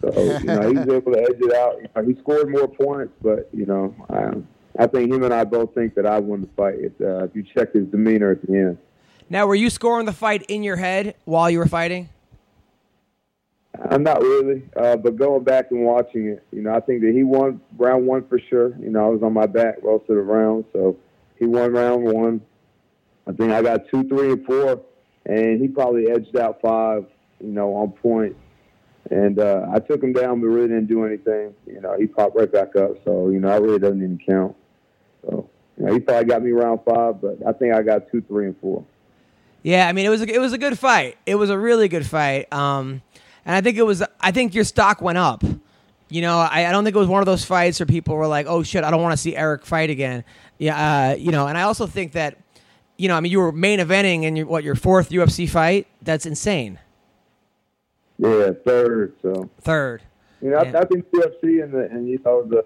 Speaker 8: So you know, he was able to edge it out. You know, he scored more points, but you know, I, I think him and I both think that I won the fight. If, uh, if you check his demeanor at the end.
Speaker 2: Now, were you scoring the fight in your head while you were fighting?
Speaker 8: I'm not really, uh, but going back and watching it, you know, I think that he won round one for sure. You know, I was on my back most of the round, so he won round one. I think I got two, three, and four, and he probably edged out five, you know, on points. And uh, I took him down, but really didn't do anything. You know, he popped right back up, so you know, I really doesn't even count. So you know, he probably got me round five, but I think I got two, three, and four.
Speaker 2: Yeah, I mean it was a, it was a good fight. It was a really good fight. Um, and I think it was I think your stock went up. You know, I, I don't think it was one of those fights where people were like, "Oh shit, I don't want to see Eric fight again." Yeah, uh, you know, and I also think that you know, I mean, you were main eventing in your, what your fourth UFC fight. That's insane.
Speaker 8: Yeah, third. So
Speaker 2: Third.
Speaker 8: You know,
Speaker 2: Yeah.
Speaker 8: I, I think UFC and the and you know the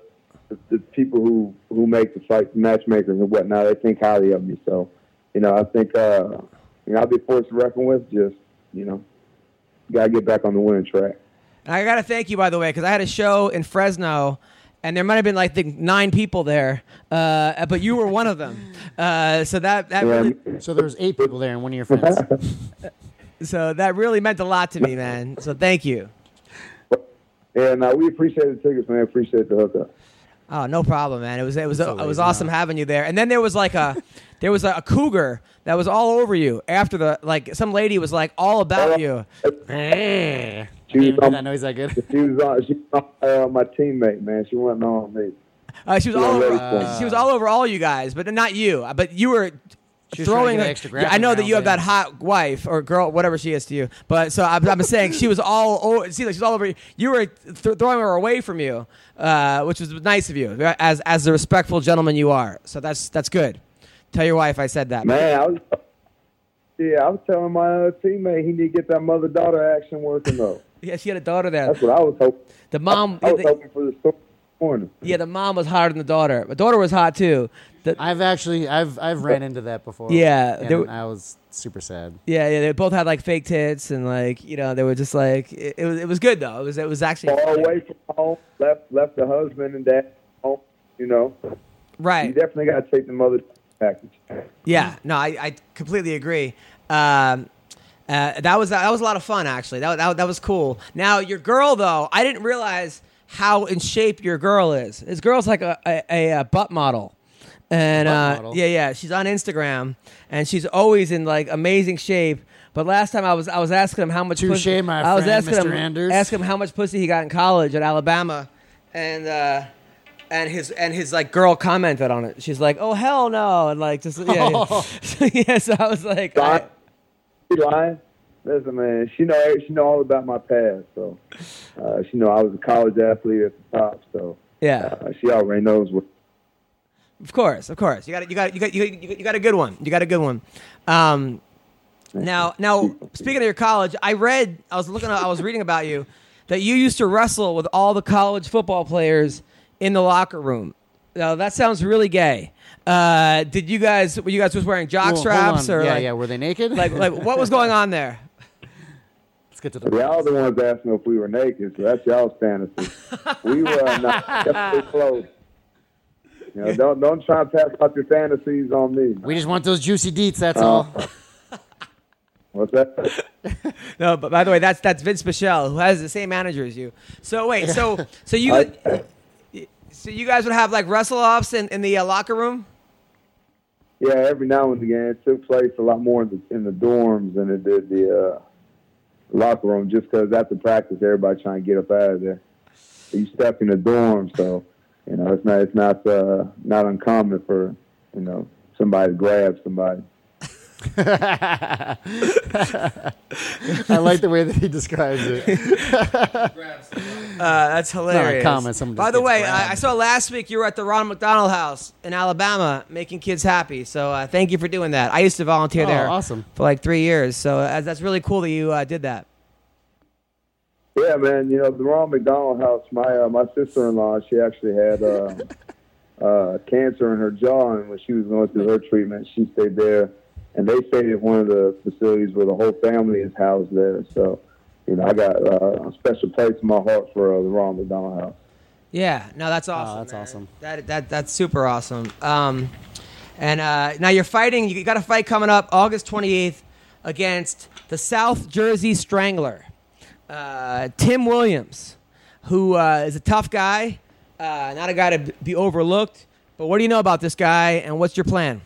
Speaker 8: the, the people who who make the fight matchmakers and whatnot, they think highly of me. So, you know, I think uh, you know I'll be forced to reckon with. Just you know, gotta get back on the winning track.
Speaker 2: And I gotta thank you, by the way, because I had a show in Fresno, and there might have been like the nine people there, uh, but you were one of them. Uh, so that that really,
Speaker 3: So there's eight people there and one of your
Speaker 2: [laughs]
Speaker 3: friends.
Speaker 2: so that really meant a lot to me, man. So thank you.
Speaker 8: Yeah, no, uh, we appreciate the tickets, man. Appreciate the hookup.
Speaker 2: Oh, no problem, man. It was it was it was awesome having you there. And then there was like a [laughs] there was a, a cougar that was all over you after the like some lady was like all about you.
Speaker 3: Eh.
Speaker 8: She was
Speaker 3: Didn't hear that
Speaker 8: on,
Speaker 3: noise that good.
Speaker 8: she was on, she was on uh, my teammate, man. She wasn't on me.
Speaker 2: Uh, she was all
Speaker 8: Yeah,
Speaker 2: over.
Speaker 8: lady.
Speaker 2: she was all over all you guys, but not you. Uh, But you were
Speaker 3: She was
Speaker 2: throwing.
Speaker 3: trying to get an
Speaker 2: her-
Speaker 3: extra
Speaker 2: Yeah, I
Speaker 3: grappling
Speaker 2: know that you have
Speaker 3: round
Speaker 2: that
Speaker 3: in.
Speaker 2: hot wife or girl, whatever she is to you. But so I'm, I'm saying she was all. Oh, see, like she's all over. You, you were th- throwing her away from you, uh, which was nice of you, as as the respectful gentleman you are. So that's that's good. Tell your wife I said that.
Speaker 8: Man, I was. Yeah, I was telling my uh, teammate he need to get that mother daughter action working though.
Speaker 2: Yeah, she had a daughter there.
Speaker 8: That's what I was hoping.
Speaker 2: The
Speaker 8: [laughs]
Speaker 2: mom.
Speaker 8: I, I was
Speaker 2: yeah, the,
Speaker 8: hoping for the story this morning.
Speaker 2: yeah, the mom was hotter than the daughter. The daughter was hot too. The-
Speaker 3: I've actually I've I've ran into that before.
Speaker 2: Yeah,
Speaker 3: and
Speaker 2: there w-
Speaker 3: I was super sad.
Speaker 2: Yeah, yeah, they both had like fake tits and like you know they were just like it, it was it was good though it was it was actually
Speaker 8: Far
Speaker 2: funny.
Speaker 8: away from home, left left the husband and dad home. You know, you
Speaker 2: right
Speaker 8: definitely got to take the mother package.
Speaker 2: yeah
Speaker 3: Mm-hmm.
Speaker 2: no I, I completely agree um, uh, that was that was a lot of fun actually that, that that was cool now your girl though I didn't realize how in shape your girl is this girl's like a a, a, uh butt model. And
Speaker 3: Butt
Speaker 2: uh,
Speaker 3: model.
Speaker 2: yeah, yeah, she's on Instagram, and she's always in like amazing shape. But last time I was, I was asking him how much.
Speaker 3: Touche,
Speaker 2: pussy-
Speaker 3: my
Speaker 2: I was
Speaker 3: friend,
Speaker 2: asking
Speaker 3: Mr.
Speaker 2: him,
Speaker 3: Anders.
Speaker 2: asking him how much pussy he got in college at Alabama, and uh, and his and his like girl commented on it. She's like, "Oh hell no!" and like just yeah, yeah.
Speaker 3: [laughs]
Speaker 2: so, yeah, [laughs] so I was like,
Speaker 8: Lying?
Speaker 2: I-
Speaker 8: She lying? Listen, man, she know she know all about my past. So uh, she know I was a college athlete at the top. So
Speaker 2: "Yeah,
Speaker 8: uh, she already knows what.
Speaker 2: of course, of course. You got you got you got you got, you got a good one. You got a good one." Um, now, now speaking of your college, I read, I was looking, I was reading about you that you used to wrestle with all the college football players in the locker room. Now that sounds really gay. Uh, did you guys were you guys just wearing jock
Speaker 3: Well, hold
Speaker 2: straps
Speaker 3: on.
Speaker 2: or
Speaker 3: yeah,
Speaker 2: like,
Speaker 3: yeah, were they naked?
Speaker 2: like like what was going on there?
Speaker 3: let's get to the
Speaker 8: Y'all the ones asking if we were naked, so that's y'all's fantasy. we were not definitely close. You know, don't don't try and pass off your fantasies on me.
Speaker 3: We just want those juicy deets. That's all.
Speaker 8: What's that?
Speaker 2: No, Oh, but by the way, that's that's Vince Michelle, who has the same manager as you. So wait, so so you so you guys would have like wrestle offs in, in the uh, locker room?
Speaker 8: Yeah, every now and again, it took place a lot more in the, in the dorms than it did the uh, locker room, just 'cause after practice, everybody trying to get up out of there. You step in the dorm, so you know it's not it's not uh, not uncommon for you know somebody to grab somebody.
Speaker 3: [laughs] I like the way that he describes [laughs] it.
Speaker 2: Uh, that's hilarious.
Speaker 3: common, someone
Speaker 2: By
Speaker 3: just
Speaker 2: the
Speaker 3: gets
Speaker 2: way,
Speaker 3: grabbed.
Speaker 2: I, I saw last week you were at the Ronald McDonald House in Alabama making kids happy. So uh, thank you for doing that. I used to volunteer
Speaker 3: Oh,
Speaker 2: there,
Speaker 3: awesome.
Speaker 2: for like three years. So uh, that's really cool that you uh, did that.
Speaker 8: Yeah, man. You know the Ron McDonald house. My uh, my sister in law, she actually had uh, uh, cancer in her jaw, and when she was going through her treatment, she stayed there. And they stayed at one of the facilities where the whole family is housed there. So, you know, I got uh, a special place in my heart for uh, the Ron McDonald house.
Speaker 2: Yeah, no, that's awesome.
Speaker 3: Oh, that's
Speaker 2: man.
Speaker 3: awesome.
Speaker 2: That, that that's super awesome. Um, and uh, now you're fighting. You got a fight coming up August 28th against the South Jersey Strangler. uh, Tim Williams, who uh, is a tough guy, uh, not a guy to b- be overlooked. But what do you know about this guy, and what's your plan?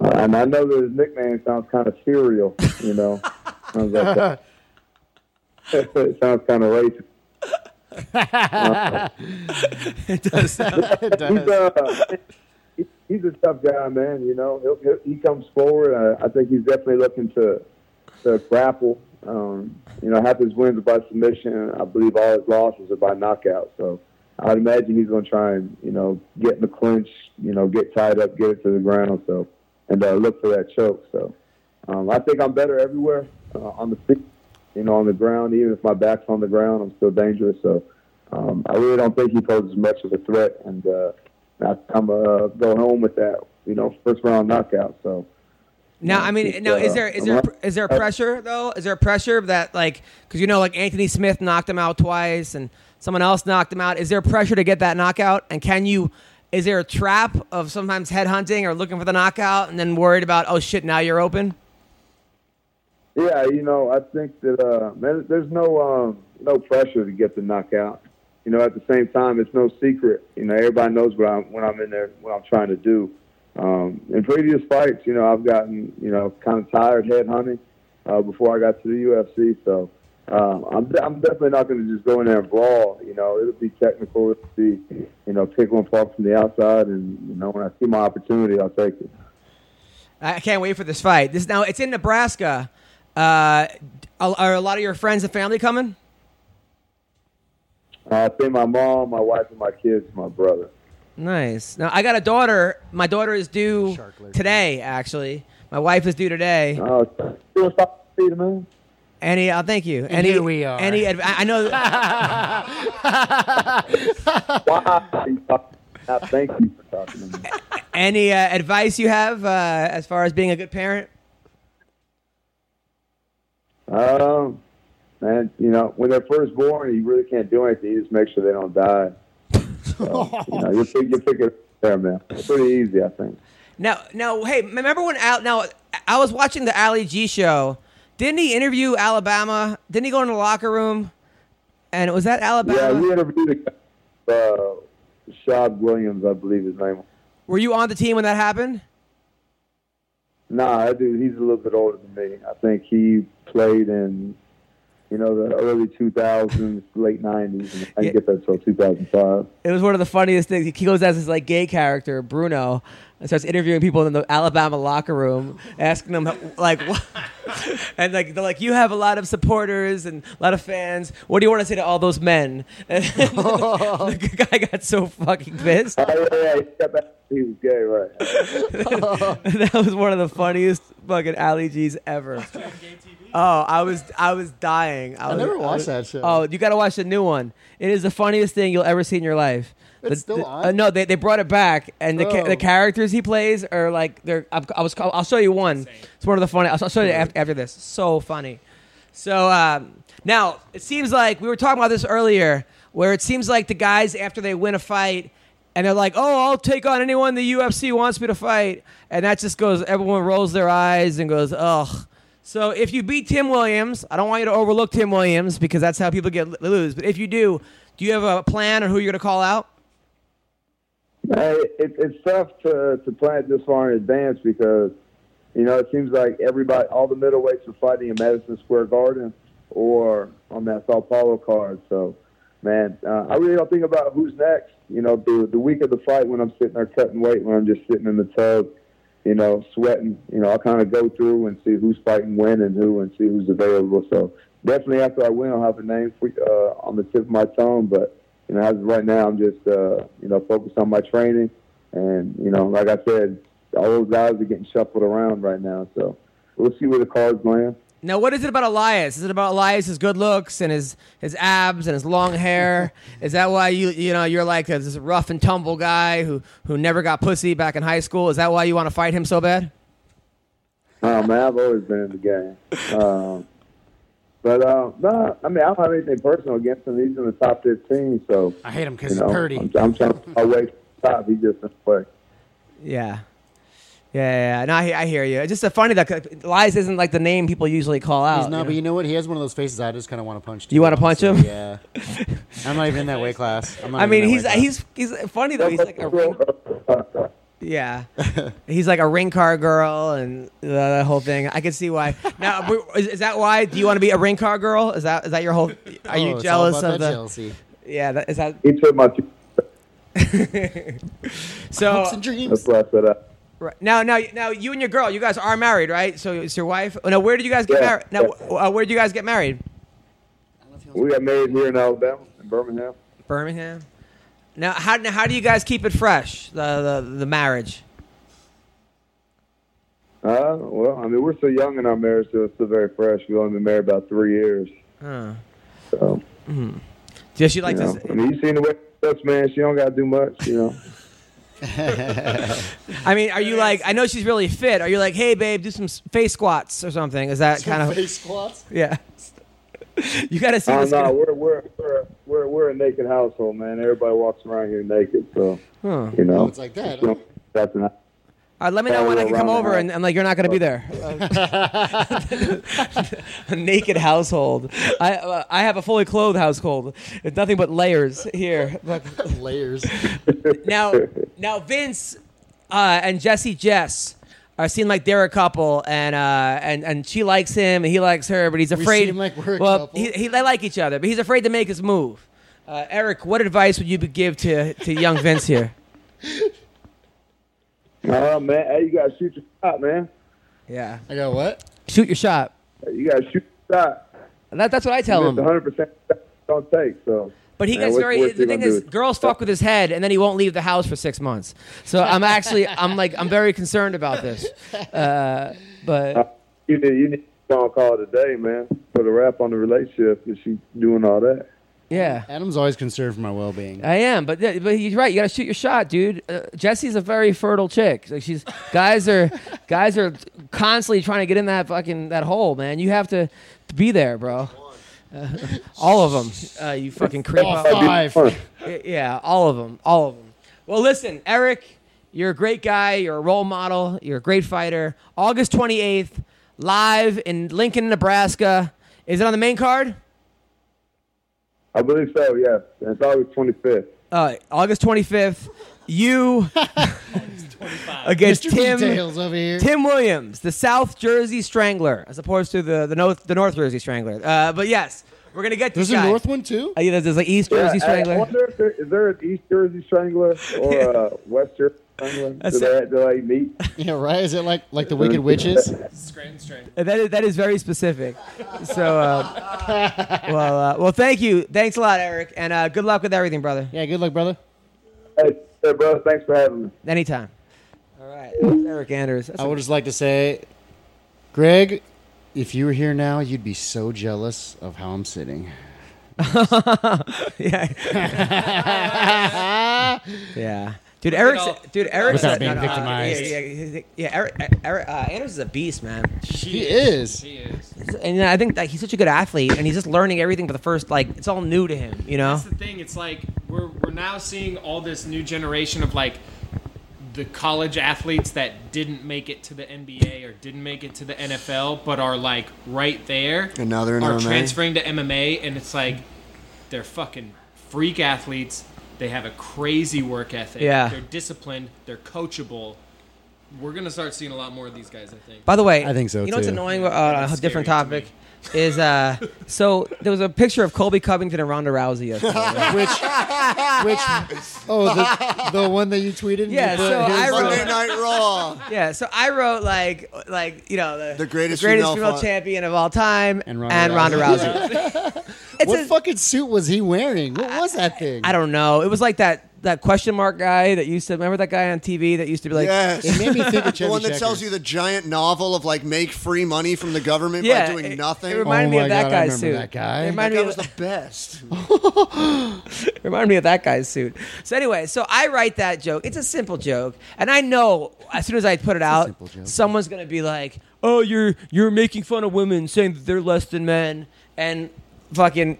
Speaker 8: And I know that his nickname sounds kind of serial, you know. sounds like that. [laughs] it sounds kind of racist.
Speaker 2: It does sound-
Speaker 3: It does.
Speaker 8: He's, uh, he- he's a tough guy, man. You know, he'll, he'll, he comes forward. I, I think he's definitely looking to to grapple. Um, you know, half his wins are by submission. I believe all his losses are by knockout. So I'd imagine he's going to try and you know get in the clinch. You know, get tied up, get it to the ground. So and uh, look for that choke. So um, I think I'm better everywhere uh, on the feet. You know, on the ground. Even if my back's on the ground, I'm still dangerous. So. Um, I really don't think he poses much of a threat, and uh, I, I'm uh, go home with that, you know, first round knockout. So
Speaker 2: Now, I mean,
Speaker 8: It's,
Speaker 2: now is
Speaker 8: uh,
Speaker 2: there is there
Speaker 8: unless-
Speaker 2: is there pressure though? Is there pressure that like because you know like Anthony Smith knocked him out twice and someone else knocked him out? Is there pressure to get that knockout? And can you? Is there a trap of sometimes headhunting or looking for the knockout and then worried about oh shit now you're open?
Speaker 8: yeah, you know, I think that uh, man, there's no um, no pressure to get the knockout. You know, at the same time, it's no secret. You know, everybody knows what I'm when I'm in there, what I'm trying to do. Um, in previous fights, you know, I've gotten you know kind of tired headhunting uh, before I got to the UFC. So um, I'm, I'm definitely not going to just go in there and brawl. You know, it'll be technical. It'll be you know pick one fall from the outside, and you know when I see my opportunity, I'll take it.
Speaker 2: I can't wait for this fight. This now it's in Nebraska. Uh, are- are a lot of your friends and family coming?
Speaker 8: Uh, I think my mom, my wife, and my kids, my brother.
Speaker 2: Nice. Now I got a daughter. My daughter is due today. Actually, my wife is due today.
Speaker 8: Oh, you want to talk to Peter, man?
Speaker 2: Any, uh, thank you. Any,
Speaker 3: here we are.
Speaker 2: Any, adv- I I know.
Speaker 3: [laughs]
Speaker 8: Why? Now, thank you for talking to me.
Speaker 2: any uh, advice you have uh, as far as being a good parent?
Speaker 8: Um, man, you know, when they're first born, you really can't do anything. You just make sure they don't die. So, you know, you pick, you pick it there, man. It's pretty easy, I think.
Speaker 2: Now, now, hey, remember when Al? Now, I was watching the Ali G show. Didn't he interview Alabama? Didn't he go in the locker room? And was that
Speaker 8: Yeah,
Speaker 2: Alabama?
Speaker 8: we interviewed a guy, uh, Shab Williams, I believe his name. was.
Speaker 2: Were you on the team when that happened?
Speaker 8: Nah, that dude, he's a little bit older than me. I think he played in, you know, the early 2000s, late 90s. And I
Speaker 2: Yeah.
Speaker 8: didn't get that till 2005.
Speaker 2: It was one of the funniest things. He goes as his like gay character, Bruno, and starts interviewing people in the Alabama locker room, asking them like, what? [laughs] and like they're like, you have a lot of supporters and a lot of fans. What do you want to say to all those men? [laughs] And the guy got so fucking pissed. [laughs]
Speaker 8: Oh, yeah, yeah, he got back. He was gay, right?
Speaker 2: that was one of the funniest fucking Ali G's ever. Oh, I was I was dying. I, was-
Speaker 3: never watched
Speaker 2: was-
Speaker 3: that show.
Speaker 2: Oh, you gotta watch the new one. It is the funniest thing you'll ever see in your life.
Speaker 3: It's
Speaker 2: The-
Speaker 3: still
Speaker 2: the-
Speaker 3: on?
Speaker 2: uh, no, they, they brought it back, and the, ca-
Speaker 3: Oh.
Speaker 2: the characters he plays are like they're. I'm, I was. I'll show you one. It's one of the funny. I'll, I'll show you after, after this. So funny. So um, now it seems like we were talking about this earlier, where it seems like the guys after they win a fight, and they're like, "Oh, I'll take on anyone the UFC wants me to fight," and that just goes. Everyone rolls their eyes and goes, "Ugh." So if you beat Tim Williams, I don't want you to overlook Tim Williams because that's how people get lose. But if you do, do you have a plan on who you're going to call out?
Speaker 8: Uh, it, it's tough to to plan it this far in advance because you know it seems like everybody, all the middleweights are fighting in Madison Square Garden or on that Sao Paulo card. So, man, uh, I really don't think about who's next. You know, the the week of the fight when I'm sitting there cutting weight, when I'm just sitting in the tub, you know, sweating. You know, I'll kind of go through and see who's fighting when and who, and see who's available. So definitely after I win, I'll have a name for, uh, on the tip of my tongue. But you know, as of right now, I'm just uh, you know focused on my training, and you know, like I said, all those guys are getting shuffled around right now. So we'll see where the cards land.
Speaker 2: Now, what is it about Elias? Is it about Elias' good looks and his, his abs and his long [laughs] hair? is that why you you know you're like this rough and tumble guy who who never got pussy back in high school? Is that why you want to fight him so bad?
Speaker 8: Oh man, I've always been in the game. Um, but uh, no, I mean, I don't have anything personal against him. He's in the top 15, so
Speaker 3: I hate him because
Speaker 8: you know,
Speaker 3: he's Purdy.
Speaker 8: I'm, I'm trying to find my way to the top. He just in the way.
Speaker 2: Yeah. Yeah, yeah, yeah. No, I, I hear you. It's just so funny that 'cause Lies isn't like the name people usually call out.
Speaker 3: He's not,
Speaker 2: you know?
Speaker 3: but you know what? He has one of those faces I just kind of want to punch.
Speaker 2: You wanna
Speaker 3: too,
Speaker 2: punch
Speaker 3: honestly.
Speaker 2: him?
Speaker 3: Yeah. I'm not even in that weight class. I'm not
Speaker 2: I
Speaker 3: even
Speaker 2: mean,
Speaker 3: in that
Speaker 2: he's
Speaker 3: weight class.
Speaker 2: he's he's funny though. Oh, He's like a,
Speaker 3: [laughs]
Speaker 2: yeah, he's like a ring car girl and the, the whole thing. I can see
Speaker 3: [laughs]
Speaker 2: why. Now, we- is, is that why? Do you want to be a ring car girl? Is that is that your whole? Are
Speaker 3: Oh,
Speaker 2: you
Speaker 3: it's all
Speaker 2: jealous
Speaker 3: about
Speaker 2: of
Speaker 3: that
Speaker 2: the?
Speaker 3: jealousy?
Speaker 2: Yeah, that, is that
Speaker 8: He took my two
Speaker 2: so?
Speaker 3: Hopes and dreams.
Speaker 8: that's why I said uh, that.
Speaker 2: Right. Now, now, now, you and your girl, you guys are married, right? So it's your wife. Oh, Now, where did you guys get
Speaker 8: Yeah.
Speaker 2: married? Now, wh- uh, where did you guys get married?
Speaker 8: We got married here in Alabama, in Birmingham.
Speaker 2: Birmingham. Now, how now, how do you guys keep it fresh? The the, the marriage.
Speaker 8: Uh, well, I mean, we're still young in our marriage, so it's still very fresh. We've only been married about three years.
Speaker 2: Huh.
Speaker 8: So,
Speaker 2: Does she like
Speaker 8: you know,
Speaker 2: this?
Speaker 8: I mean, you seen the way she looks, man. She don't got to do much, you know.
Speaker 2: I mean, are you like? I know she's really fit. Are you like, hey, babe, do some s- face squats or something? Is that
Speaker 3: [laughs]
Speaker 2: kind of
Speaker 3: Face squats.
Speaker 2: yeah? You gotta see
Speaker 8: I
Speaker 2: this.
Speaker 8: don't know. We're we're we're we're we're a naked household, man. Everybody walks around here naked, so
Speaker 2: Huh.
Speaker 8: you know.
Speaker 3: Oh, it's like that,
Speaker 8: you know,
Speaker 3: huh?
Speaker 8: That's not.
Speaker 2: All right, Uh, let me know when I can come
Speaker 8: Around the
Speaker 2: over, and,
Speaker 8: house.
Speaker 2: and like you're not gonna be there. Uh, [laughs] a naked household. I uh, I have a fully clothed household. It's nothing but layers here. Look.
Speaker 3: [laughs] Layers.
Speaker 2: Now now Vince uh, and Jesse Jess. I seem like they're a couple, and uh, and and she likes him, and he likes her, but he's afraid.
Speaker 3: seem like we're a
Speaker 2: well,
Speaker 3: couple.
Speaker 2: He, he, they like each other, but he's afraid to make his move. Uh, Eric, what advice would you be- give to to young Vince
Speaker 3: [laughs]
Speaker 2: here?
Speaker 8: Oh man, hey, you gotta shoot your shot, man.
Speaker 2: Yeah,
Speaker 3: I got what?
Speaker 2: shoot your shot.
Speaker 8: You gotta shoot your shot.
Speaker 2: That, that's what I tell
Speaker 8: It's
Speaker 2: him.
Speaker 8: 100 percent don't take. So.
Speaker 2: But he
Speaker 8: Man,
Speaker 2: gets
Speaker 8: what-
Speaker 2: very.
Speaker 8: what's he
Speaker 2: The thing
Speaker 8: gonna do
Speaker 2: is,
Speaker 8: with-
Speaker 2: girls fuck with his head, and then he won't leave the house for six months.
Speaker 8: [laughs]
Speaker 2: So I'm actually, I'm like, I'm very concerned about this. Uh, but
Speaker 8: You need you need a phone call today, man. Put a wrap on the relationship if she doing all that.
Speaker 2: yeah,
Speaker 3: Adam's always concerned for my well-being.
Speaker 2: I am. But th- but he's right. You gotta shoot your shot, dude. Uh, Jesse's a very fertile chick. Like she's guys are guys are constantly trying to get in that fucking that hole, man. You have to, to be there, bro. Uh, all of them. Uh, you fucking creepo.
Speaker 3: Five.
Speaker 8: Fun.
Speaker 2: Y- Yeah, all of them, all of them. Well, listen, Eric, you're a great guy. You're a role model. You're a great fighter. August 28th, live in Lincoln, Nebraska. Is it on the main card?
Speaker 8: I believe so. Yeah, and it's August 25th.
Speaker 2: Uh, August 25th. You against
Speaker 3: Mr.
Speaker 2: Tim
Speaker 3: Details over here.
Speaker 2: Tim Williams, the South Jersey Strangler, as opposed to the the North the North Jersey Strangler. Uh, but yes, we're gonna get this
Speaker 3: There's a
Speaker 2: guy.
Speaker 3: north one too.
Speaker 2: Uh, yeah, there's, there's like East
Speaker 8: Yeah,
Speaker 2: Jersey
Speaker 8: I-
Speaker 2: Strangler.
Speaker 8: I wonder if there, is there an East Jersey Strangler or a West Jersey Strangler?
Speaker 2: That's
Speaker 8: do, they, do they meet?
Speaker 3: [laughs] Yeah, right. Is it like like the Wicked Witches?
Speaker 7: Scranton Strangler.
Speaker 2: Uh, That is, that is very specific. So, uh, well, uh, well, thank you. Thanks a lot, Eric, and uh, good luck with everything, brother.
Speaker 3: Yeah. Good luck, brother.
Speaker 8: Hey, hey, bro, thanks for having me.
Speaker 2: Anytime. All right, that's Eric Anders. That's
Speaker 3: I
Speaker 2: a-
Speaker 3: would just like to say, Greg, if you were here now, you'd be so jealous of how I'm sitting.
Speaker 2: [laughs] yeah, yeah. Dude, Eric's
Speaker 7: all-
Speaker 2: dude, Eric's
Speaker 3: Without
Speaker 2: a-
Speaker 3: being
Speaker 2: no, no, uh,
Speaker 3: victimized.
Speaker 2: yeah, yeah, yeah, yeah. Eric, Eric uh, Anders is a beast, man.
Speaker 3: He is.
Speaker 7: He is.
Speaker 2: And I think that he's such a good athlete, and he's just learning everything for the first like it's all new to him, you know.
Speaker 7: That's the thing. It's like we're we're now seeing all this new generation of like the college athletes that didn't make it to the NBA or didn't make it to the NFL, but are like right there.
Speaker 6: And now they're in
Speaker 7: are
Speaker 6: MMA.
Speaker 7: transferring to MMA, and it's like they're fucking freak athletes. They have a crazy work ethic.
Speaker 2: Yeah.
Speaker 7: They're disciplined. They're coachable. We're gonna start seeing a lot more of these guys. I think.
Speaker 2: By the way,
Speaker 3: I think so,
Speaker 2: You know what's
Speaker 3: too.
Speaker 2: annoying? Uh, on a
Speaker 7: That's
Speaker 2: different
Speaker 7: scary to me.
Speaker 2: topic is uh, so there was a picture of Colby Covington and Ronda Rousey. Yesterday.
Speaker 7: [laughs]
Speaker 3: Which, which, oh, the, the one that you tweeted. and you
Speaker 2: Yeah,
Speaker 3: put
Speaker 2: so
Speaker 3: his-
Speaker 2: I wrote-
Speaker 6: Monday Night
Speaker 3: [laughs]
Speaker 6: Raw.
Speaker 2: yeah, so I wrote like like you know the,
Speaker 6: The greatest female
Speaker 2: female,
Speaker 6: fi-
Speaker 2: champion of all time
Speaker 3: And Ronda
Speaker 2: Rousey.
Speaker 3: Rousey. [laughs]
Speaker 2: it's
Speaker 3: What
Speaker 2: a-
Speaker 3: fucking suit was he wearing? What was that thing?
Speaker 2: I don't know. It was like that that question mark guy that used to remember that guy on TV that used to be like
Speaker 3: It
Speaker 6: Yes.
Speaker 3: made me think of Chevy
Speaker 6: The one that
Speaker 3: Checker.
Speaker 6: tells you the giant novel of like make free money from the government
Speaker 2: yeah
Speaker 6: by doing
Speaker 2: it-
Speaker 6: nothing.
Speaker 2: It, reminded
Speaker 3: Oh
Speaker 2: me
Speaker 3: my
Speaker 2: of that
Speaker 3: God, I
Speaker 2: guy's
Speaker 3: remember
Speaker 2: suit.
Speaker 3: that guy.
Speaker 2: It
Speaker 6: that
Speaker 2: reminded
Speaker 6: guy
Speaker 2: me of
Speaker 6: was
Speaker 2: [laughs]
Speaker 6: the best.
Speaker 2: Remind me of that guy's suit. So anyway, so I write that joke. It's a simple joke, and I know as soon as I put it out,
Speaker 3: simple joke.
Speaker 2: someone's gonna be like, "Oh, you're you're making fun of women, saying that they're less than men," and fucking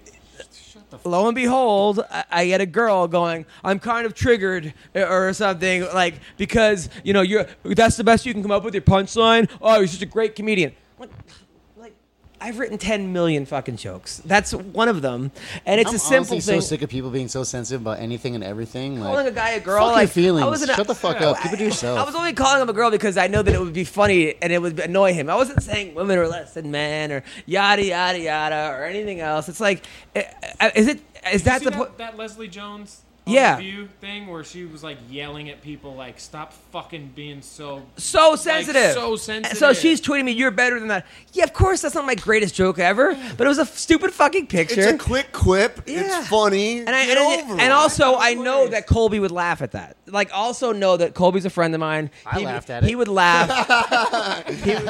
Speaker 2: lo and behold, I, I get a girl going, I'm kind of triggered eh, or something, like, because, you know, you're that's the best you can come up with, your punchline. Oh, you're just a great comedian. Like, like, I've written 10 million fucking jokes. That's one of them. And it's
Speaker 3: I'm
Speaker 2: a simple
Speaker 3: honestly
Speaker 2: thing.
Speaker 3: so sick of people being so sensitive about anything and everything. Like,
Speaker 2: calling a guy a girl.
Speaker 3: fuck
Speaker 2: like,
Speaker 3: your feelings.
Speaker 2: I wasn't-
Speaker 3: Shut the fuck
Speaker 2: I don't
Speaker 3: up.
Speaker 2: know,
Speaker 3: Keep it to
Speaker 2: I-
Speaker 3: yourself.
Speaker 2: I was only calling him a girl because I know that it would be funny and it would annoy him. I wasn't saying women are less than men or yada yada yada or anything else. It's like, eh, eh, is it is that
Speaker 7: See
Speaker 2: the
Speaker 7: that,
Speaker 2: point?
Speaker 7: that Leslie Jones on
Speaker 2: Yeah.
Speaker 7: The View thing where she was like yelling at people like stop fucking being so
Speaker 2: So sensitive.
Speaker 7: so
Speaker 2: And So
Speaker 7: sensitive.
Speaker 2: she's tweeting me, "You're better than that." Yeah, of course, that's not my greatest joke ever, but it was a f- stupid fucking picture.
Speaker 6: It's a quick quip.
Speaker 2: Yeah.
Speaker 6: It's funny.
Speaker 2: And I, and,
Speaker 6: Get
Speaker 2: I-
Speaker 6: over
Speaker 2: and
Speaker 6: it.
Speaker 2: also I know that Colby would laugh at that. Like also know that Colby's a friend of mine.
Speaker 3: I
Speaker 2: he,
Speaker 3: laughed at it.
Speaker 2: He would laugh.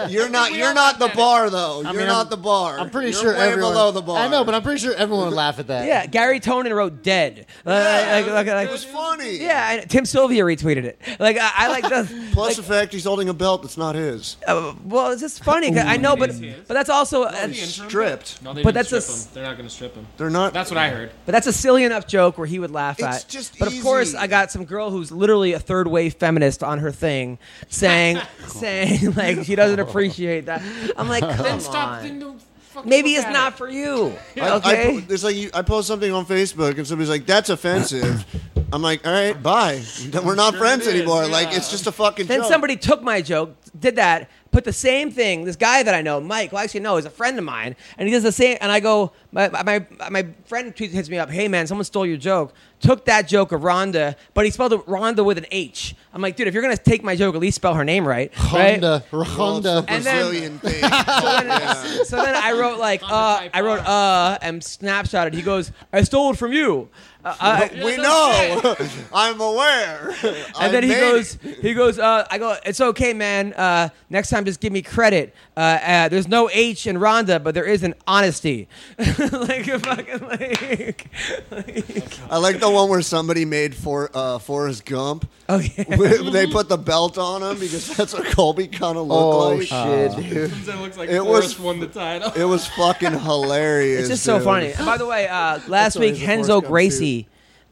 Speaker 6: you're not you're not the bar though. You're
Speaker 3: mean, I'm-
Speaker 6: not the bar.
Speaker 3: I'm pretty
Speaker 6: You're
Speaker 3: sure
Speaker 6: way
Speaker 3: everyone.
Speaker 6: below the bar.
Speaker 3: I know, but I'm pretty sure everyone would laugh at that.
Speaker 2: yeah, Gary Tonin wrote "Dead." Uh, like- like- like-
Speaker 6: it was funny.
Speaker 2: Yeah, and Tim Sylvia retweeted it. Like I, I like the
Speaker 6: [laughs] Plus the fact he's holding a belt that's not his.
Speaker 2: uh, well, it's just funny. 'cause I know, but
Speaker 7: Yes, he is.
Speaker 2: but that's also uh,
Speaker 7: He's interim.
Speaker 6: Stripped.
Speaker 7: No, they
Speaker 2: But
Speaker 7: didn't
Speaker 2: that's a
Speaker 7: strip
Speaker 2: s-
Speaker 7: him. They're not gonna strip him.
Speaker 6: They're not.
Speaker 7: That's what I heard.
Speaker 2: but that's a silly enough joke where he would laugh at.
Speaker 6: It's just
Speaker 2: but of course,
Speaker 6: easy.
Speaker 2: I got some girl who's literally a third wave feminist on her thing,
Speaker 6: [laughs]
Speaker 2: saying [laughs] saying like she doesn't appreciate that. I'm
Speaker 6: [laughs]
Speaker 2: like, come
Speaker 7: Then stop.
Speaker 2: on.
Speaker 7: Then don't fucking
Speaker 2: Maybe
Speaker 7: look
Speaker 2: it's
Speaker 7: at
Speaker 2: not
Speaker 7: it.
Speaker 2: for you.
Speaker 6: I,
Speaker 2: okay.
Speaker 6: I, po- it's like you, I post something on Facebook and somebody's like, "That's
Speaker 7: [laughs]
Speaker 6: offensive." I'm like, "All right, bye. [laughs] We're not friends
Speaker 7: it is,
Speaker 6: anymore. Like,
Speaker 7: yeah.
Speaker 6: it's just a fucking."
Speaker 2: Then
Speaker 6: joke.
Speaker 2: somebody took my joke, did that, put the same thing. This guy that I know, Mike, well, actually no, he's a friend of mine, and he does the same. And I go, my my my friend tweets hits me up, hey man, someone stole your joke, took that joke of Rhonda, but he spelled it Rhonda with an H. I'm like, dude, if you're gonna take my joke, at least spell her name right. right?
Speaker 3: Honda,
Speaker 6: Well, it's
Speaker 3: Honda.
Speaker 6: a
Speaker 2: And then-
Speaker 6: Brazilian thing. [laughs]
Speaker 2: So then I wrote like, uh,
Speaker 7: type
Speaker 2: I wrote uh, and snapshotted. He goes, I stole it from you. Uh, I-
Speaker 6: we know. [laughs] I'm aware.
Speaker 2: And then he goes, he goes, uh, I go, it's okay, man. Uh, next time, just give me credit. Uh, uh, there's no H in Rhonda, but there is an honesty. [laughs] like, a fucking, like, like-
Speaker 6: I like the one where somebody made for uh, Forrest Gump. [laughs]
Speaker 2: oh, yeah.
Speaker 6: they put the belt on him because that's what Colby kind of looked
Speaker 3: Oh,
Speaker 6: like.
Speaker 3: shit,
Speaker 6: dude!
Speaker 7: That looks like
Speaker 6: It
Speaker 7: Forrest
Speaker 6: was-
Speaker 7: won the title.
Speaker 6: It was fucking hilarious.
Speaker 2: It's just so
Speaker 6: dude.
Speaker 2: funny. And by the way, uh, last week,
Speaker 6: always a Forrest
Speaker 2: Henzo
Speaker 6: Gump
Speaker 2: Gracie.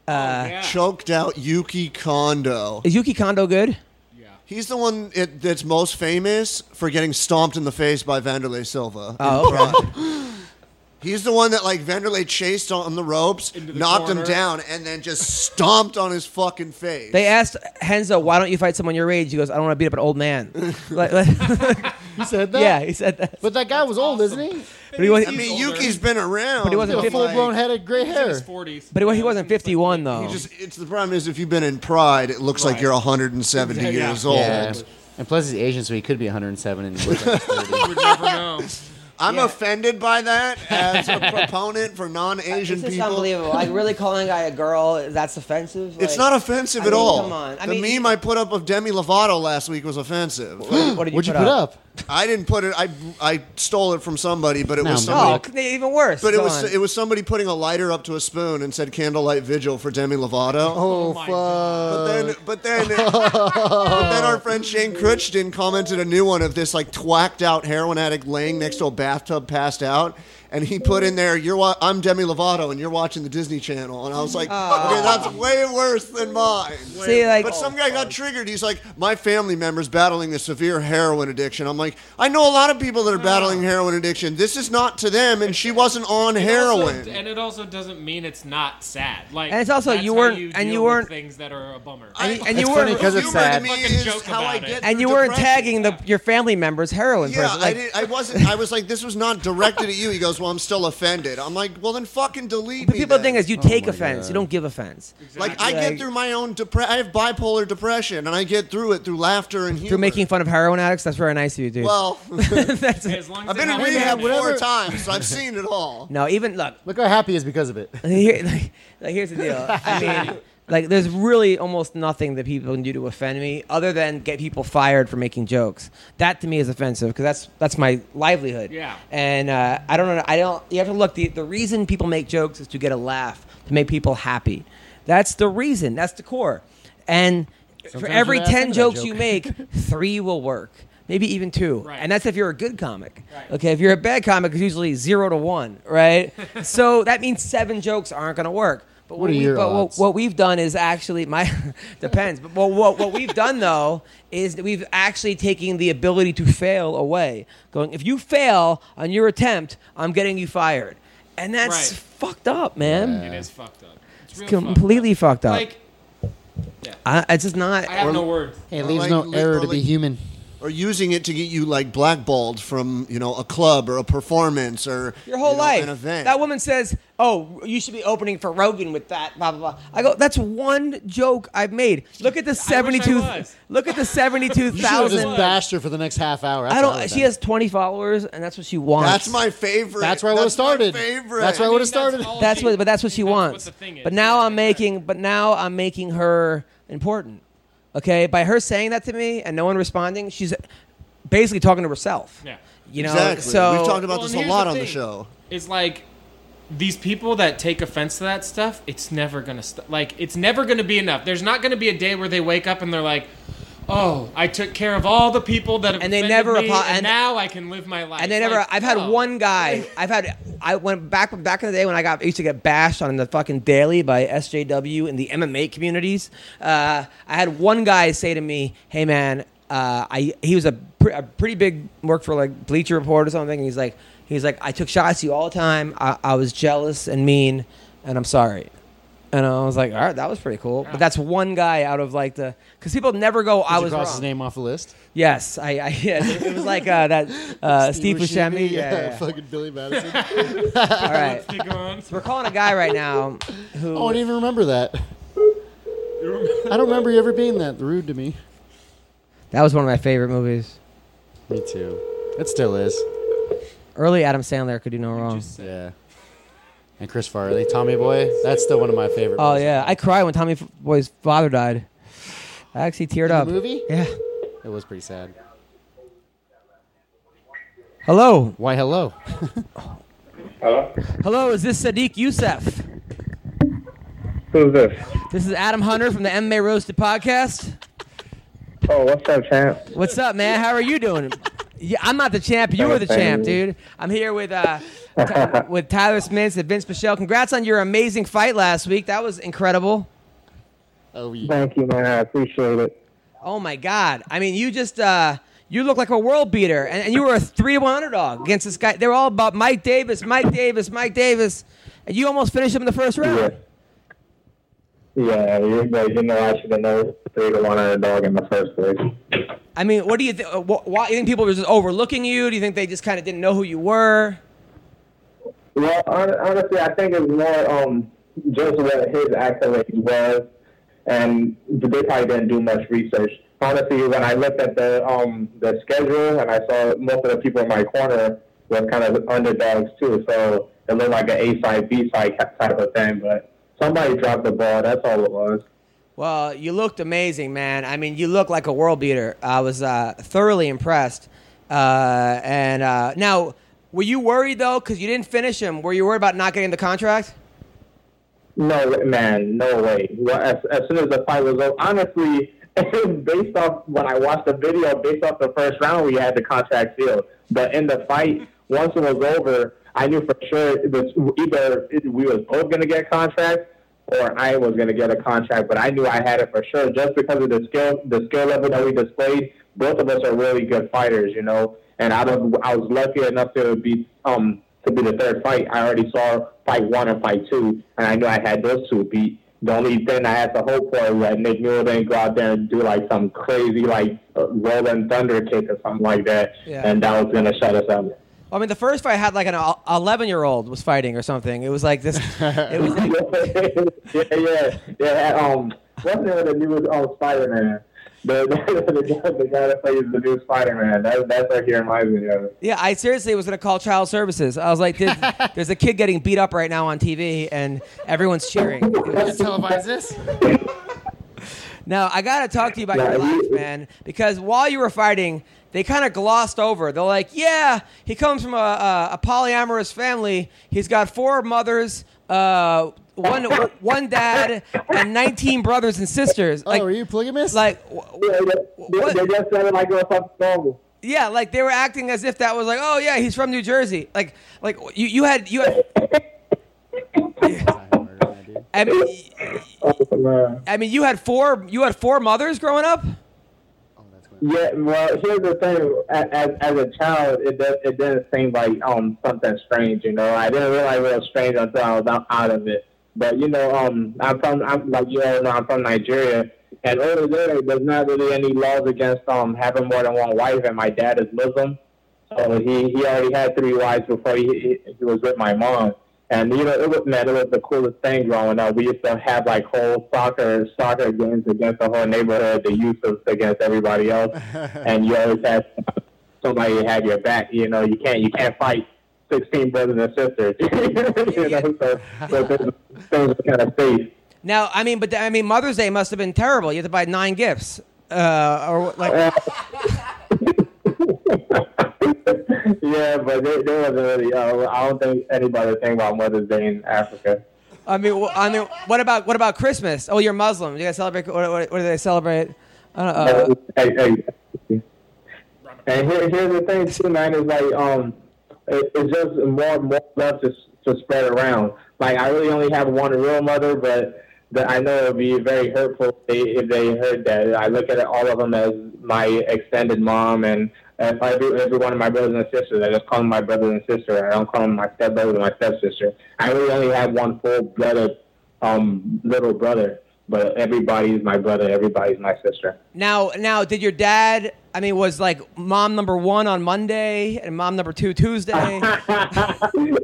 Speaker 7: yeah.
Speaker 6: Choked out Yuki Kondo.
Speaker 2: Is Yuki Kondo good?
Speaker 6: He's the one it, that's most famous for getting stomped in the face by Vanderlei Silva. in
Speaker 2: [laughs] Oh,
Speaker 6: Prague. He's the one that like Vanderlei chased on the ropes,
Speaker 7: Into the
Speaker 6: knocked him
Speaker 7: corner.
Speaker 6: down, and then just stomped on his fucking face.
Speaker 2: They asked Henzo, why don't you fight someone your age? He goes, I don't want to beat up an old
Speaker 6: [laughs]
Speaker 2: man. Like- [laughs] like-
Speaker 3: He said that.
Speaker 2: yeah, he said that.
Speaker 3: But that guy was old, isn't he?
Speaker 2: But he wasn't,
Speaker 6: I mean,
Speaker 7: He's older.
Speaker 6: Yuki's been around.
Speaker 2: But he wasn't
Speaker 3: He had a
Speaker 2: Like-
Speaker 3: full blown head of gray
Speaker 7: In
Speaker 3: hair.
Speaker 7: his 40s.
Speaker 2: but he wasn't 51, though.
Speaker 6: You just it's the problem is if you've been in Pride, it looks like you're 170
Speaker 7: Yeah.
Speaker 6: years old.
Speaker 3: Yeah. And plus, he's Asian, so he could be 107. And he looks like he's [laughs] 30.
Speaker 7: You would never know.
Speaker 6: I'm offended by
Speaker 7: [laughs]
Speaker 6: that as a proponent for non-Asian
Speaker 2: This is
Speaker 6: people.
Speaker 2: unbelievable. Like really calling a guy a girl, that's offensive. Like,
Speaker 6: It's not offensive
Speaker 2: I
Speaker 6: at
Speaker 2: mean,
Speaker 6: all.
Speaker 2: Come on. I
Speaker 6: the
Speaker 2: mean,
Speaker 6: meme I put up of Demi Lovato last week was offensive.
Speaker 2: what did you,
Speaker 3: What'd you put up?
Speaker 6: I didn't put it. I I stole it from somebody, but it
Speaker 3: No,
Speaker 6: was
Speaker 3: no.
Speaker 2: Oh,
Speaker 6: somebody.
Speaker 2: c- even worse.
Speaker 6: But it
Speaker 2: Go
Speaker 6: was
Speaker 2: on.
Speaker 6: it was somebody putting a lighter up to a spoon and said candlelight vigil for Demi Lovato.
Speaker 3: Oh,
Speaker 7: my
Speaker 3: fuck.
Speaker 6: But then, but then, but then our friend Shane Crutchton commented a new one of this like twacked out heroin addict laying next to a bathtub, passed out, and he put in there, "You're wa- I'm Demi Lovato, and you're watching the Disney Channel," and I was like, "Okay, that's way worse than mine."
Speaker 2: See, like, Oh.
Speaker 6: But some guy got triggered. He's like, "My family member's battling a severe heroin addiction." I'm like, "I know a lot of people that are battling heroin addiction. This is not to them, and she wasn't on [laughs] heroin."
Speaker 7: Also, and it also doesn't mean it's not sad. Like
Speaker 2: And it's also,
Speaker 7: that's
Speaker 2: you
Speaker 7: how
Speaker 2: weren't-
Speaker 7: you
Speaker 2: and
Speaker 7: deal
Speaker 2: you
Speaker 7: with
Speaker 2: weren't-
Speaker 7: things that are a bummer.
Speaker 6: I-
Speaker 2: and, and you
Speaker 3: It's
Speaker 2: were
Speaker 3: funny 'cause it's
Speaker 6: humor to
Speaker 3: sad.
Speaker 6: me
Speaker 7: Fucking
Speaker 6: is
Speaker 7: joke
Speaker 6: how
Speaker 7: about
Speaker 6: I
Speaker 7: it.
Speaker 6: get
Speaker 2: and
Speaker 6: through
Speaker 2: you weren't
Speaker 6: depression.
Speaker 2: tagging the, your family members heroin.
Speaker 6: Yeah,
Speaker 2: person.
Speaker 6: I,
Speaker 2: Like,
Speaker 6: did, I wasn't. I was like, this was not directed at you. He goes, well, I'm still offended. I'm like, well, then fucking delete
Speaker 2: but
Speaker 6: me.
Speaker 2: people
Speaker 6: then.
Speaker 2: think is
Speaker 3: Oh
Speaker 2: you take offense, you don't give offense.
Speaker 6: like I
Speaker 2: Like-
Speaker 6: get through my own depression. I have bipolar depression, and I get through it through laughter and humor.
Speaker 2: You're making fun of heroin addicts. That's very nice of you, dude.
Speaker 6: Well,
Speaker 2: [laughs]
Speaker 6: [laughs]
Speaker 2: that's
Speaker 7: as long as
Speaker 6: I've
Speaker 7: it
Speaker 6: been in
Speaker 7: helps
Speaker 6: rehab
Speaker 7: manage.
Speaker 6: four
Speaker 3: whatever-
Speaker 6: times, so I've seen it all.
Speaker 2: [laughs] no, even look.
Speaker 3: Look how happy he is because of it.
Speaker 2: Here, [laughs] like, like, here's the deal. I mean, like, there's really almost nothing that people can do to offend me, other than get people fired for making jokes. That to me is offensive because that's that's my livelihood.
Speaker 7: Yeah.
Speaker 2: And uh, I don't know. I don't. You have to look. The the reason people make jokes is to get a laugh, to make people happy. That's the reason. That's the core. And for
Speaker 3: Sometimes
Speaker 2: every
Speaker 3: you're not
Speaker 2: ten
Speaker 3: offended by a
Speaker 7: [laughs]
Speaker 2: jokes
Speaker 3: joke.
Speaker 2: you make, three will work. maybe even two.
Speaker 7: Right.
Speaker 2: And that's if you're a good comic. Okay, if you're a bad comic, it's usually zero to one,
Speaker 7: [laughs]
Speaker 2: right? so that means seven jokes aren't going to work. But
Speaker 3: What are
Speaker 2: we,
Speaker 3: your
Speaker 2: but
Speaker 3: odds?
Speaker 2: What, what we've done is actually my [laughs] depends. But well, what, what we've done though is that we've actually taken the ability to fail away. Going, if you fail on your attempt, I'm getting you fired, and that's
Speaker 7: Right.
Speaker 2: fucked up, man.
Speaker 7: It is fucked up. It's real
Speaker 2: Completely fucked up.
Speaker 7: Fucked up. Like
Speaker 2: I, it's just not.
Speaker 7: I have no words.
Speaker 3: [laughs] Hey, it
Speaker 6: Or
Speaker 3: leaves
Speaker 6: like-
Speaker 3: no
Speaker 6: li-
Speaker 3: error
Speaker 6: or
Speaker 3: to be
Speaker 6: like-
Speaker 3: human.
Speaker 6: Or using it to get you like blackballed from you know a club or a performance or
Speaker 2: Your whole
Speaker 6: you know,
Speaker 2: life.
Speaker 6: an event.
Speaker 2: That woman says, "Oh, you should be opening for Rogan with that." Blah blah blah. I go, "That's one joke I've made. Look at the seventy-two.
Speaker 7: was.
Speaker 2: Look at the
Speaker 6: [laughs]
Speaker 2: seventy-two
Speaker 3: You should have just
Speaker 2: thousand.
Speaker 3: bashed her for the next half hour. That's
Speaker 2: I
Speaker 3: how
Speaker 2: don't.
Speaker 3: would've
Speaker 2: She
Speaker 3: done it.
Speaker 2: has twenty followers, and that's what she wants.
Speaker 6: That's my favorite.
Speaker 3: That's where I would have
Speaker 6: my
Speaker 3: started.
Speaker 6: Favorite.
Speaker 3: That's where I would have started.
Speaker 7: all
Speaker 2: That's
Speaker 7: she-
Speaker 2: what. But that's what she
Speaker 7: what
Speaker 2: wants.
Speaker 7: the thing is.
Speaker 2: But now
Speaker 7: Yeah,
Speaker 2: I'm making. But now I'm making her important. Okay, by her saying that to me and no one responding, she's basically talking to herself.
Speaker 7: Yeah.
Speaker 2: You know.
Speaker 6: exactly.
Speaker 2: So
Speaker 6: We've talked about
Speaker 7: Well,
Speaker 6: this
Speaker 7: and
Speaker 6: a
Speaker 7: here's
Speaker 6: lot on the
Speaker 7: thing.
Speaker 6: show.
Speaker 7: It's like these people that take offense to that stuff. It's never gonna st- like. It's never gonna be enough. There's not gonna be a day where they wake up and they're like. Oh, I took care of all the people that have
Speaker 2: And they
Speaker 7: offended
Speaker 2: never
Speaker 7: me,
Speaker 2: apo-
Speaker 7: and,
Speaker 2: and-
Speaker 7: now I can live my life.
Speaker 2: And they never.
Speaker 7: Like,
Speaker 2: I've had
Speaker 7: no. [laughs]
Speaker 2: one guy. I've had. I went back back in the day when I got used to get bashed on the fucking daily by SJW in the MMA communities. Uh, I had one guy say to me, "Hey man, uh, I he was a, pre- a pretty big worked for like Bleacher Report or something." And he's like, he's like, I took shots at you all the time. I, I was jealous and mean, and I'm sorry. And I was like, all right, that was pretty cool. But that's one guy out of like the because people never go. I
Speaker 3: Did you
Speaker 2: was
Speaker 3: cross
Speaker 2: wrong.
Speaker 3: his name off the list.
Speaker 2: Yes, I, [laughs] I yes, it was like uh, that uh, Steve
Speaker 3: Buscemi,
Speaker 2: Buscemi. Yeah, yeah, yeah.
Speaker 3: [laughs] fucking Billy Madison.
Speaker 2: All right.
Speaker 7: They
Speaker 2: [laughs]
Speaker 7: go on.
Speaker 2: We're calling a guy right now
Speaker 3: Oh, I
Speaker 2: who
Speaker 3: don't even remember that. I don't remember you ever being that rude to me.
Speaker 2: that was one of my favorite movies.
Speaker 3: Me too. It still is.
Speaker 2: Early Adam Sandler could do no wrong.
Speaker 3: Yeah. And Chris Farley, Tommy Boy. That's still one of my favorite.
Speaker 2: Oh
Speaker 3: movies.
Speaker 2: yeah, I cried when Tommy F- Boy's father died. I actually teared
Speaker 3: The
Speaker 2: up.
Speaker 3: movie.
Speaker 2: Yeah.
Speaker 3: It was pretty sad.
Speaker 2: Hello,
Speaker 3: Why? Hello.
Speaker 2: hello. Is this Sadiq Youssef?
Speaker 9: Who's this?
Speaker 2: This is Adam Hunter from the MMA Roasted podcast.
Speaker 9: Oh, what's up, champ?
Speaker 2: What's up, man? How are you doing? Yeah, I'm not the champ. You are the champ, dude. I'm here with uh, Ty- with Tyler Smith and Vince Pichelle. Congrats on your amazing fight last week. That was incredible.
Speaker 3: Oh, yeah.
Speaker 9: Thank you, man. I appreciate it.
Speaker 2: Oh my God! I mean, you just uh, you look like a world beater, and, and you were a three-one underdog against this guy. They were all about Mike Davis, Mike Davis, Mike Davis, and you almost finished him in the first round.
Speaker 9: Yeah. Yeah, you, but you know I should have known three to one underdog in the first place.
Speaker 2: I mean, what do you think? Why you think people were just overlooking you? Do you think they just kind of didn't know who you were?
Speaker 9: Well, hon- honestly, I think it's more um just what his accolades was, and they probably didn't do much research. Honestly, when I looked at the um the schedule and I saw most of the people in my corner were kind of underdogs too, so it looked like an A side B side type of thing. But somebody dropped the ball. That's all it was.
Speaker 2: Well, you looked amazing, man. I mean, you look like a world beater. I was uh, thoroughly impressed. Uh, and uh, now, were you worried though, because you didn't finish him? Were you worried about not getting the contract?
Speaker 9: No, way- man, no way. Well, as, as soon as the fight was over, honestly, [laughs] based off when I watched the video, based off the first round, we had the contract sealed. But in the fight, once it was over, I knew for sure it was either it- we was both gonna get contracts or I was gonna get a contract. But I knew I had it for sure just because of the skill, the skill level that we displayed. Both of us are really good fighters, you know. And I was I was lucky enough to be um to be the third fight. I already saw fight one and fight two, and I knew I had those two beat. The only thing I had to hope for was that Nick Muir didn't go out there and do like some crazy like uh, rolling thunder kick or something like that,
Speaker 2: Yeah.
Speaker 9: and that was gonna shut us up.
Speaker 2: Well, I mean, the first fight had like an eleven-year-old was fighting or something. It was like this. It
Speaker 9: [laughs]
Speaker 2: was like,
Speaker 9: yeah, yeah, yeah. Um, what's the name of the new um, Spider Man? The, [laughs] the, the, guy- the guy that plays the new Spider Man. That, that's what he reminds me of.
Speaker 2: yeah. I seriously was gonna call child services. I was like, there's, there's a kid getting beat up right now on TV, and everyone's cheering.
Speaker 3: Let's televise this.
Speaker 2: Now I gotta talk to you about
Speaker 9: Yeah,
Speaker 2: your
Speaker 9: we-
Speaker 2: life, man, because while you were fighting, they kind of glossed over. They're like, "Yeah, he comes from a, a, a polyamorous family. He's got four mothers, uh, one one dad, and 19 brothers and sisters." Like,
Speaker 3: oh, are you polygamous?
Speaker 2: like, wh-
Speaker 9: Yeah, yeah.
Speaker 2: What?
Speaker 9: They, they just said it like it was something normal.
Speaker 2: Yeah, like they were acting as if that was like, oh yeah, he's from New Jersey. Like, like you, you had you had. I mean,
Speaker 9: Oh, man.
Speaker 2: I mean, you had four you had four mothers growing up.
Speaker 9: Yeah, well, here's the thing. A- As, as a child, it does, it didn't seem like um something strange, you know. I didn't realize it was strange until I was out, out of it. But you know, um, I'm from I'm like you all know I'm from Nigeria, and over there there's not really any laws against um having more than one wife, and my dad is Muslim, so he he already had three wives before he he, he was with my mom. And you know, it was man, it was the coolest thing growing up. We used to have like whole soccer soccer games against the whole neighborhood, the youth was against everybody else. and you always have somebody to have your back. You know, you can't you can't fight sixteen brothers and sisters. [laughs] you know, so, so things, things are kind of safe. [laughs]
Speaker 2: Now, I mean, but the, I mean, Mother's Day must have been terrible. You had to buy nine gifts, uh, or like,
Speaker 9: yeah, but they, they wasn't really. Uh, I don't think anybody think about Mother's Day in Africa.
Speaker 2: I mean, wh- I mean, what about what about Christmas? Oh, you're Muslim. You guys celebrate? What, what, what do they celebrate? I don't know. uh,
Speaker 9: Hey, hey. And here, here's the thing too, man. Is like um, it, it's just more more love to s- to spread around. Like I really only have one real mother, but the, I know it would be very hurtful if they, if they heard that. I look at all of them as my extended mom, and if I do every one of my brothers and sisters, I just call them my brother and sister. I don't call them my stepbrother or my stepsister. I really only have one full blooded um little brother, but everybody's my brother. Everybody's my sister.
Speaker 2: now, now, did your dad? I mean, was like mom number one on Monday and mom number two
Speaker 3: [laughs]
Speaker 2: Tuesday?
Speaker 9: [laughs]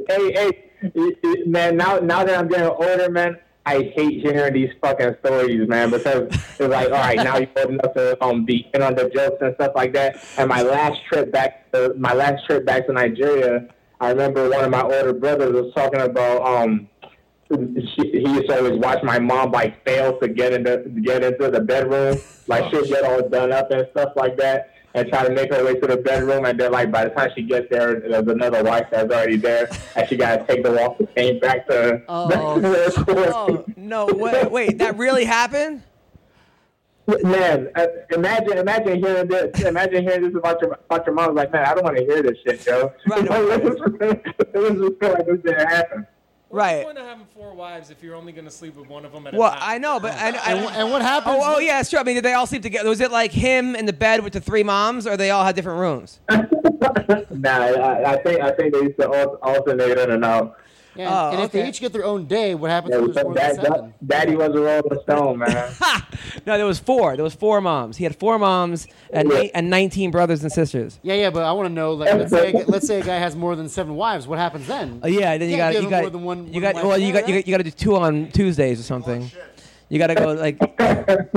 Speaker 9: hey, hey, y- y- man! Now, now that I'm getting older, man, I hate hearing these fucking stories, man. Because it's like, all right, now you're old enough to um be in on the jokes and stuff like that. And my last trip back, to, my last trip back to Nigeria, I remember one of my older brothers was talking about um. She, he used to always watch my mom like fail to get into get into the bedroom, like she'll get all done up and stuff like that, and try to make her way to the bedroom. And then like by the time she gets there, there's another wife that's already there, and she gotta take the walk and came back to. [laughs]
Speaker 3: Oh,
Speaker 2: oh no way! Wait, that really happened? Oh.
Speaker 9: Man, uh, imagine imagine hearing this. Imagine hearing this about your about your mom. Like, man, I don't want to hear this shit, yo.
Speaker 2: Right.
Speaker 9: [laughs] Like, this just feel like this didn't happen.
Speaker 2: Right.
Speaker 7: What's the point of having four wives if you're only going to sleep with one of them at a
Speaker 2: Well,
Speaker 7: time?
Speaker 2: I know, but I, I,
Speaker 3: And, wh- and what happens?
Speaker 2: oh, oh yeah, it's true. I mean, did they all sleep together? Was it like him in the bed with the three moms, or they all had different rooms?
Speaker 9: Nah, I, I think I think they used to al- alternate in and out.
Speaker 3: Yeah,
Speaker 2: Oh,
Speaker 3: and if
Speaker 2: okay.
Speaker 3: they each get their own day, what happens
Speaker 9: Yeah,
Speaker 3: if there's
Speaker 9: but
Speaker 3: more
Speaker 9: that,
Speaker 3: than seven?
Speaker 9: that, daddy was a Rolling Stone, man.
Speaker 2: [laughs] Ha! No, there was four. There was four moms. He had four moms and
Speaker 9: Yeah.
Speaker 2: eight, and 19 brothers and sisters.
Speaker 3: Yeah, yeah, but I want to know. Like, let's say, a gu- let's say a guy has more than seven wives. What happens then?
Speaker 2: Oh yeah, then you
Speaker 3: Can't
Speaker 2: got
Speaker 3: give
Speaker 2: you
Speaker 3: him
Speaker 2: got
Speaker 3: more than one-
Speaker 2: you
Speaker 3: one Oh,
Speaker 2: got
Speaker 3: wife.
Speaker 2: well you got you
Speaker 3: Yeah.
Speaker 2: got, you got to do two on Tuesdays or something. you got to go
Speaker 3: [laughs]
Speaker 2: like
Speaker 3: Oh.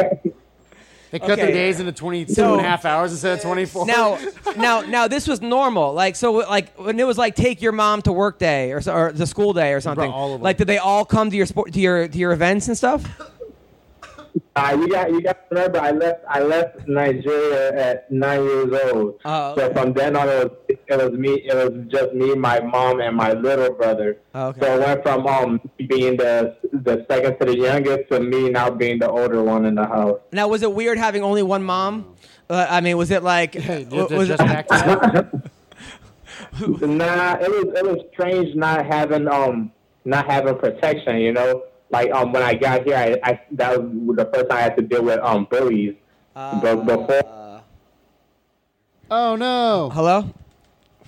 Speaker 3: They cut
Speaker 2: Okay.
Speaker 3: their days into 22
Speaker 2: So-
Speaker 3: and a half hours instead of 24.
Speaker 2: now now now this was normal. Like so like when it was like take your mom to work day or so, or the school day or something.
Speaker 3: all of them.
Speaker 2: Like did they all come to your sport to your to your events and stuff?
Speaker 9: Uh, you got you got to remember, I left I left Nigeria at nine years old.
Speaker 2: Oh,
Speaker 9: So
Speaker 2: okay.
Speaker 9: from then on, it was, it was me. It was just me, my mom, and my little brother.
Speaker 2: Oh, okay.
Speaker 9: So it went from um being the the second to the youngest to me now being the older one in the house.
Speaker 2: Now was it weird having only one mom? Uh, I mean, was it like
Speaker 3: [laughs] Hey,
Speaker 2: wa-
Speaker 3: just,
Speaker 2: uh, was
Speaker 3: just
Speaker 2: it- [laughs]
Speaker 3: back to
Speaker 9: Nah, it was it was strange not having um not having protection. You know, like um when I got here, I, I that was the first time I had to deal with um bullies.
Speaker 2: Ah.
Speaker 9: but before
Speaker 3: Oh no.
Speaker 2: Hello?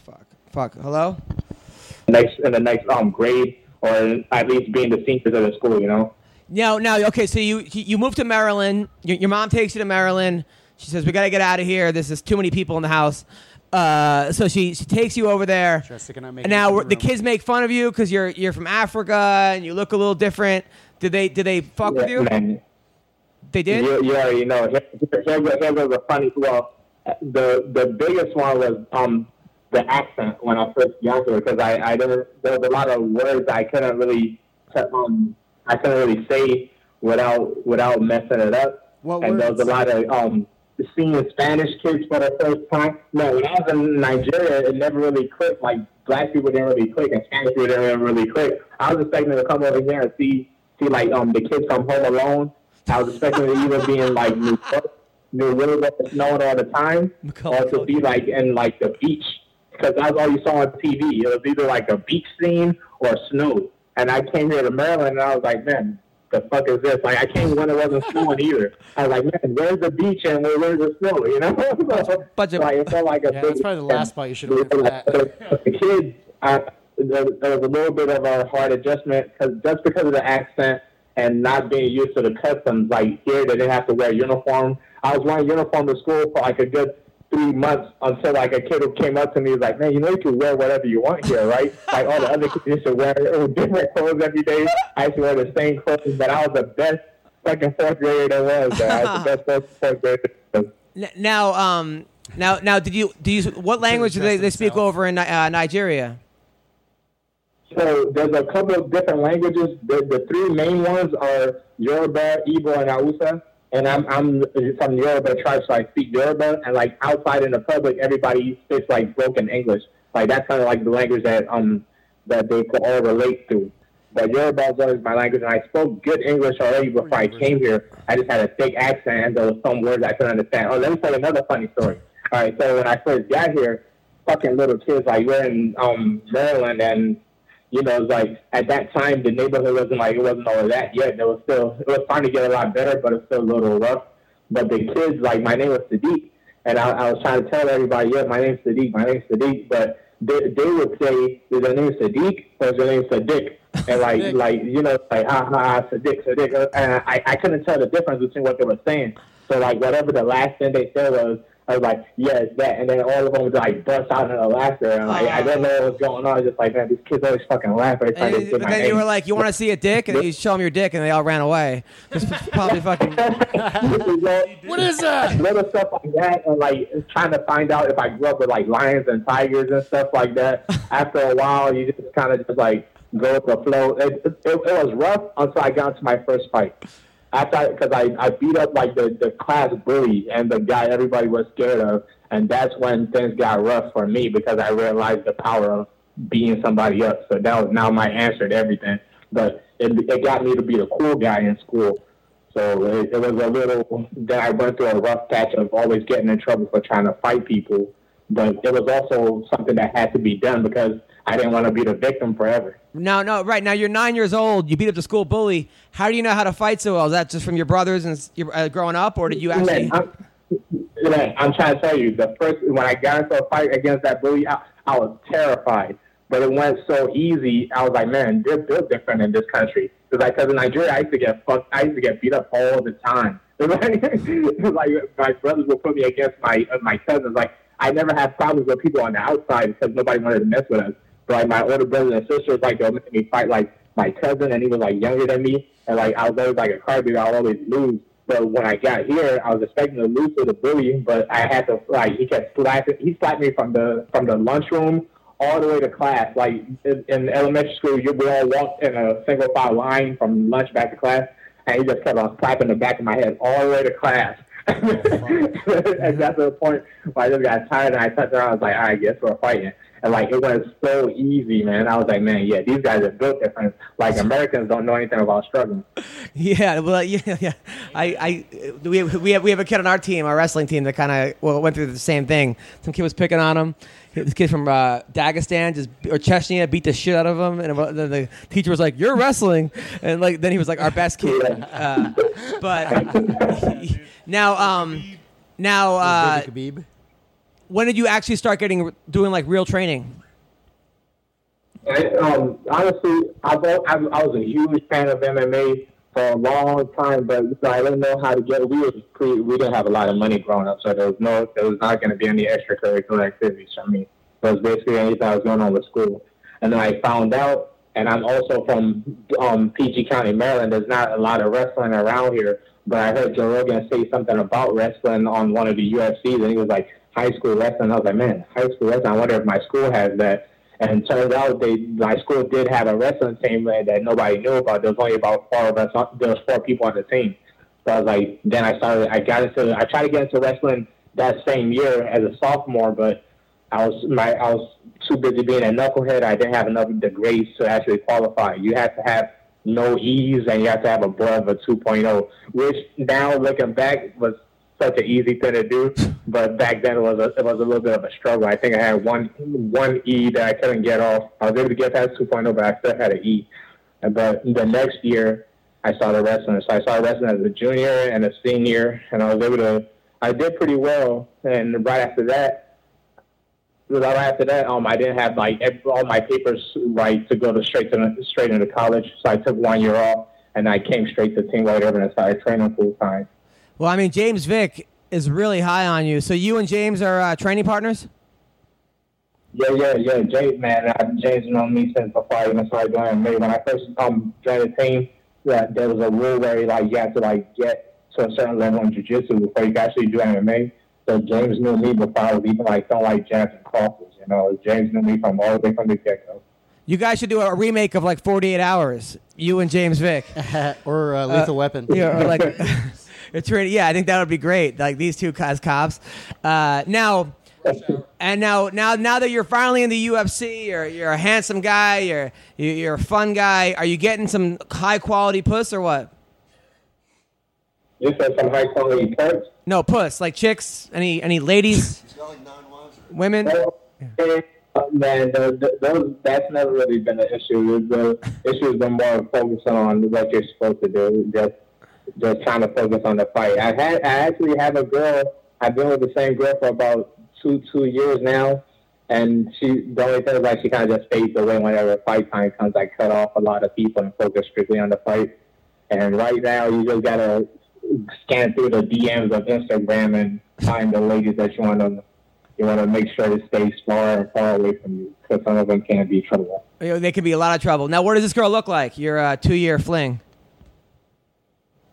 Speaker 2: Fuck. Fuck. Hello?
Speaker 9: next in the next um grade or at least being the seniors of the school, you know.
Speaker 2: Now, now, okay. So you you move to Maryland. Your, your mom takes you to Maryland. She says, "We got to get out of here. This is too many people in the house." Uh, so she she takes you over there.
Speaker 3: Jessica and I make
Speaker 2: And
Speaker 3: it
Speaker 2: now
Speaker 3: into
Speaker 2: we're-
Speaker 3: the
Speaker 2: the
Speaker 3: room.
Speaker 2: kids make fun of you because you're you're from Africa and you look a little different. Did they did they fuck with you?
Speaker 9: Man,
Speaker 2: They did.
Speaker 9: you, you already know. Here, here, was- here was a funny. Well, the the biggest one was um the accent when I first got here because I I didn't, there was a lot of words I couldn't really um I couldn't really say without without messing it up.
Speaker 3: What
Speaker 9: and there was a
Speaker 3: words?
Speaker 9: lot of um seeing Spanish kids for the first time. No, when I was in Nigeria, it never really clicked. Like black people didn't really click, and Spanish people didn't really click. I was expecting to come over here and see see like um the kids come home alone. I was expecting to either be in like New York you're really going to know it all the time,
Speaker 2: McCullough
Speaker 9: or to be like in like the beach because that's all you saw on TV. It was either like a beach scene or snow. And I came here to Maryland, and I was like, man, the fuck is this? Like I came when it wasn't snowing either. I was like, man, where's the beach and where, where's the snow? You know, [laughs] so,
Speaker 2: Bunch of-
Speaker 9: like it felt like a
Speaker 3: Yeah, that's
Speaker 9: big-
Speaker 3: probably the last spot you should have went for that.
Speaker 9: [laughs] the kids, I, there, there was a little bit of a hard adjustment because just because of the accent and not being used to the customs, like here they didn't have to wear uniform. I was wearing uniform to school for like a good three months until like a kid who came up to me was like, "Man, you know you can wear whatever you want
Speaker 3: [laughs]
Speaker 9: here, right? like all the other kids used to wear different clothes every day. I used to wear the same clothes, but I was the best fucking fourth grader there was. man. I was
Speaker 3: [laughs]
Speaker 9: the best fourth grader. there was.
Speaker 2: N- now, um, now, now, did you do you? What language do they, they speak over in Ni- uh, Nigeria?
Speaker 9: So there's a couple of different languages. The, the three main ones are Yoruba, Igbo, and Hausa. And I'm I'm from Yoruba tribe, so I speak Yoruba. And like outside in the public, everybody speaks like broken English. Like that's kind of like the language that um that they could all relate to. But Yoruba is always my language, and I spoke good English already before I came here. I just had a thick accent, and there was some words I couldn't understand. Oh, let me tell you another funny story. All right, so when I first got here, fucking little kids like we're in um Maryland and you know, it's like at that time the neighborhood wasn't like it wasn't all of that yet. It was still it was starting to get a lot better, but it's still a little rough. But the kids, like my name was Sadiq, and I, I was trying to tell everybody, yeah, my name's Sadiq, my name's Sadiq, but they, they would say, is your name Sadiq or is your name Sadiq? And like like you know like ah ah, ah Sadiq Sadiq, and I I couldn't tell the difference between what they were saying. So like whatever the last thing they said was. I was like, yeah, it's that. And then all of them would like bust out into laughter. And like, I didn't know what was going on. I was just like, man, these kids always fucking laugh every
Speaker 2: And,
Speaker 9: time they say
Speaker 2: but
Speaker 9: my
Speaker 2: then you
Speaker 9: name.
Speaker 2: were like, you want to see a dick, and then you show them your dick, and they all ran away. That's probably fucking. [laughs]
Speaker 9: [laughs] what is that? Little stuff like that, and like trying to find out if I grew up with like lions and tigers and stuff like that. After a while, you just kind of just like go with the flow. It, it, it was rough until I got into my first fight. After because I, I beat up like the, the class bully and the guy everybody was scared of, and that's when things got rough for me because I realized the power of beating somebody up. So that was now my answer to everything. But it, it got me to be the cool guy in school. So it, it was a little that I went through a rough patch of always getting in trouble for trying to fight people, but it was also something that had to be done because I didn't want to be the victim forever.
Speaker 2: No, no, right now you're nine years old. You beat up the school bully. How do you know how to fight so well? Is that just from your brothers and s- your, uh, growing up, or did you actually?
Speaker 9: Man, I'm, man, I'm trying to tell you, the first when I got into a fight against that bully, I, I was terrified. But it went so easy. I was like, man, they're built different in this country. Because like, 'cause in Nigeria, I used to get fucked. I used to get beat up all the time. [laughs] like, like my brothers would put me against my uh, my cousins. Like I never had problems with people on the outside because nobody wanted to mess with us. But like my older brothers and sisters, like they'll make me fight like my cousin, and he was like younger than me, and like I was always like a card I would always lose. But when I got here, I was expecting to lose to the bully, but I had to like he kept slapping. He slapped me from the from the lunchroom all the way to class. Like in, in elementary school, you we all walked in a single file line from lunch back to class, and he just kept on slapping the back of my head all the way to class. [laughs] and that's the point where I just got tired and I touched around. I was like, all right, guess we're fighting. And like it went so easy, man. I was like, man, yeah, these guys are built different. Like Americans don't know anything about struggling.
Speaker 2: [laughs] Yeah, well, [laughs] yeah, yeah. I, I, we, we have we have a kid on our team, our wrestling team, that kind of well went through the same thing. Some kid was picking on him. This kid from uh, Dagestan, just or Chechnya, beat the shit out of him, and then the teacher was like, "You're wrestling," and like then he was like, "Our best kid." Uh, but [laughs] now, um, now, uh,
Speaker 3: Baby Khabib.
Speaker 2: when did you actually start getting doing like real training?
Speaker 9: I, um, honestly, I've, al- I've, I was a huge fan of MMA for a long time, but you know, I didn't know how to get. We was pre, we didn't have a lot of money growing up, so there was no, there was not going to be any extracurricular activities for me. It was basically anything that was going on with school, and then I found out. And I'm also from um, PG County, Maryland. There's not a lot of wrestling around here, but I heard Joe Rogan say something about wrestling on one of the UFCs, and he was like, "High school wrestling." I was like, "Man, high school wrestling. I wonder if my school has that." And turns out they my school did have a wrestling team that that nobody knew about. There was only about four of us. on- There was four people on the team. So I was like, then I started. I got into. I tried to get into wrestling that same year as a sophomore, but I was my I was too busy being a knucklehead. I didn't have enough the grades to actually qualify. You have to have oh, no E's and you have to have a blood of a 2.0, which now looking back was such an easy thing to do. But back then it was a, it was a little bit of a struggle. I think I had one one E that I couldn't get off. I was able to get past 2.0, but I still had an E. And- But the next year I started wrestling. So I started wrestling as a junior and a senior, and I was able to. I did pretty well. And right after that, right after that, um, I didn't have like ev- all my papers right to go to straight to straight into college, so I took one year off and I came straight to Team White Urban and started training full time.
Speaker 2: Well, I mean, James Vick is really high on you. So you and James are uh, training partners.
Speaker 9: Yeah, yeah, yeah. James, man, uh, James known me since before I even started joining me. When I first um joined the team, yeah, there was a rule where like you had to like get to a certain level in jujitsu before you could actually do MMA. So James knew me before I was even like someone like Jackson Crawford. You know, James knew me from all the way from the get go.
Speaker 2: You guys should do a remake of like 48 Hours. You and James Vick.
Speaker 3: [laughs] or uh, Lethal Weapon.
Speaker 2: Yeah, or like [laughs] it's really yeah. I think that would be great. Like these two as cops. Uh, now and now now now that you're finally in the UFC, you're you're a handsome guy. You're you- you're a fun guy. Are you getting some high quality puss or what?
Speaker 9: [laughs] You said some high quality perks.
Speaker 2: No puss, like chicks. Any any ladies,
Speaker 9: [laughs]
Speaker 2: women.
Speaker 9: Uh, Man, those, those, that's never really been an issue. The the issue has been more focusing on what you're supposed to do, just just trying to focus on the fight. I had, I actually have a girl. I've been with the same girl for about two two years now, and she the only thing is like she kind of just fades away whenever fight time comes. I cut off a lot of people and focus strictly on the fight. And right now, you just gotta scan through the DMs of Instagram and find the ladies that you want to you want to make sure it stays far and far away from you because some of them can be trouble.
Speaker 2: You know, They could be a lot of trouble. Now, what does this girl look like? Your uh, two year fling.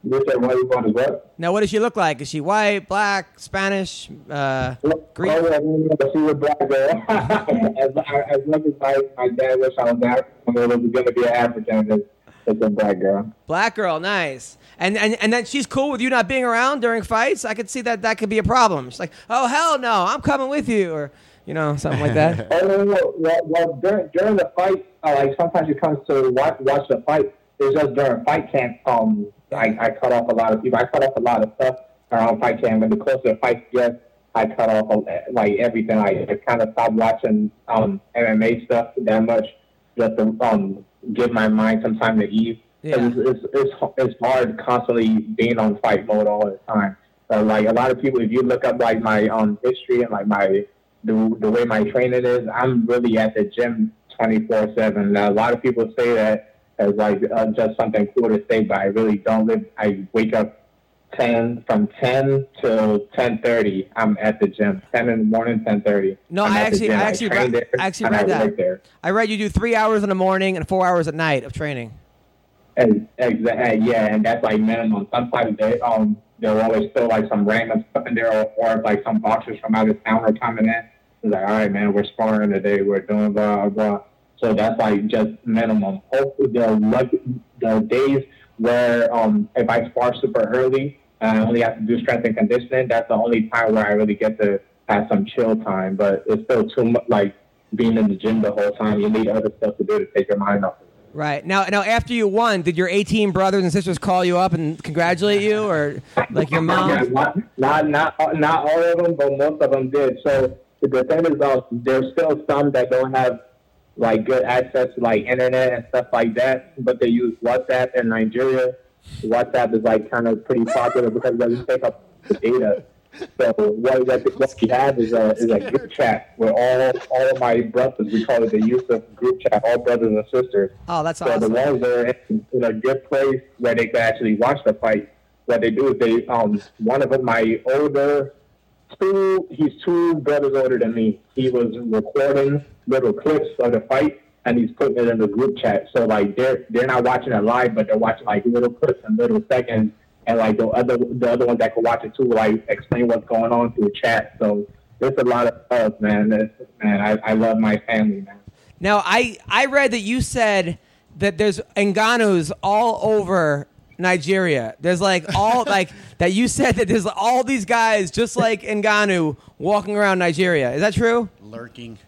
Speaker 9: You said what you want to what?
Speaker 2: Now, what does she look like? Is she white, black, Spanish? Uh, Green.
Speaker 9: Oh, yeah, you know, she was black girl. [laughs] as, as much as my, my dad wish I was African, it was going to be an African. It's, it's a black girl.
Speaker 2: Black girl, nice. And and and then she's cool with you not being around during fights. I could see that that could be a problem. She's like, "Oh hell no, I'm coming with you," or you know something like
Speaker 9: [laughs]
Speaker 2: that.
Speaker 9: Oh, no, no, well, well during, during the fight, uh, like sometimes it comes to watch, watch the fight. It's just during fight camp, um, I, I cut off a lot of people. I cut off a lot of stuff around fight camp, and the closer the fight gets, I cut off a- like everything. I just kind of stopped watching um MMA stuff that much, just to um give my mind some time to ease. 'Cause
Speaker 2: Yeah.
Speaker 9: It's, it's it's it's hard constantly being on fight mode all the time. Uh, like a lot of people, if you look up like my um history and like my the, the way my training is, I'm really at the gym 24 7. A lot of people say that as like uh, just something cool to say, but I really don't live. I wake up 10 from 10 to 10:30. I'm at the gym 10 in the morning, 10:30.
Speaker 2: No,
Speaker 9: I'm
Speaker 2: I
Speaker 9: at the
Speaker 2: actually-
Speaker 9: gym.
Speaker 2: I actually
Speaker 9: train
Speaker 2: read-
Speaker 9: there,
Speaker 2: I actually
Speaker 9: and
Speaker 2: read that.
Speaker 9: work there.
Speaker 2: I read you do three hours in the morning and four hours at night of training.
Speaker 9: And, exa- eh, yeah, and that's like minimum. Sometimes they um they're always still like some random stuff in there, or, or like some boxers from out of town are coming in. It's like, all right, man, we're sparring today. We're doing blah blah. blah. So that's like just minimum. Hopefully, the luck the days where um if I spar super early, and I only have to do strength and conditioning. That's the only time where I really get to have some chill time. But it's still too much like being in the gym the whole time. You need other stuff to do to take your mind off. of it.
Speaker 2: Right now, now after you won, did your 18 brothers and sisters call you up and congratulate you, or like your
Speaker 9: Yeah,
Speaker 2: mom?
Speaker 9: not, not not not all of them, but most of them did. So the thing is, uh, there's still some that don't have like good access to like internet and stuff like that, but they use WhatsApp in Nigeria. WhatsApp is like kind of pretty popular because it doesn't take up data. So what, what, what we have is a is a group chat where all all of my brothers we call it the Yusuf group chat, all brothers and sisters.
Speaker 2: Oh, that's
Speaker 9: So the
Speaker 2: awesome.
Speaker 9: ones that are in, in a good place where they can actually watch the fight, what they do is they um one of them, my older two he's two brothers older than me. He was recording little clips of the fight and he's putting it in the group chat. So like they're they're not watching it live, but they're watching like little clips and little seconds. And like the other the other ones that can watch it too, like explain what's going on through chat. So there's a lot of stuff, man. It's- man, I, I love my family, man.
Speaker 2: Now, I I read that you said that there's Nganu's all over Nigeria. There's like all like that you said that there's all these guys just like Nganu walking around Nigeria. Is that true?
Speaker 3: Lurking.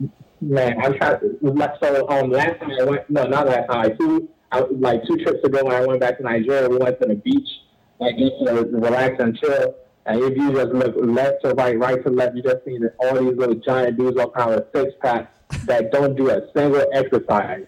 Speaker 9: Man, I'm trying to. like, So um, last time I went, no, not last time. Like two, I, like two trips ago when I went back to Nigeria, we went to the beach, like just to relax and chill. And if you just look left to right, right to left, you just see that all these little giant dudes walking around with six packs that don't do a single exercise.